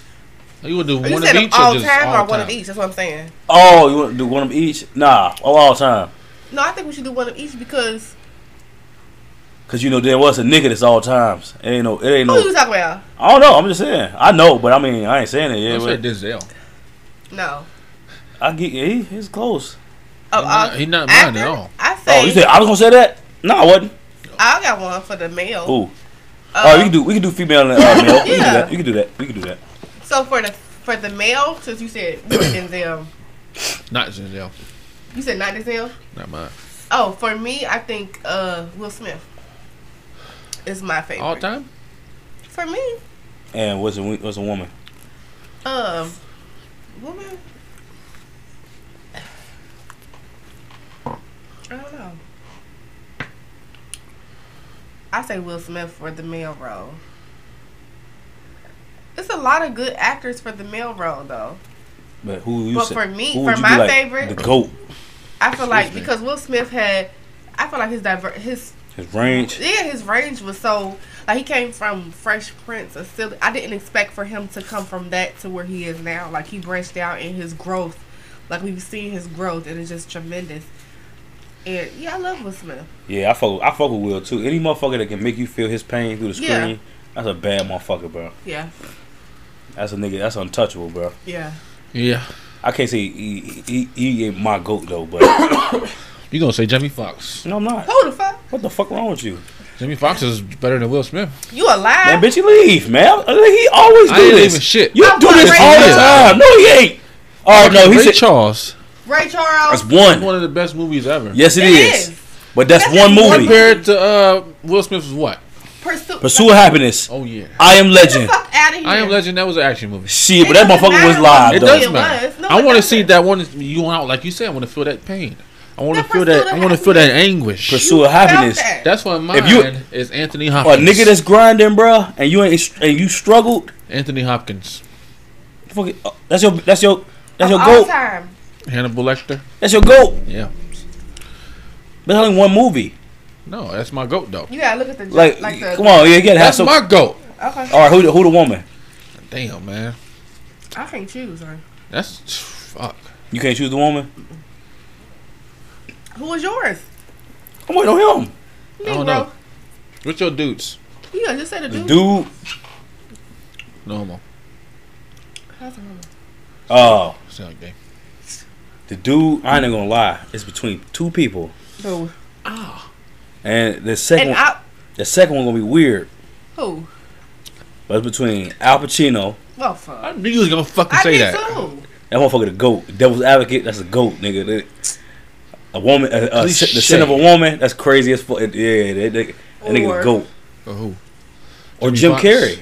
Speaker 1: you would do
Speaker 2: Are you
Speaker 1: one of
Speaker 2: saying
Speaker 1: each
Speaker 2: of all
Speaker 1: or just
Speaker 2: time
Speaker 1: all
Speaker 2: or
Speaker 1: time?
Speaker 2: one of each? That's what I'm saying.
Speaker 3: Oh, you want to do one of each? Nah, of all time.
Speaker 2: No, I think we should do one of each because
Speaker 3: Cause you know there was a nigga that's all times. It ain't no. It ain't
Speaker 2: who you
Speaker 3: no.
Speaker 2: talking about?
Speaker 3: I don't know. I'm just saying. I know, but I mean, I ain't saying it.
Speaker 1: I
Speaker 3: Yeah,
Speaker 1: said
Speaker 3: but
Speaker 1: Denzel.
Speaker 2: No,
Speaker 3: I get. Yeah, he, he's close.
Speaker 2: of
Speaker 1: He
Speaker 2: all
Speaker 1: not- he not
Speaker 2: actor,
Speaker 1: mine at all.
Speaker 2: I
Speaker 3: Oh,
Speaker 2: say,
Speaker 3: you said I was gonna say that? No, I wasn't.
Speaker 2: I got one for the male.
Speaker 3: Ooh.
Speaker 2: Um,
Speaker 3: oh, we can do. We can do female and uh, male. We can do
Speaker 2: Yeah.
Speaker 3: that. We can do that. We can do that.
Speaker 2: So for the for the male, since you said you said Denzel,
Speaker 1: Not Denzel.
Speaker 2: you said not Denzel.
Speaker 1: Not mine.
Speaker 2: Oh, for me, I think uh Will Smith is my favorite.
Speaker 1: All time.
Speaker 2: For me,
Speaker 3: And was a wo- was a woman.
Speaker 2: Um, woman. I don't know. I say Will Smith for the male role. It's a lot of good actors for the male role, though.
Speaker 3: But who you
Speaker 2: But
Speaker 3: say-
Speaker 2: for me-
Speaker 3: who
Speaker 2: for
Speaker 3: would you
Speaker 2: my
Speaker 3: be like
Speaker 2: favorite-
Speaker 3: the goat,
Speaker 2: I feel like
Speaker 1: Excuse me.
Speaker 2: because Will Smith had, I feel like his diver- his
Speaker 3: his range.
Speaker 2: yeah his range was so like he came from Fresh Prince of Silly. I didn't expect for him to come from that to where he is now. Like he branched out in his growth. Like we've seen his growth and it's just tremendous. And yeah, I love Will Smith.
Speaker 3: Yeah, I fuck. I fuck with Will too. Any motherfucker that can make you feel his pain through the screen,
Speaker 2: Yeah.
Speaker 3: that's a bad motherfucker, bro.
Speaker 2: Yeah,
Speaker 3: That's a nigga. That's untouchable, bro.
Speaker 2: yeah.
Speaker 1: Yeah.
Speaker 3: I can't say he he, he, he ain't my goat though, but
Speaker 1: You gonna say Jimmy Fox?
Speaker 3: no, I'm not.
Speaker 2: Who the fuck?
Speaker 3: What the fuck wrong with you?
Speaker 1: Jimmy Fox is better than Will Smith.
Speaker 2: You alive?
Speaker 3: Man, bitch, you leave, man. Uh, He always do
Speaker 1: I ain't
Speaker 3: this.
Speaker 1: leaving shit.
Speaker 3: You
Speaker 2: I'm
Speaker 3: do
Speaker 2: fucking
Speaker 3: this
Speaker 2: Ray
Speaker 3: all the
Speaker 1: Charles.
Speaker 3: time. No, he ain't. Oh no, he
Speaker 1: Ray
Speaker 3: said
Speaker 1: Charles.
Speaker 2: Ray
Speaker 3: that's
Speaker 2: Charles.
Speaker 3: one.
Speaker 1: One of the best movies ever.
Speaker 3: Yes, it is. But that's,
Speaker 2: That's
Speaker 3: one
Speaker 2: just one
Speaker 3: movie.
Speaker 2: movie.
Speaker 1: Compared to uh, Will Smith's what?
Speaker 2: Pursue.
Speaker 3: Pursue happiness.
Speaker 1: Oh yeah.
Speaker 3: I am
Speaker 2: Get the
Speaker 3: legend.
Speaker 2: fuck out of here.
Speaker 1: I Am Legend. That was an action movie.
Speaker 3: Shit, but
Speaker 2: It
Speaker 3: that
Speaker 2: doesn't
Speaker 3: motherfucker was
Speaker 2: matter.
Speaker 3: live
Speaker 1: It
Speaker 2: It
Speaker 3: though.
Speaker 1: does
Speaker 2: was.
Speaker 1: matter.
Speaker 2: No,
Speaker 1: I
Speaker 2: it
Speaker 1: want to
Speaker 2: doesn't.
Speaker 1: see that one you went out like you said. I want to feel that pain. I want to
Speaker 2: That
Speaker 1: feel that.
Speaker 2: pursuit
Speaker 1: I
Speaker 2: of
Speaker 1: want to feel that anguish.
Speaker 3: Pursuit of
Speaker 2: felt
Speaker 3: happiness.
Speaker 2: that.
Speaker 1: That's what mine
Speaker 3: you-
Speaker 1: is. Anthony
Speaker 3: A
Speaker 1: Hopkins.
Speaker 3: nigga that's grinding, bruh, and you ain't and you struggled.
Speaker 1: Anthony Hopkins.
Speaker 3: Fuck it. Uh, That's your that's your that's your
Speaker 2: Of all
Speaker 3: goat.
Speaker 2: time.
Speaker 1: Hannibal Lecter.
Speaker 3: That's your goat.
Speaker 1: Yeah.
Speaker 3: That's only one movie.
Speaker 1: No, that's my goat though.
Speaker 2: You gotta look at the
Speaker 3: Like,
Speaker 2: like the
Speaker 3: come on, Oh. yeah, you gotta have
Speaker 1: That's
Speaker 3: some.
Speaker 1: my goat.
Speaker 2: Okay,
Speaker 3: All right, who the, who the woman?
Speaker 1: Damn man.
Speaker 2: I can't choose. Huh?
Speaker 1: That's fuck.
Speaker 3: You can't choose the woman.
Speaker 2: Who was yours?
Speaker 3: I'm waiting on him.
Speaker 1: I don't
Speaker 2: Negro.
Speaker 1: know. What's your dudes?
Speaker 2: Yeah, just said a
Speaker 3: The
Speaker 2: dude.
Speaker 3: dude,
Speaker 1: Normal.
Speaker 2: How's a woman?
Speaker 3: Oh,
Speaker 1: Sound like they.
Speaker 3: the dude. I ain't gonna lie. It's between two people,
Speaker 2: Who?
Speaker 3: and the second
Speaker 2: And
Speaker 3: one,
Speaker 2: I.
Speaker 3: the second one gonna be weird.
Speaker 2: Who?
Speaker 3: But it's between Al Pacino.
Speaker 2: Well, fuck.
Speaker 1: I knew you was gonna fucking
Speaker 2: I
Speaker 1: say
Speaker 2: did
Speaker 1: that.
Speaker 2: too.
Speaker 3: That motherfucker the goat. Devil's advocate. That's a goat, nigga. That- A woman, a, a, sin- the sin of a
Speaker 1: Cliche.
Speaker 3: woman. That's crazy as fuck. Yeah, that, that, that nigga
Speaker 2: Or-
Speaker 3: the goat.
Speaker 1: Or who?
Speaker 3: Or
Speaker 1: Jimmy
Speaker 3: Jim
Speaker 1: Fox.
Speaker 3: Carrey.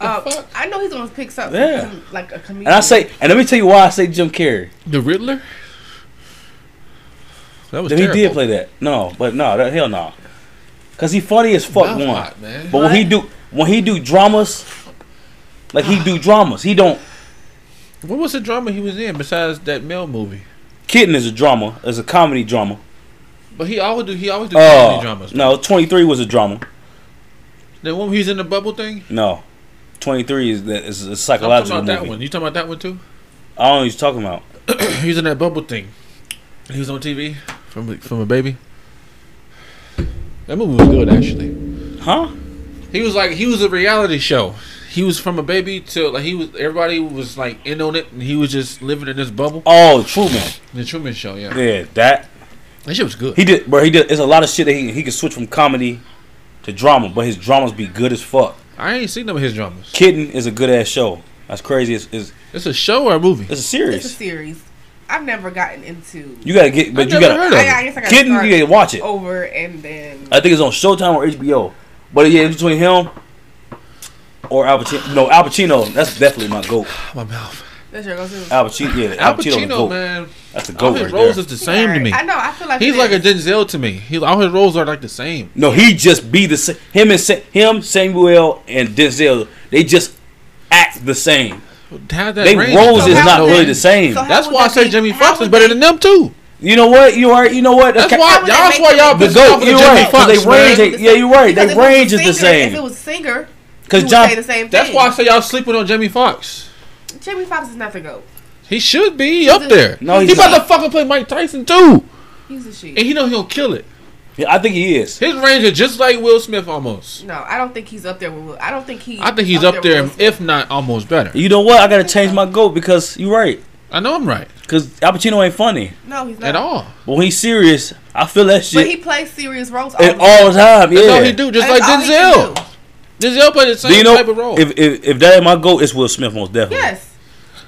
Speaker 2: Uh, I know he's gonna pick something
Speaker 3: Yeah.
Speaker 2: like a comedian.
Speaker 3: And I say, and let me tell you why I say Jim Carrey.
Speaker 1: The Riddler. That was
Speaker 3: Then he
Speaker 1: terrible.
Speaker 3: did play that. No, but no, that, hell no. Cause he funny as fuck
Speaker 1: Mouth
Speaker 3: one.
Speaker 1: hot, man.
Speaker 3: But when he do when he do dramas, like he
Speaker 1: Ah.
Speaker 3: do dramas, he don't.
Speaker 1: What was the drama he was in besides that Mel movie?
Speaker 3: Kitten is a drama. It's a comedy drama.
Speaker 1: But he always do. He always do
Speaker 3: Oh
Speaker 1: comedy dramas.
Speaker 3: no, twenty three was a drama.
Speaker 1: The one where he's in the bubble thing.
Speaker 3: No, twenty three is the, is
Speaker 1: I'm
Speaker 3: a
Speaker 1: talking
Speaker 3: psychological
Speaker 1: about that
Speaker 3: movie.
Speaker 1: one. You talking about that one too?
Speaker 3: I don't know what you're talking about.
Speaker 1: he was in that bubble thing. He was on TV from from a baby. That movie was good actually.
Speaker 3: Huh?
Speaker 1: He was like he was a reality show. He was from a baby to like he was everybody was like in on it and he was just living in this bubble.
Speaker 3: Oh, Truman.
Speaker 1: The Truman Show, yeah.
Speaker 3: Yeah, that
Speaker 1: That shit was good.
Speaker 3: he did. Bro, he did. It's a lot of shit that he he can switch from comedy to drama, but his dramas be good as fuck.
Speaker 1: I ain't seen none of his dramas.
Speaker 3: Kitten is a good ass show. That's crazy. It's, it's,
Speaker 1: It's a show or a movie.
Speaker 3: it's a
Speaker 2: it's a
Speaker 3: series.
Speaker 2: series. I've never gotten into.
Speaker 3: You gotta get, but
Speaker 1: I've
Speaker 3: you
Speaker 1: never heard
Speaker 3: gotta
Speaker 1: of
Speaker 2: I, I guess I gotta
Speaker 3: Kitten.
Speaker 2: start
Speaker 3: You gotta watch it.
Speaker 2: over and then.
Speaker 1: Uh,
Speaker 3: I think it's on Showtime or HBO. But yeah, it's between him or Al Pacino. No, Al Pacino. That's definitely my goat.
Speaker 1: My mouth.
Speaker 2: That's your go-to.
Speaker 1: uh,
Speaker 3: Al Pacino. Yeah,
Speaker 1: Al
Speaker 3: Al Pacino. the
Speaker 1: Pacino,
Speaker 3: goat.
Speaker 1: man.
Speaker 3: That's the
Speaker 1: All
Speaker 3: goat
Speaker 1: his
Speaker 3: right
Speaker 1: roles
Speaker 3: there.
Speaker 1: is the same to me.
Speaker 2: I know. I feel like
Speaker 1: He's
Speaker 2: it
Speaker 1: like a
Speaker 2: is.
Speaker 1: Denzel to me. He, all his roles are like the same.
Speaker 3: No, he just be the same. Him and Sa- him Samuel and Denzel. They just act the same.
Speaker 1: Have that
Speaker 3: They
Speaker 1: range,
Speaker 3: roles
Speaker 1: though.
Speaker 3: is not
Speaker 2: how
Speaker 3: really
Speaker 2: then-
Speaker 3: the same.
Speaker 2: so how
Speaker 1: That's
Speaker 2: would
Speaker 1: why I
Speaker 2: that
Speaker 1: say
Speaker 2: be-
Speaker 1: Jimmy
Speaker 2: how
Speaker 1: Fox
Speaker 2: would
Speaker 1: is better
Speaker 2: they-
Speaker 1: than them too.
Speaker 3: You know what? You are. You know what?
Speaker 1: That's
Speaker 3: ki-
Speaker 1: why
Speaker 2: would
Speaker 1: y'all.
Speaker 2: that
Speaker 1: That's
Speaker 2: make
Speaker 1: why
Speaker 2: them
Speaker 1: y'all
Speaker 3: the
Speaker 1: bitch
Speaker 3: goat.
Speaker 1: off of
Speaker 3: You're
Speaker 1: Jimmy
Speaker 3: right. 'cause
Speaker 1: Fox.
Speaker 3: they range.
Speaker 1: man.
Speaker 3: Is, yeah, you're right. They
Speaker 2: Because if it was
Speaker 3: range is the
Speaker 2: singer- If it
Speaker 3: same.
Speaker 2: was singer, you
Speaker 3: Because
Speaker 2: would
Speaker 3: John,
Speaker 2: say the same
Speaker 1: That's
Speaker 2: thing.
Speaker 1: why I say y'all sleeping on Jimmy Fox.
Speaker 2: Jimmy Fox is not the goat.
Speaker 1: He should be up there.
Speaker 3: No,
Speaker 1: he
Speaker 3: he's
Speaker 1: about
Speaker 3: not.
Speaker 1: to fucking play Mike Tyson too,
Speaker 2: He's a
Speaker 1: and
Speaker 2: she.
Speaker 1: he know he gonna kill it.
Speaker 3: Yeah, I think he is.
Speaker 1: His range is just like Will Smith almost.
Speaker 2: No, I don't think he's up there with. Will. I don't think he.
Speaker 1: I think he's up there,
Speaker 2: with-
Speaker 1: if not almost better.
Speaker 3: You know what? I gotta change my goat because you're right.
Speaker 1: I know I'm right
Speaker 3: Because Al Pacino ain't funny.
Speaker 2: no, he's not
Speaker 1: at all.
Speaker 3: But when he's serious, I feel that
Speaker 2: But
Speaker 3: shit
Speaker 2: he plays serious roles all
Speaker 3: and
Speaker 2: the
Speaker 3: all the time. Yeah.
Speaker 1: That's all he do, just
Speaker 2: That's
Speaker 1: like
Speaker 2: all he can
Speaker 1: Denzel. Denzel played the same
Speaker 3: Do you know
Speaker 1: type of role.
Speaker 3: if, if if that ain't my goat, it's Will Smith most definitely.
Speaker 2: Yes,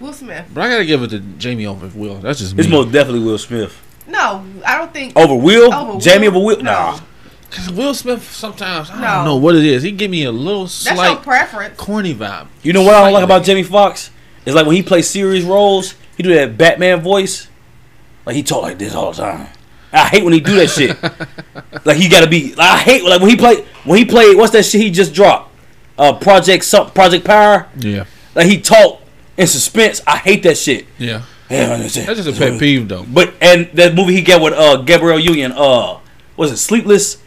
Speaker 2: Will Smith.
Speaker 1: but I gotta give it to Jamie over Will. That's just me.
Speaker 3: It's most definitely Will Smith
Speaker 2: No, I don't think.
Speaker 3: over Will.
Speaker 2: Over
Speaker 3: Oh, Jamie
Speaker 2: Will?
Speaker 3: over Will.
Speaker 2: No.
Speaker 3: Nah,
Speaker 1: Cause Will Smith sometimes I
Speaker 2: No.
Speaker 1: don't know what it is. He give me a little
Speaker 2: That's your
Speaker 1: slight
Speaker 2: preference.
Speaker 1: corny vibe.
Speaker 3: you know what I don't like
Speaker 1: Slightly.
Speaker 3: about Jamie Foxx? It's like when he plays serious roles, he do that Batman voice. Like he talk like this all the time. I hate when he do that shit. like he gotta be. I hate like when he play when he played. What's that shit he just dropped? Uh, Project some Project Power.
Speaker 1: Yeah,
Speaker 3: Like he talk in suspense. I hate that shit.
Speaker 1: yeah.
Speaker 3: Yeah, I understand.
Speaker 1: That's just a pet peeve though.
Speaker 3: But and that movie he got with uh Gabriel Union, uh was it Sleepless?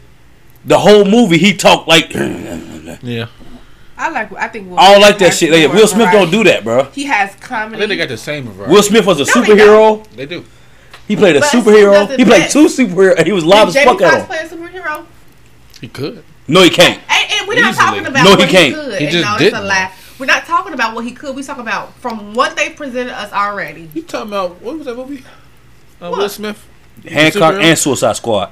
Speaker 3: The whole movie he talked like I
Speaker 1: Yeah,
Speaker 2: I like. I think. Will
Speaker 3: don't
Speaker 2: Smith
Speaker 3: like that
Speaker 2: has
Speaker 3: shit. Like,
Speaker 2: more
Speaker 3: Will Smith
Speaker 2: variety.
Speaker 3: don't do that, bro.
Speaker 2: He has
Speaker 1: I
Speaker 2: comedy.
Speaker 1: think they got the same variety.
Speaker 3: Will Smith was a
Speaker 2: No, they
Speaker 3: superhero.
Speaker 1: They do.
Speaker 3: He played a
Speaker 2: But he
Speaker 3: superhero.
Speaker 2: doesn't
Speaker 3: He played
Speaker 2: fit.
Speaker 3: two superheroes. and He was live
Speaker 2: Did
Speaker 3: as
Speaker 2: Jamie
Speaker 3: fuck
Speaker 2: Foxx
Speaker 3: at him.
Speaker 2: play a superhero.
Speaker 1: He could.
Speaker 3: No, he can't.
Speaker 2: And, and we're not
Speaker 1: Easily.
Speaker 2: talking about
Speaker 3: No, he
Speaker 2: what
Speaker 3: can't.
Speaker 2: he could.
Speaker 1: He
Speaker 2: and
Speaker 1: just
Speaker 2: no, it's
Speaker 1: didn't.
Speaker 2: a lie. We're not talking about what he could. We talk about from what they presented us already.
Speaker 1: You talking about what was that movie? Uh, Will
Speaker 2: What?
Speaker 1: Smith,
Speaker 3: Hancock
Speaker 1: superhero?
Speaker 3: and Suicide Squad.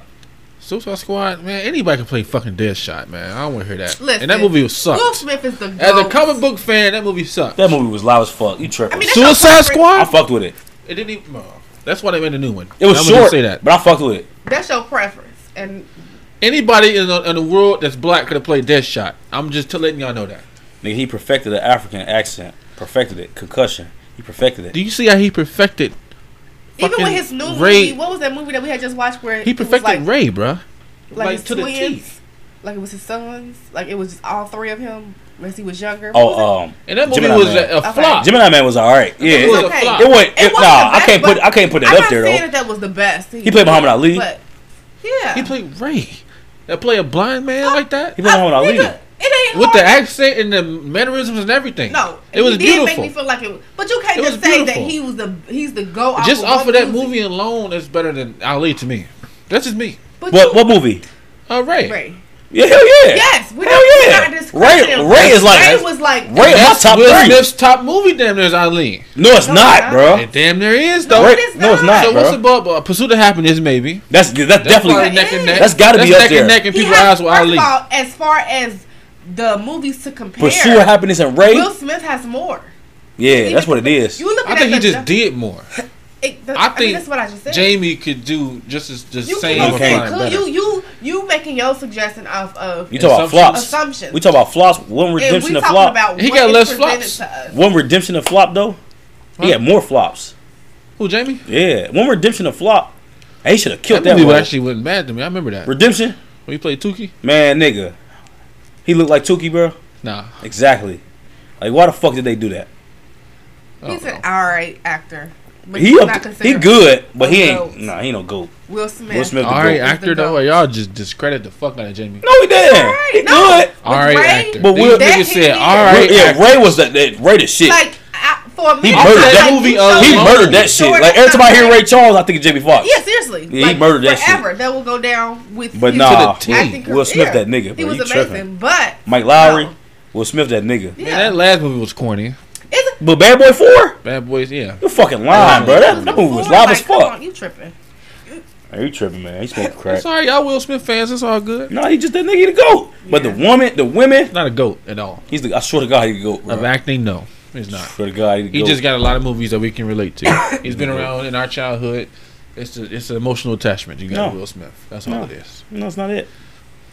Speaker 1: Suicide Squad. Man, anybody can play fucking Deadshot. Man, I don't want to hear that.
Speaker 2: Listen,
Speaker 1: and that movie was sucked.
Speaker 2: Will Smith is the
Speaker 1: As a
Speaker 2: goat.
Speaker 1: comic book fan, that movie sucked.
Speaker 3: That movie was live as fuck. You tripping?
Speaker 2: I
Speaker 3: I,
Speaker 2: mean,
Speaker 1: Suicide
Speaker 2: that's your preference.
Speaker 1: Squad.
Speaker 3: fucked with it.
Speaker 1: It didn't even. oh, that's why they made a new one.
Speaker 3: It was
Speaker 1: I'm gonna
Speaker 3: short,
Speaker 1: Say that
Speaker 3: but I fucked with it.
Speaker 2: That's your preference, and
Speaker 1: anybody in the, in the world that's black could have played Deadshot. I'm just t- letting y'all know that.
Speaker 3: Nigga, he perfected the African accent. Perfected it. Concussion. He perfected it.
Speaker 1: Do you see how he perfected?
Speaker 2: even with
Speaker 1: fucking
Speaker 2: his new
Speaker 1: Ray-
Speaker 2: movie, what was that movie that we had just watched where
Speaker 1: He
Speaker 2: it was
Speaker 1: perfected
Speaker 2: like,
Speaker 1: Ray, bruh.
Speaker 2: like,
Speaker 1: like,
Speaker 2: his
Speaker 1: to the
Speaker 2: twins,
Speaker 1: teeth.
Speaker 2: like it was his sons, like it was just all three of him as he was younger. What was
Speaker 3: Oh, um,
Speaker 1: And that movie
Speaker 3: Gemini
Speaker 1: was
Speaker 3: Man.
Speaker 1: a, a
Speaker 2: Okay.
Speaker 1: flop.
Speaker 3: Gemini Man was all right. Yeah,
Speaker 1: It
Speaker 2: it
Speaker 1: was
Speaker 2: was okay.
Speaker 1: a flop.
Speaker 3: It wasn't.
Speaker 2: It
Speaker 3: It,
Speaker 2: wasn't
Speaker 3: nah,
Speaker 2: the
Speaker 3: I can't
Speaker 2: best,
Speaker 3: put.
Speaker 2: but
Speaker 3: I can't put
Speaker 2: I'm
Speaker 3: that up
Speaker 2: not
Speaker 3: there
Speaker 2: saying
Speaker 3: though.
Speaker 2: that that was the best.
Speaker 3: He played Muhammad Ali.
Speaker 2: but yeah,
Speaker 1: he played Ray. That play a blind man like that
Speaker 3: He played Muhammad
Speaker 2: I-
Speaker 3: Ali.
Speaker 2: nigga, It ain't
Speaker 1: with the
Speaker 2: hard.
Speaker 1: accent and the mannerisms and everything.
Speaker 2: No,
Speaker 1: it was
Speaker 2: he Did
Speaker 1: beautiful.
Speaker 2: make me feel like it, but you can't
Speaker 1: It
Speaker 2: just
Speaker 1: was
Speaker 2: say that
Speaker 1: beautiful.
Speaker 2: he was the he's the go off
Speaker 1: just
Speaker 2: of
Speaker 1: off
Speaker 2: one
Speaker 1: of that
Speaker 2: music.
Speaker 1: movie alone, it's better than Ali to me. That's just me.
Speaker 2: But
Speaker 3: What
Speaker 2: you-
Speaker 3: what movie?
Speaker 1: Uh, Ray.
Speaker 2: Ray.
Speaker 3: Yeah, hell yeah.
Speaker 2: Yes, we
Speaker 3: Hell
Speaker 2: don't,
Speaker 3: yeah.
Speaker 2: we're not discrediting
Speaker 3: Ray,
Speaker 2: him.
Speaker 3: Ray is like.
Speaker 2: Ray was like
Speaker 3: Ray is my
Speaker 1: That's
Speaker 3: top
Speaker 1: Will
Speaker 3: three.
Speaker 1: Smith's top movie. Damn near is Eileen.
Speaker 3: No, it's
Speaker 2: No,
Speaker 3: not,
Speaker 2: it's
Speaker 3: bro.
Speaker 1: It damn near is though.
Speaker 3: Ray-
Speaker 2: it is
Speaker 3: no, it's
Speaker 1: so
Speaker 2: not.
Speaker 3: not,
Speaker 1: what's
Speaker 3: bro.
Speaker 1: above uh, Pursuit of Happiness? Maybe
Speaker 3: That's that's
Speaker 1: probably
Speaker 3: definitely.
Speaker 1: neck and neck.
Speaker 3: That's gotta be up
Speaker 1: neck
Speaker 3: there.
Speaker 1: and neck in
Speaker 2: He
Speaker 1: people's
Speaker 2: has-
Speaker 1: eyes with
Speaker 2: first
Speaker 1: Ali.
Speaker 2: of all, as far as the movies to compare,
Speaker 3: Pursue of happiness and Ray.
Speaker 2: Will Smith has more.
Speaker 3: Yeah, that's what it is.
Speaker 2: You looking
Speaker 1: I
Speaker 2: at
Speaker 1: think he
Speaker 2: the-
Speaker 1: just did more.
Speaker 2: It, the,
Speaker 1: I
Speaker 2: I, mean,
Speaker 1: think
Speaker 2: that's what I just said.
Speaker 1: Jamie could do just as the
Speaker 2: you
Speaker 1: same.
Speaker 2: keep
Speaker 1: or
Speaker 2: on
Speaker 3: Okay.
Speaker 2: saying
Speaker 1: fine
Speaker 2: cool.
Speaker 1: better.
Speaker 2: you you you making your suggestion off of
Speaker 3: You talk about
Speaker 1: Assumptions.
Speaker 3: flops.
Speaker 2: assumptions.
Speaker 3: We talk about flops. One
Speaker 2: If
Speaker 3: redemption
Speaker 2: we
Speaker 3: of
Speaker 2: talking
Speaker 3: flop.
Speaker 2: about
Speaker 1: He
Speaker 2: what
Speaker 1: got
Speaker 2: is
Speaker 1: less
Speaker 2: presented
Speaker 1: flops.
Speaker 2: to us.
Speaker 3: One redemption of flop though. He
Speaker 1: Huh?
Speaker 3: had more flops.
Speaker 1: Who Jamie?
Speaker 3: Yeah, one redemption of flop. He should have
Speaker 1: That
Speaker 3: killed that,
Speaker 1: movie
Speaker 3: one.
Speaker 1: actually wasn't bad to me. I remember that.
Speaker 3: Redemption,
Speaker 1: When he played Tuki?
Speaker 3: man, nigga. He looked like Tuki, bro.
Speaker 1: Nah.
Speaker 3: Exactly. Like, why the fuck did they do that?
Speaker 1: I
Speaker 2: He's
Speaker 1: don't
Speaker 2: an
Speaker 1: know.
Speaker 2: all right actor, but
Speaker 3: He
Speaker 2: he's
Speaker 3: up,
Speaker 2: not
Speaker 3: he
Speaker 2: considered
Speaker 3: good, but he
Speaker 2: a
Speaker 3: ain't.
Speaker 2: goat.
Speaker 3: Nah, he no goat.
Speaker 2: Will Smith.
Speaker 3: Will Smith. the
Speaker 1: Oh. All right,
Speaker 3: goat.
Speaker 1: actor though. Like, y'all just discredit the fuck out of Jamie.
Speaker 3: No, he didn't.
Speaker 2: Alright,
Speaker 3: he
Speaker 2: no.
Speaker 3: good.
Speaker 1: All right,
Speaker 2: Ray?
Speaker 1: actor.
Speaker 3: But
Speaker 1: These
Speaker 3: Will-
Speaker 1: niggas
Speaker 2: That
Speaker 1: said,
Speaker 2: he-
Speaker 1: all right,
Speaker 3: yeah,
Speaker 1: actor.
Speaker 3: Ray was that, that Ray the shit.
Speaker 2: Like I, for me,
Speaker 3: He
Speaker 2: I'm
Speaker 3: murdered
Speaker 2: like,
Speaker 3: that
Speaker 2: you
Speaker 1: movie
Speaker 2: showed
Speaker 1: alone.
Speaker 3: he
Speaker 2: me
Speaker 3: murdered that
Speaker 2: sure
Speaker 3: shit. Like
Speaker 2: that's
Speaker 3: every time I
Speaker 2: not
Speaker 3: hear
Speaker 2: right.
Speaker 3: Ray Charles, I think of Jimmy Fox.
Speaker 2: Yeah, seriously.
Speaker 3: he murdered that shit.
Speaker 2: forever. That will go down with
Speaker 3: But
Speaker 2: his
Speaker 3: nah,
Speaker 1: To the
Speaker 2: acting
Speaker 3: Will Smith
Speaker 2: career.
Speaker 3: that nigga,
Speaker 2: He
Speaker 3: bro.
Speaker 2: was
Speaker 3: You
Speaker 2: amazing,
Speaker 3: tripping.
Speaker 2: but
Speaker 3: Mike Lowry,
Speaker 2: No.
Speaker 3: Will Smith that nigga.
Speaker 2: yeah,
Speaker 1: Man, that last movie was corny.
Speaker 2: It's-
Speaker 3: But Bad Boy Four,
Speaker 1: Bad Boys, yeah.
Speaker 3: you fucking lying, bro. That, that movie was
Speaker 2: Ford,
Speaker 3: live
Speaker 2: like,
Speaker 3: as
Speaker 2: come
Speaker 3: fuck.
Speaker 2: on, you tripping?
Speaker 3: Are you tripping, man? He smoking crack.
Speaker 1: It's all right, y'all Will Smith fans. It's all good.
Speaker 3: No, he just that nigga the goat. But the
Speaker 2: Yeah.
Speaker 3: woman, the women,
Speaker 1: Not a goat at all.
Speaker 3: he's the. I swear to God, he the goat. Bro.
Speaker 1: Of acting, no, he's not.
Speaker 3: Swear to God, he, the
Speaker 1: He
Speaker 3: goat.
Speaker 1: just got a lot of movies that we can relate to. He's been around in our childhood. It's a, it's an emotional attachment. You got
Speaker 3: No.
Speaker 1: Will Smith. That's all
Speaker 3: No.
Speaker 1: it is.
Speaker 3: No, it's not it.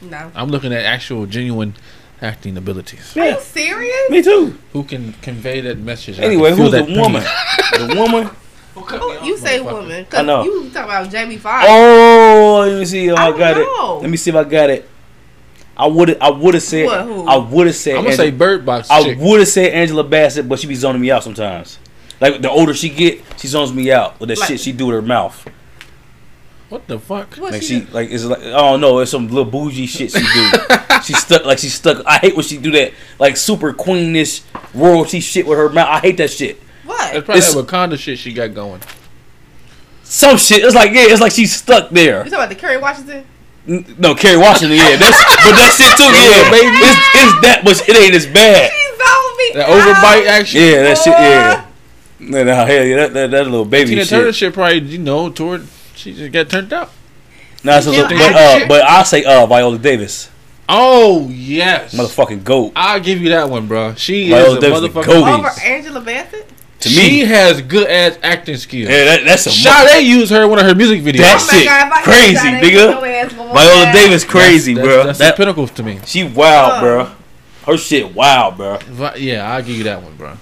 Speaker 2: No.
Speaker 1: I'm looking at actual, genuine acting abilities.
Speaker 2: Are you
Speaker 3: Yeah,
Speaker 2: serious?
Speaker 3: me too.
Speaker 1: Who can convey that message? I can
Speaker 3: Anyway,
Speaker 1: feel
Speaker 3: who's the
Speaker 1: that pain.
Speaker 3: woman? the woman.
Speaker 1: Who cut me
Speaker 2: Who-
Speaker 1: off,
Speaker 2: you say
Speaker 1: motherfucker?
Speaker 2: woman.
Speaker 3: I
Speaker 2: Cause
Speaker 3: know.
Speaker 2: You talking about Jamie Foxx.
Speaker 3: Oh, let me see. if I,
Speaker 2: I don't
Speaker 3: got
Speaker 2: know.
Speaker 3: it. Let me see if I got it. I would. I would have said.
Speaker 2: What, who?
Speaker 3: I would have said.
Speaker 1: I'm gonna
Speaker 3: Angela-
Speaker 1: say Bird Box.
Speaker 3: I
Speaker 1: chick.
Speaker 3: would have said Angela Bassett, but she be zoning me out sometimes. Like the older she get, she zones me out with that
Speaker 2: Like-
Speaker 3: shit she do with her mouth.
Speaker 1: What the fuck?
Speaker 2: What
Speaker 3: Like
Speaker 2: she
Speaker 3: she
Speaker 2: do?
Speaker 3: like it's like I don't know, it's some little bougie shit she do. she stuck like she stuck. I hate when she do that like super queenish royalty shit with her mouth. I hate that shit.
Speaker 1: That's
Speaker 2: What?
Speaker 1: probably
Speaker 3: It's-
Speaker 1: that Wakanda shit she got going.
Speaker 3: Some shit. It's like yeah, it's like she's stuck
Speaker 2: You
Speaker 3: there.
Speaker 2: talking about the Kerry Washington?
Speaker 3: N- No, Kerry Washington, yeah, that's but that shit too, yeah, baby. It's, it's that, but it ain't as bad.
Speaker 2: She's on me.
Speaker 1: That overbite
Speaker 2: out.
Speaker 1: action.
Speaker 3: Yeah, that shit, yeah. Nah, nah, hell yeah, that, that, that little baby
Speaker 1: Tina
Speaker 3: shit.
Speaker 1: Turner shit probably you know toward she just got turned out.
Speaker 3: Nah, so, so,
Speaker 2: Yeah,
Speaker 3: but,
Speaker 1: I-
Speaker 3: uh, but I say uh, Viola Davis,
Speaker 1: Oh yes,
Speaker 3: motherfucking goat.
Speaker 1: I'll give you that one, bro. She
Speaker 3: Viola
Speaker 1: is a
Speaker 3: Davis the
Speaker 1: motherfucker.
Speaker 3: goat.
Speaker 2: Over
Speaker 3: movies.
Speaker 2: Angela Bassett?
Speaker 3: To
Speaker 1: She
Speaker 3: me,
Speaker 1: has good ass acting skills.
Speaker 3: yeah, that, that's a mo-
Speaker 1: Sade used her in one of her music videos.
Speaker 3: That shit
Speaker 2: if I
Speaker 3: crazy,
Speaker 2: get shot at,
Speaker 3: nigga.
Speaker 2: your ass gonna walk
Speaker 3: Viola
Speaker 2: out.
Speaker 3: Davis crazy,
Speaker 1: that's,
Speaker 3: bro.
Speaker 1: That's,
Speaker 3: that
Speaker 1: the pinnacle to me.
Speaker 3: she wild,
Speaker 2: Uh.
Speaker 3: bro. Her shit wild, bro.
Speaker 1: Vi- Yeah, I'll give you that one, bro.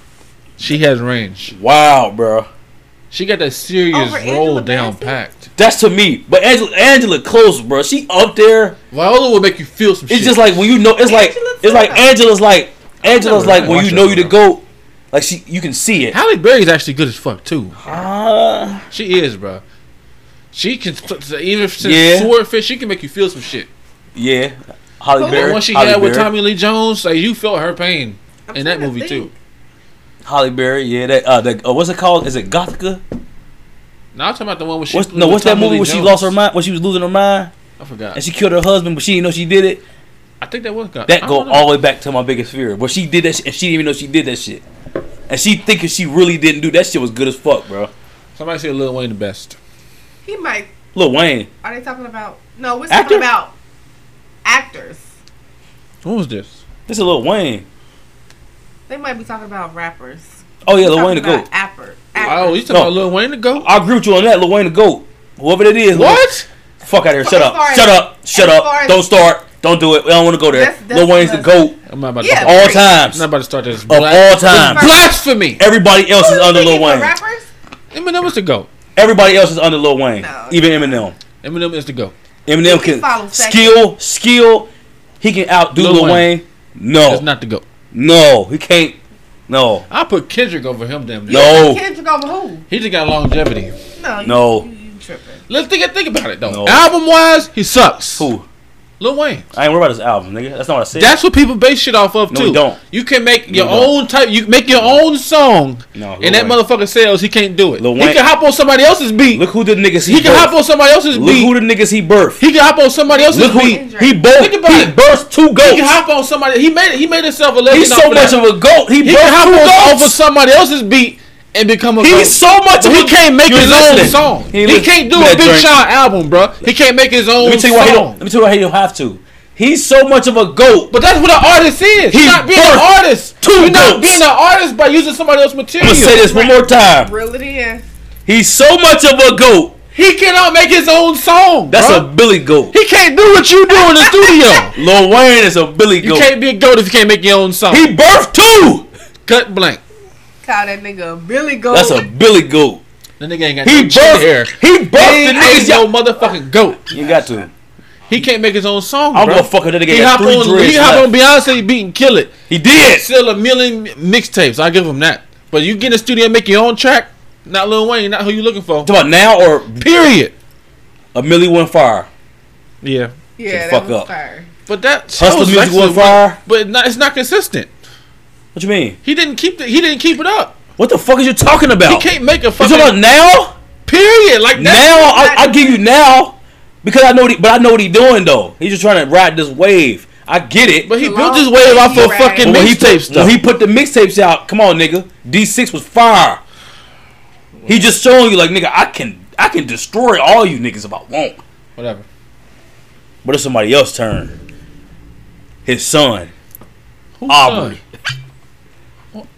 Speaker 1: She has range.
Speaker 3: Wild, bro.
Speaker 1: She got that serious
Speaker 2: Over Angela
Speaker 1: role down
Speaker 2: Bassett?
Speaker 1: packed.
Speaker 3: That's to me. But Angela, Angela Close, bro. She up there.
Speaker 1: Viola will make you feel some shit.
Speaker 3: It's just like when you know. It's like
Speaker 2: Angela
Speaker 3: it's like
Speaker 2: Close.
Speaker 3: Angela's like Angela's
Speaker 1: never watched
Speaker 3: like when you
Speaker 1: that
Speaker 3: know you the
Speaker 1: movie.
Speaker 3: goat. Like she, you can see it.
Speaker 1: Halle Berry's actually good as fuck too.
Speaker 3: Uh,
Speaker 1: She is, bro. She can even since
Speaker 3: Yeah.
Speaker 1: Swordfish, she can make you feel some shit.
Speaker 3: yeah, Holly
Speaker 1: The
Speaker 3: Berry.
Speaker 1: one she
Speaker 3: Halle
Speaker 1: had with
Speaker 3: Berry.
Speaker 1: Tommy Lee Jones, like you felt her pain
Speaker 2: I'm
Speaker 1: in that
Speaker 2: trying to
Speaker 1: movie too.
Speaker 2: think.
Speaker 3: Holly Berry. Yeah, that uh, that, uh, what's it called? Is it Gothica?
Speaker 1: Now I'm talking about the one with she
Speaker 3: What's,
Speaker 1: with
Speaker 3: no, what's that
Speaker 1: Tommy
Speaker 3: movie
Speaker 1: Lee
Speaker 3: where she
Speaker 1: Jones.
Speaker 3: lost her mind? When she was losing her mind
Speaker 1: I forgot.
Speaker 3: and she killed her husband, but she didn't know she did it.
Speaker 1: I think that was God.
Speaker 3: That go all the way back to my biggest fear. But she did that, shit, and she didn't even know she did that shit. And she thinking she really didn't do that shit was good as fuck, bro.
Speaker 1: Somebody said Lil Wayne the best.
Speaker 2: He might.
Speaker 3: Lil Wayne,
Speaker 2: Are they talking about. No, we're
Speaker 3: Actor?
Speaker 2: talking about actors.
Speaker 1: What was this?
Speaker 3: this is Lil Wayne.
Speaker 2: They might be talking about rappers.
Speaker 3: Oh yeah, Lil
Speaker 2: Talking
Speaker 3: Wayne the
Speaker 2: about
Speaker 3: goat.
Speaker 2: Apper.
Speaker 1: Oh, you
Speaker 2: Actors.
Speaker 1: talking
Speaker 3: No. Uh,
Speaker 1: about Lil Wayne to go?
Speaker 3: I agree with you on that. Lil Wayne the goat. Whoever that is, Lil-
Speaker 1: What?
Speaker 3: fuck out of here. Shut
Speaker 2: As
Speaker 3: up.
Speaker 2: far as-
Speaker 3: Shut up. Shut
Speaker 2: as
Speaker 3: up.
Speaker 2: far as-
Speaker 3: don't start. Don't do it. We don't want to go there.
Speaker 2: That's- that's-
Speaker 3: Lil Wayne's the
Speaker 2: that's-
Speaker 3: goat
Speaker 1: I'm not about to.
Speaker 2: Yeah.
Speaker 1: start-
Speaker 3: all times.
Speaker 1: I'm not about to start this.
Speaker 3: Of all time.
Speaker 1: Blasphemy.
Speaker 3: Everybody else is
Speaker 2: You
Speaker 3: under
Speaker 2: think
Speaker 3: Lil
Speaker 2: he's a
Speaker 3: Wayne.
Speaker 2: Rappers?
Speaker 1: Eminem is the goat.
Speaker 3: Everybody else is under Lil Wayne.
Speaker 2: No.
Speaker 3: Even Eminem.
Speaker 1: Eminem is the goat.
Speaker 3: Eminem
Speaker 2: can follow
Speaker 3: can
Speaker 2: second.
Speaker 3: skill, skill. He can outdo
Speaker 1: Lil
Speaker 3: Lil,
Speaker 1: Wayne.
Speaker 3: Wayne. No,
Speaker 1: It's not the goat.
Speaker 3: no, he can't. No,
Speaker 1: I put Kendrick over him. Damn. near.
Speaker 3: no,
Speaker 2: Kendrick over who?
Speaker 1: He just got longevity.
Speaker 2: No. You,
Speaker 3: No.
Speaker 2: You, you tripping.
Speaker 1: Let's think think about it though.
Speaker 3: No.
Speaker 1: Album wise, he sucks.
Speaker 3: who?
Speaker 1: Lil Wayne.
Speaker 3: I ain't worried about his album, nigga. That's not what I said.
Speaker 1: That's what people base shit off of
Speaker 3: No,
Speaker 1: too.
Speaker 3: we don't.
Speaker 1: You can make your
Speaker 3: we don't.
Speaker 1: own type. You can make your own song,
Speaker 3: No, Lil
Speaker 1: and that
Speaker 3: Wayne.
Speaker 1: motherfucker sells. He can't do it.
Speaker 3: Lil
Speaker 1: He
Speaker 3: Wayne-
Speaker 1: can hop on somebody else's beat.
Speaker 3: Look who the niggas he,
Speaker 1: he can
Speaker 3: birthed.
Speaker 1: hop on somebody else's
Speaker 3: Look
Speaker 1: beat.
Speaker 3: who the niggas he birthed.
Speaker 1: he can hop on somebody else's
Speaker 3: Look who he,
Speaker 1: beat.
Speaker 2: Kendrick.
Speaker 3: he both
Speaker 1: Think about
Speaker 3: he
Speaker 1: it.
Speaker 3: birthed two
Speaker 1: He
Speaker 3: goats.
Speaker 1: can hop on somebody. He made it. He made himself a legend.
Speaker 3: He's so
Speaker 1: off of
Speaker 3: much
Speaker 1: that.
Speaker 3: of a goat. He,
Speaker 1: He
Speaker 3: birthed
Speaker 1: can hop
Speaker 3: two
Speaker 1: on
Speaker 3: goats.
Speaker 1: over somebody else's beat and become a. goat.
Speaker 3: He's so much. He can't make
Speaker 1: You're
Speaker 3: his
Speaker 1: listening.
Speaker 3: own
Speaker 1: song. He,
Speaker 3: listen-
Speaker 1: can't do
Speaker 3: Give me
Speaker 1: a
Speaker 3: that
Speaker 1: Big
Speaker 3: drink.
Speaker 1: Sean album, bro. He can't make his own
Speaker 3: Let me tell you why he don't.
Speaker 1: song.
Speaker 3: Let me tell you why he don't have to. He's so much of a goat.
Speaker 1: But that's what an artist is. He's
Speaker 3: He
Speaker 1: not being an
Speaker 3: birthed
Speaker 1: artist.
Speaker 3: two
Speaker 1: You're not
Speaker 3: goats.
Speaker 1: being an artist by using somebody else's
Speaker 3: I'm
Speaker 1: material.
Speaker 3: gonna say this one more time.
Speaker 2: Really is.
Speaker 3: He's so much of a goat.
Speaker 1: He cannot make his own song.
Speaker 3: That's
Speaker 1: bruh.
Speaker 3: a Billy goat.
Speaker 1: He can't do what you do in the studio.
Speaker 3: Lil Wayne is a Billy
Speaker 1: You
Speaker 3: goat.
Speaker 1: can't be a goat if you can't make your own song.
Speaker 3: He birthed two.
Speaker 1: Cut blank.
Speaker 2: Call that nigga Billy Gold.
Speaker 3: That's a Billy goat.
Speaker 1: The nigga ain't got
Speaker 3: He
Speaker 1: no chin
Speaker 3: birthed.
Speaker 1: hair.
Speaker 3: He birthed
Speaker 1: He
Speaker 3: the niggas.
Speaker 1: ain't no
Speaker 3: Yo,
Speaker 1: motherfucking goat.
Speaker 3: you got to.
Speaker 1: He can't make his own song.
Speaker 3: I'm
Speaker 1: bruh.
Speaker 3: gonna fuck a nigga
Speaker 1: He
Speaker 3: that
Speaker 1: hop
Speaker 3: three
Speaker 1: on.
Speaker 3: dreads
Speaker 1: He hop
Speaker 3: left.
Speaker 1: on Beyonce beat and kill it.
Speaker 3: He did.
Speaker 1: Sell a million mixtapes. I give him that. But you get in the studio and make your own track. Not Lil Wayne. Not who you looking for.
Speaker 3: Talking about now or
Speaker 1: Period.
Speaker 3: a Millie went fire.
Speaker 1: Yeah.
Speaker 2: yeah, that
Speaker 3: fuck
Speaker 2: was
Speaker 3: up.
Speaker 2: fire.
Speaker 1: But that
Speaker 3: Hustler
Speaker 1: shows
Speaker 3: music
Speaker 1: actually-
Speaker 3: went fire.
Speaker 1: But it's not, it's not consistent.
Speaker 3: What you mean?
Speaker 1: He didn't keep the, He didn't keep it up.
Speaker 3: What the fuck is you talking
Speaker 1: He
Speaker 3: about?
Speaker 1: can't make a
Speaker 3: Oh. you
Speaker 1: fucking
Speaker 3: talking about now?
Speaker 1: period like that.
Speaker 3: now I, I give you now because I know what he, but I know what he doing though. He's just trying to ride this wave. I get it.
Speaker 1: But he
Speaker 2: It's a
Speaker 1: built
Speaker 2: long
Speaker 1: his wave off of
Speaker 2: ride.
Speaker 1: fucking
Speaker 3: But when he
Speaker 1: mixtape
Speaker 3: put,
Speaker 1: stuff.
Speaker 3: when he put the mixtapes out, come on, nigga. D six was fire. He just showing you like nigga, I can I can destroy all you niggas if I want.
Speaker 1: Whatever.
Speaker 3: But it's somebody else's turn. His son,
Speaker 1: Who's
Speaker 3: Aubrey.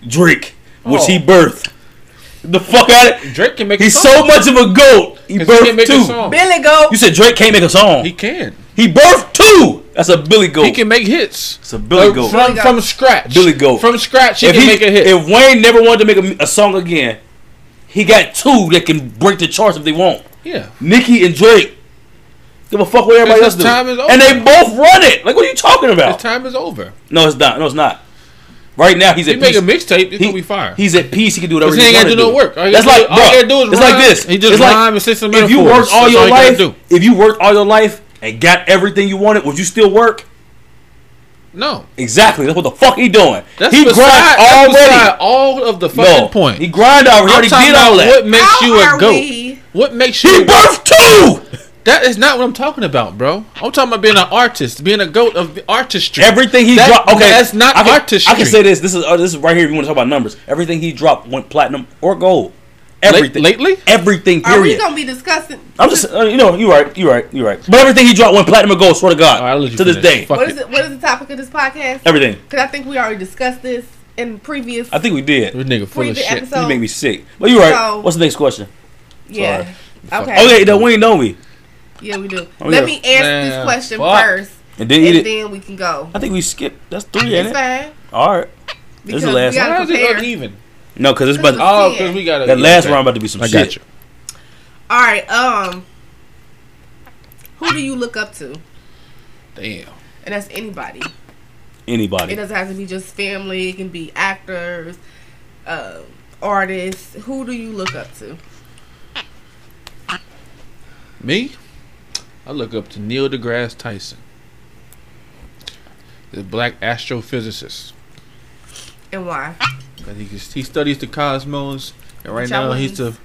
Speaker 3: Drake, which he
Speaker 1: Oh.
Speaker 3: birthed. The fuck out of
Speaker 1: son? Drake can make.
Speaker 3: He's
Speaker 1: a song.
Speaker 3: so much of a goat. He
Speaker 1: 'Cause he can
Speaker 3: birthed
Speaker 1: make a
Speaker 3: two.
Speaker 1: song.
Speaker 2: Billy Gold.
Speaker 3: You said Drake can't make a song.
Speaker 1: He
Speaker 3: He,
Speaker 1: can.
Speaker 3: birthed two. That's a Billy goat.
Speaker 1: He can make hits.
Speaker 3: it's a Billy
Speaker 1: Uh,
Speaker 3: goat.
Speaker 1: From,
Speaker 2: Billy
Speaker 1: from
Speaker 2: Goat.
Speaker 1: scratch.
Speaker 3: Billy Goat.
Speaker 1: From scratch, he
Speaker 3: if
Speaker 1: can
Speaker 3: he,
Speaker 1: make a hit.
Speaker 3: if Wayne never wanted to make a, a song again, he got two that can break the charts if they want.
Speaker 1: yeah.
Speaker 3: Nicki and Drake. Give a fuck what everybody
Speaker 1: It's
Speaker 3: else
Speaker 1: his
Speaker 3: do.
Speaker 1: time is over.
Speaker 3: And they both run it. Like what are you talking
Speaker 1: His
Speaker 3: about?
Speaker 1: time is over.
Speaker 3: no, it's not. No, it's not. Right now he's
Speaker 1: He
Speaker 3: at
Speaker 1: make
Speaker 3: peace.
Speaker 1: a mixtape, it's
Speaker 3: He-
Speaker 1: gonna be fire.
Speaker 3: He's at peace. He can do whatever
Speaker 1: Cause he ain't gotta
Speaker 3: wanna
Speaker 1: do no work. All he
Speaker 3: That's
Speaker 1: gotta
Speaker 3: like
Speaker 1: do- all he
Speaker 3: bruh,
Speaker 1: gotta do is
Speaker 3: It's like
Speaker 1: rhyme.
Speaker 3: this.
Speaker 1: He just
Speaker 3: it's
Speaker 1: rhyme and say some
Speaker 3: If you
Speaker 1: metaphors.
Speaker 3: worked all
Speaker 1: That's all
Speaker 3: your
Speaker 1: he gotta
Speaker 3: life,
Speaker 1: do.
Speaker 3: if you worked all your life and got everything you wanted, would you still work?
Speaker 1: No,
Speaker 3: Exactly. That's what the fuck he doing.
Speaker 1: that's
Speaker 3: he
Speaker 1: he beside,
Speaker 3: grind
Speaker 1: that's beside
Speaker 3: already.
Speaker 1: all of the fucking
Speaker 3: No,
Speaker 1: point.
Speaker 3: he grind already. He
Speaker 1: I'm
Speaker 3: already
Speaker 1: talking
Speaker 3: did
Speaker 1: about
Speaker 3: all that.
Speaker 1: What makes
Speaker 2: How
Speaker 1: you a
Speaker 2: are
Speaker 1: goat?
Speaker 2: we?
Speaker 1: What makes you?
Speaker 3: He
Speaker 1: a goat?
Speaker 3: birthed two.
Speaker 1: That is not what I'm talking about, bro. I'm talking about being an artist, being a goat of artistry.
Speaker 3: Everything he
Speaker 1: That-
Speaker 3: dropped. Okay,
Speaker 1: that's not
Speaker 3: I can,
Speaker 1: artistry.
Speaker 3: I can say this. This is uh, this is right here. If you want to talk about numbers, everything he dropped went platinum or gold.
Speaker 1: Late-
Speaker 3: Everything
Speaker 1: lately.
Speaker 3: Everything.
Speaker 2: Are we
Speaker 3: Period.
Speaker 2: gonna be discussing?
Speaker 3: I'm just uh, you know you right you right you right. But everything he dropped went platinum or gold. Swear to God.
Speaker 1: All right, I'll let you
Speaker 3: to this
Speaker 1: finish.
Speaker 3: day,
Speaker 1: Fuck
Speaker 2: What
Speaker 1: it.
Speaker 2: is it? What is the topic of this podcast?
Speaker 3: everything.
Speaker 2: Because I think we already discussed this in previous
Speaker 3: I think we did.
Speaker 1: This nigga full of
Speaker 2: previous
Speaker 1: shit.
Speaker 2: episodes.
Speaker 3: you make me sick. But you're right.
Speaker 2: So-
Speaker 3: What's the next question?
Speaker 2: yeah.
Speaker 1: Sorry.
Speaker 2: Okay.
Speaker 3: Okay, then we know me.
Speaker 2: Yeah, we do.
Speaker 3: Oh,
Speaker 2: Let
Speaker 3: yeah.
Speaker 2: me answer
Speaker 1: Man,
Speaker 2: this question
Speaker 1: fuck.
Speaker 2: first,
Speaker 3: And then eat
Speaker 2: and
Speaker 3: it.
Speaker 2: then we can go.
Speaker 3: I think we skipped. That's three,
Speaker 2: It's
Speaker 3: ain't it?
Speaker 2: fine.
Speaker 3: All right. This is the
Speaker 2: Because
Speaker 3: last
Speaker 2: we
Speaker 3: one.
Speaker 1: Why
Speaker 2: gotta
Speaker 1: is it
Speaker 2: prepare.
Speaker 1: uneven?
Speaker 3: No, because it's about
Speaker 2: This
Speaker 1: Oh, because we got
Speaker 3: that last round about to be some
Speaker 1: I
Speaker 3: shit.
Speaker 1: got you.
Speaker 2: All right. Um, who do you look up to?
Speaker 1: Damn.
Speaker 2: And that's anybody. It
Speaker 3: Anybody?
Speaker 2: doesn't have to be just family. It can be actors, uh, artists. Who do you look up to?
Speaker 1: Me? I look up to Neil deGrasse Tyson, the black astrophysicist.
Speaker 2: And why?
Speaker 1: And he, he studies the cosmos, and right
Speaker 2: Which I
Speaker 1: now he's the
Speaker 2: wouldn't.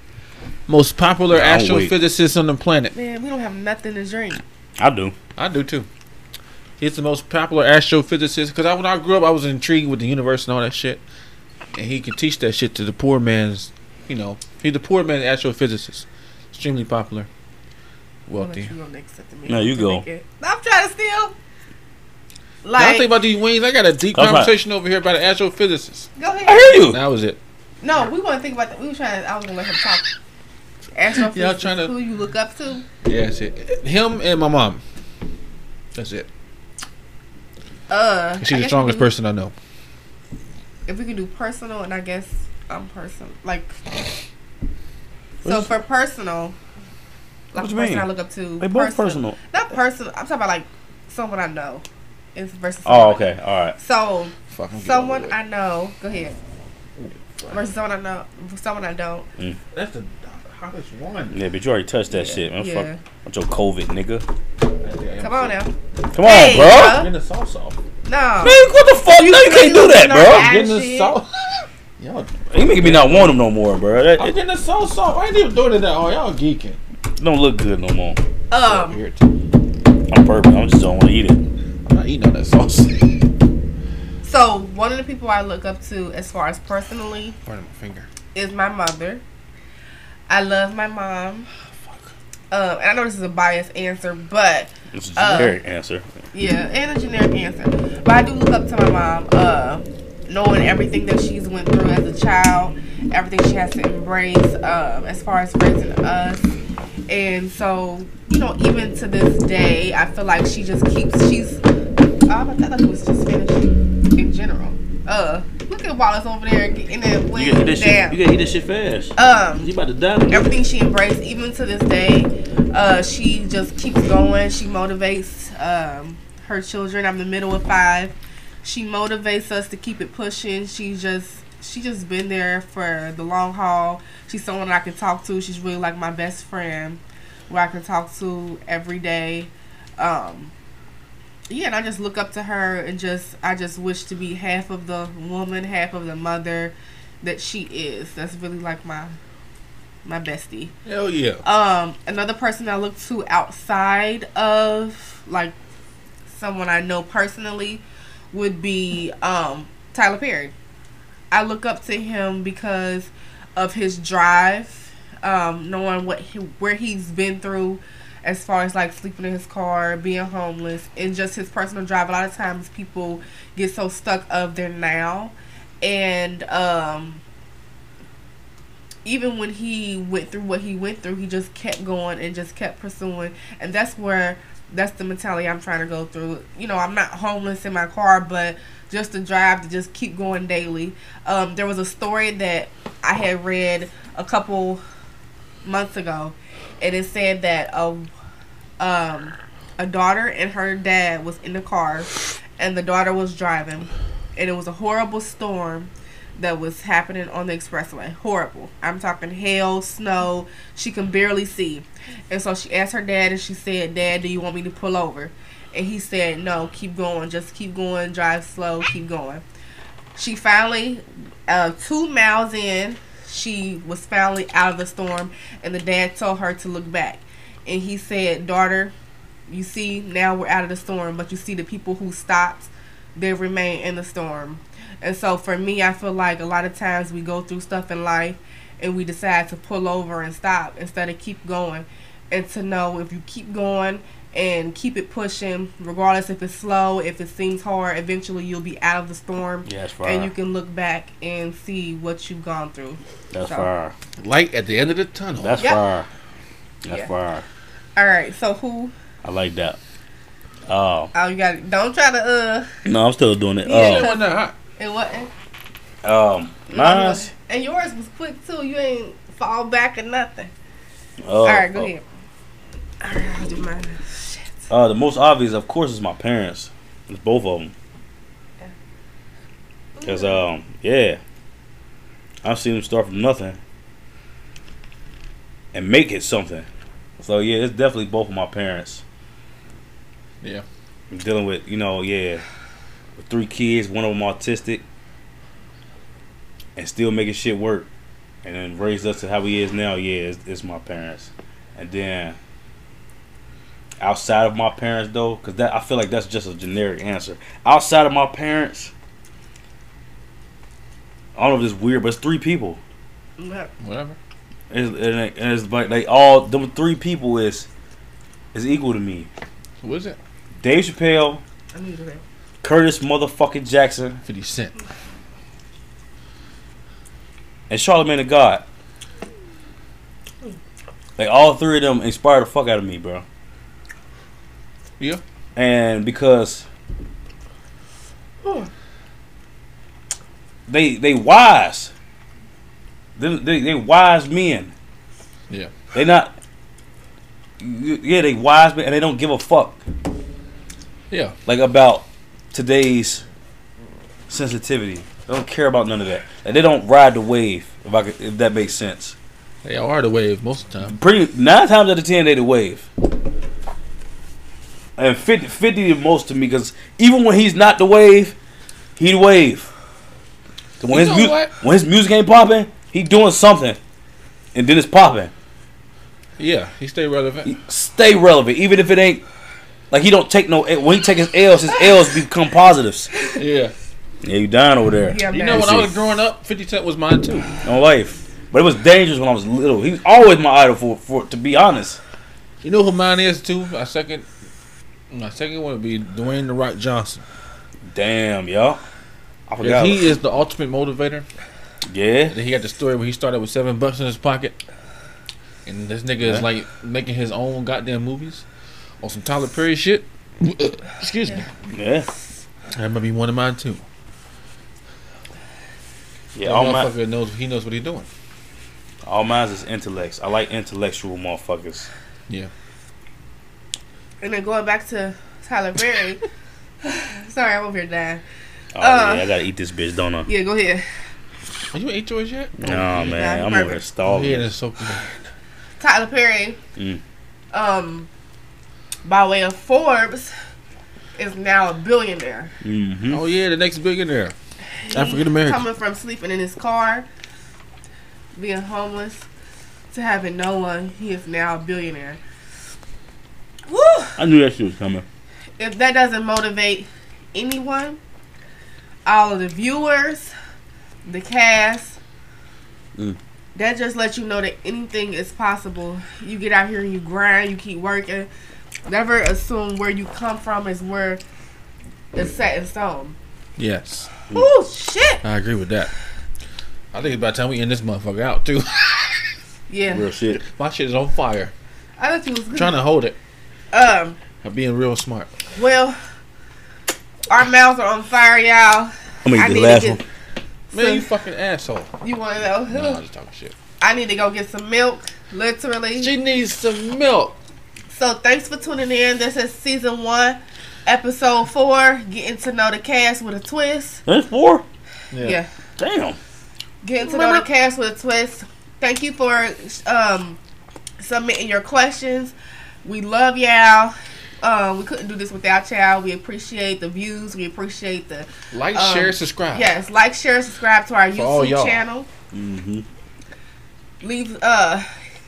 Speaker 1: most popular
Speaker 3: Yeah, I'll wait.
Speaker 1: astrophysicist on the planet.
Speaker 2: Man, we don't have nothing to drink.
Speaker 3: I do.
Speaker 1: I do too. He's the most popular astrophysicist because I, when I grew up, I was intrigued with the universe and all that shit, and he can teach that shit to the poor man's. You know, he's the poor man's astrophysicist, extremely popular,
Speaker 2: I'll let
Speaker 1: wealthy.
Speaker 2: you go next after me.
Speaker 3: No, you
Speaker 2: to
Speaker 3: go.
Speaker 2: make it. I'm trying to steal.
Speaker 1: Now I think
Speaker 2: Like,
Speaker 1: about these wings. I got a deep
Speaker 3: That's right.
Speaker 1: conversation over here about an astrophysicist.
Speaker 2: go
Speaker 3: I
Speaker 2: ahead.
Speaker 3: hear you.
Speaker 1: That was it.
Speaker 2: No, we want to think about that. We were trying. I was gonna let him talk. Astro
Speaker 1: Y'all trying to-
Speaker 2: who you look up to?
Speaker 1: Yeah, that's it. Him and my mom. That's it.
Speaker 2: Uh, I
Speaker 1: She's
Speaker 2: guess
Speaker 1: the strongest
Speaker 2: we-
Speaker 1: person I know.
Speaker 2: if we can do personal, and I guess I'm personal. Like,
Speaker 3: What
Speaker 2: so
Speaker 3: is-
Speaker 2: for personal, like
Speaker 3: What
Speaker 2: the
Speaker 3: you
Speaker 2: person
Speaker 3: mean?
Speaker 2: I look up to.
Speaker 3: They both personal.
Speaker 2: Not personal. I'm talking about like someone I know. It's versus. someone
Speaker 3: Oh,
Speaker 2: I
Speaker 3: okay. All right.
Speaker 2: know. So
Speaker 1: Fuck, I'm getting over
Speaker 2: someone
Speaker 1: it.
Speaker 2: I know. Go ahead. Versus someone I know. Someone I don't.
Speaker 1: That's the hottest one.
Speaker 3: Yeah, but you already touched that shit, man.
Speaker 2: Yeah.
Speaker 3: Fuck with your COVID, nigga.
Speaker 2: Come on now.
Speaker 3: Come on,
Speaker 2: Hey,
Speaker 3: bro.
Speaker 2: bro.
Speaker 1: Getting the sauce off.
Speaker 2: no.
Speaker 3: Man, what the fuck?
Speaker 2: You
Speaker 3: no, you can't do
Speaker 2: listen
Speaker 3: that,
Speaker 2: to
Speaker 3: bro.
Speaker 2: that.
Speaker 1: Getting the
Speaker 2: shit.
Speaker 1: sauce. Y'all,
Speaker 3: You making me not want him no more, bro. That,
Speaker 1: I'm
Speaker 3: it
Speaker 1: getting the sauce off. I ain't even doing it that hard. Y'all geeking.
Speaker 3: don't look good no more.
Speaker 2: Um,
Speaker 1: Here, too.
Speaker 3: I'm purple. I'm just don't want to eat it.
Speaker 1: I'm not eating all that sauce. Burning
Speaker 2: so one of the people I look up to as far as personally
Speaker 1: my finger.
Speaker 2: is my mother. I love my mom. Um, and I know this is a biased answer, but
Speaker 3: It's a
Speaker 2: Uh.
Speaker 3: generic answer.
Speaker 2: yeah, and a generic answer. But I do look up to my mom, uh, knowing everything that she's went through as a child, everything she has to embrace um, as far as raising us. And so, you know, even to this day, I feel like she just keeps, she's, um, I thought like it was just finished in general. Uh, look at Wallace over there getting it
Speaker 3: You gotta eat
Speaker 2: went
Speaker 3: that shit.
Speaker 2: down.
Speaker 3: You gotta eat that shit fast.
Speaker 2: Um,
Speaker 3: You about to die.
Speaker 2: everything she embraced, even to this day, uh, she just keeps going. She motivates um, her children. I'm the middle of five. She motivates us to keep it pushing. She just she just been there for the long haul. She's someone that I can talk to. She's really like my best friend, where I can talk to every day. Um, yeah, and I just look up to her and just I just wish to be half of the woman, half of the mother that she is. That's really like my my bestie.
Speaker 1: Hell yeah.
Speaker 2: Um, another person I look to outside of like someone I know personally would be um Tyler Perry. I look up to him because of his drive, um, knowing what he, where he's been through as far as like sleeping in his car, being homeless, and just his personal drive. A lot of times people get so stuck of their now and um even when he went through what he went through, he just kept going and just kept pursuing. And that's where that's the mentality I'm trying to go through. You know, I'm not homeless in my car, but just the drive to just keep going daily. Um, there was a story that I had read a couple months ago, and it said that a um, a daughter and her dad was in the car, and the daughter was driving, and it was a horrible storm that was happening on the expressway. Horrible. I'm talking hail, snow. She can barely see. And so she asked her dad and she said, Dad, do you want me to pull over? And he said, No, keep going. Just keep going. Drive slow. Keep going. She finally, uh, two miles in, she was finally out of the storm. And the dad told her to look back. And he said, Daughter, you see, now we're out of the storm, but you see the people who stopped, they remain in the storm. And so for me, I feel like a lot of times we go through stuff in life and we decide to pull over and stop instead of keep going. And to know if you keep going and keep it pushing, regardless if it's slow, if it seems hard, eventually you'll be out of the storm.
Speaker 3: Yeah, that's fire.
Speaker 2: And you can look back and see what you've gone through.
Speaker 3: That's
Speaker 2: So-
Speaker 3: fire.
Speaker 1: Light at the end of the tunnel.
Speaker 3: That's
Speaker 2: Yep.
Speaker 3: fire. That's
Speaker 2: Yeah.
Speaker 3: fire.
Speaker 2: All right, so who?
Speaker 3: I like that. Oh
Speaker 2: Oh, you got it. Don't try to, uh,
Speaker 3: no, I'm still doing it.
Speaker 1: That
Speaker 2: Yeah.
Speaker 1: one not hot.
Speaker 2: it wasn't.
Speaker 3: Oh, um, mine's.
Speaker 2: And yours was quick too. You ain't fall back or nothing.
Speaker 3: Oh,
Speaker 2: All right, go
Speaker 3: oh.
Speaker 2: ahead. All right, I'll do mine. Shit.
Speaker 3: Uh, the most obvious, of course, is my parents. It's both of them. Cause um, yeah, I've seen them start from nothing and make it something. So yeah, it's definitely both of my parents.
Speaker 1: Yeah.
Speaker 3: I'm dealing with you know yeah, with three kids, one of them autistic, and still making shit work, and then raised us to how we is now. Yeah, it's, it's my parents, and then outside of my parents though, because that I feel like that's just a generic answer. Outside of my parents, I don't know if it's weird, but it's three people.
Speaker 2: No.
Speaker 1: Whatever.
Speaker 3: It's, and, it- and it's like they all them three people is is equal to me.
Speaker 1: Who is it?
Speaker 3: Dave Chappelle,
Speaker 2: I need to go.
Speaker 3: Curtis motherfucking Jackson,
Speaker 1: 50 Cent.
Speaker 3: and Charlamagne the God. Like all three of them inspired the fuck out of me, bro.
Speaker 1: Yeah.
Speaker 3: And because
Speaker 2: Hmm.
Speaker 3: they they wise. They, they, they wise men.
Speaker 1: Yeah.
Speaker 3: They not. Yeah, they wise men, and they don't give a fuck
Speaker 1: Yeah.
Speaker 3: like about today's sensitivity. They don't care about none of that, and they don't ride the wave. If I could, if that makes sense.
Speaker 1: They are the wave most of the time.
Speaker 3: Pretty nine times out of ten, they the wave. And 50, 50 the most to me because even when he's not the wave, he the wave. So
Speaker 1: You
Speaker 3: when his
Speaker 1: know
Speaker 3: mu-
Speaker 1: what?
Speaker 3: when his music ain't popping, he doing something, and then it's popping.
Speaker 1: Yeah, he stayed relevant.
Speaker 3: Stay relevant, even if it ain't like he don't take no. When he take his L's, his L's become positives.
Speaker 1: Yeah.
Speaker 3: Yeah, you dying over there.
Speaker 2: Yeah,
Speaker 1: You
Speaker 2: man.
Speaker 1: know, when I was
Speaker 3: see.
Speaker 1: growing up, 50 Cent was mine too.
Speaker 3: my life. But it was dangerous when I was little. He was always my idol for, for to be honest.
Speaker 1: You know who mine is too? My second, my second one would be Dwayne The Rock Johnson.
Speaker 3: Damn, y'all. I
Speaker 1: Yeah,
Speaker 3: forgot.
Speaker 1: he is the ultimate motivator.
Speaker 3: yeah.
Speaker 1: Then he got the story where he started with seven bucks in his pocket, and this nigga is
Speaker 3: Yeah.
Speaker 1: like making his own goddamn movies on some Tyler Perry shit. Excuse me.
Speaker 3: Yeah.
Speaker 1: That might be one of mine too.
Speaker 3: Yeah.
Speaker 1: That
Speaker 3: All, my,
Speaker 1: motherfucker knows he knows what he's doing.
Speaker 3: all mine is intellects. I like intellectual motherfuckers.
Speaker 1: Yeah.
Speaker 2: And then going back to Tyler Berry. Sorry, I'm over here dying.
Speaker 3: Oh
Speaker 2: Uh.
Speaker 3: yeah, I gotta eat this bitch, don't I?
Speaker 2: Yeah, go ahead.
Speaker 1: Have you ate yours yet?
Speaker 3: Nah, man,
Speaker 2: Yeah,
Speaker 3: I'm
Speaker 2: perfect.
Speaker 3: over here
Speaker 1: Oh,
Speaker 3: stalling.
Speaker 1: yeah, that's so good.
Speaker 2: Tyler Perry,
Speaker 3: Mm.
Speaker 2: um, by way of Forbes, is now a billionaire.
Speaker 3: hmm
Speaker 1: Oh yeah, the next billionaire, African American.
Speaker 2: Coming from sleeping in his car, being homeless, to having no one, he is now a billionaire. Woo!
Speaker 3: I knew that shit was coming.
Speaker 2: If that doesn't motivate anyone, all of the viewers, the cast,
Speaker 3: Mm.
Speaker 2: that just lets you know that anything is possible. You get out here and you grind, you keep working. Never assume where you come from is where it's set in stone.
Speaker 1: Yes,
Speaker 2: Oh shit!
Speaker 1: I agree with that. I think it's about time we end this motherfucker out too.
Speaker 2: Yeah,
Speaker 3: Real shit.
Speaker 1: My shit is on fire.
Speaker 2: I thought you was good.
Speaker 1: trying to hold it.
Speaker 2: Um,
Speaker 1: I'm being real smart.
Speaker 2: well, our mouths are on fire, y'all.
Speaker 3: I'm gonna
Speaker 2: I
Speaker 3: eat
Speaker 2: need
Speaker 3: the
Speaker 2: to
Speaker 3: last
Speaker 2: get-
Speaker 3: one.
Speaker 1: Man, you fucking asshole.
Speaker 2: You want to know?
Speaker 1: Nah, I'm just talking shit.
Speaker 2: I need to go get some milk, literally.
Speaker 1: She needs some milk.
Speaker 2: So thanks for tuning in. This is season one, episode four, getting to know the cast with a twist.
Speaker 3: That's four.
Speaker 2: Yeah,
Speaker 3: Damn.
Speaker 2: getting to know the cast with a twist. Thank you for um, submitting your questions. We love y'all. Um, we couldn't do this without y'all. We appreciate the views. We appreciate the
Speaker 1: Like,
Speaker 2: Um,
Speaker 1: share, subscribe.
Speaker 2: yes. Like, share, subscribe to our
Speaker 1: For all
Speaker 2: YouTube
Speaker 1: y'all. Mm-hmm.
Speaker 2: channel.
Speaker 3: hmm
Speaker 2: leave uh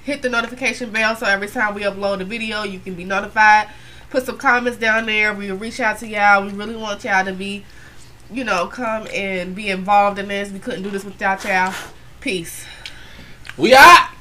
Speaker 2: hit the notification bell so every time we upload a video you can be notified put some comments down there we will reach out to y'all we really want y'all to be you know come and be involved in this we couldn't do this without y'all peace
Speaker 1: We out.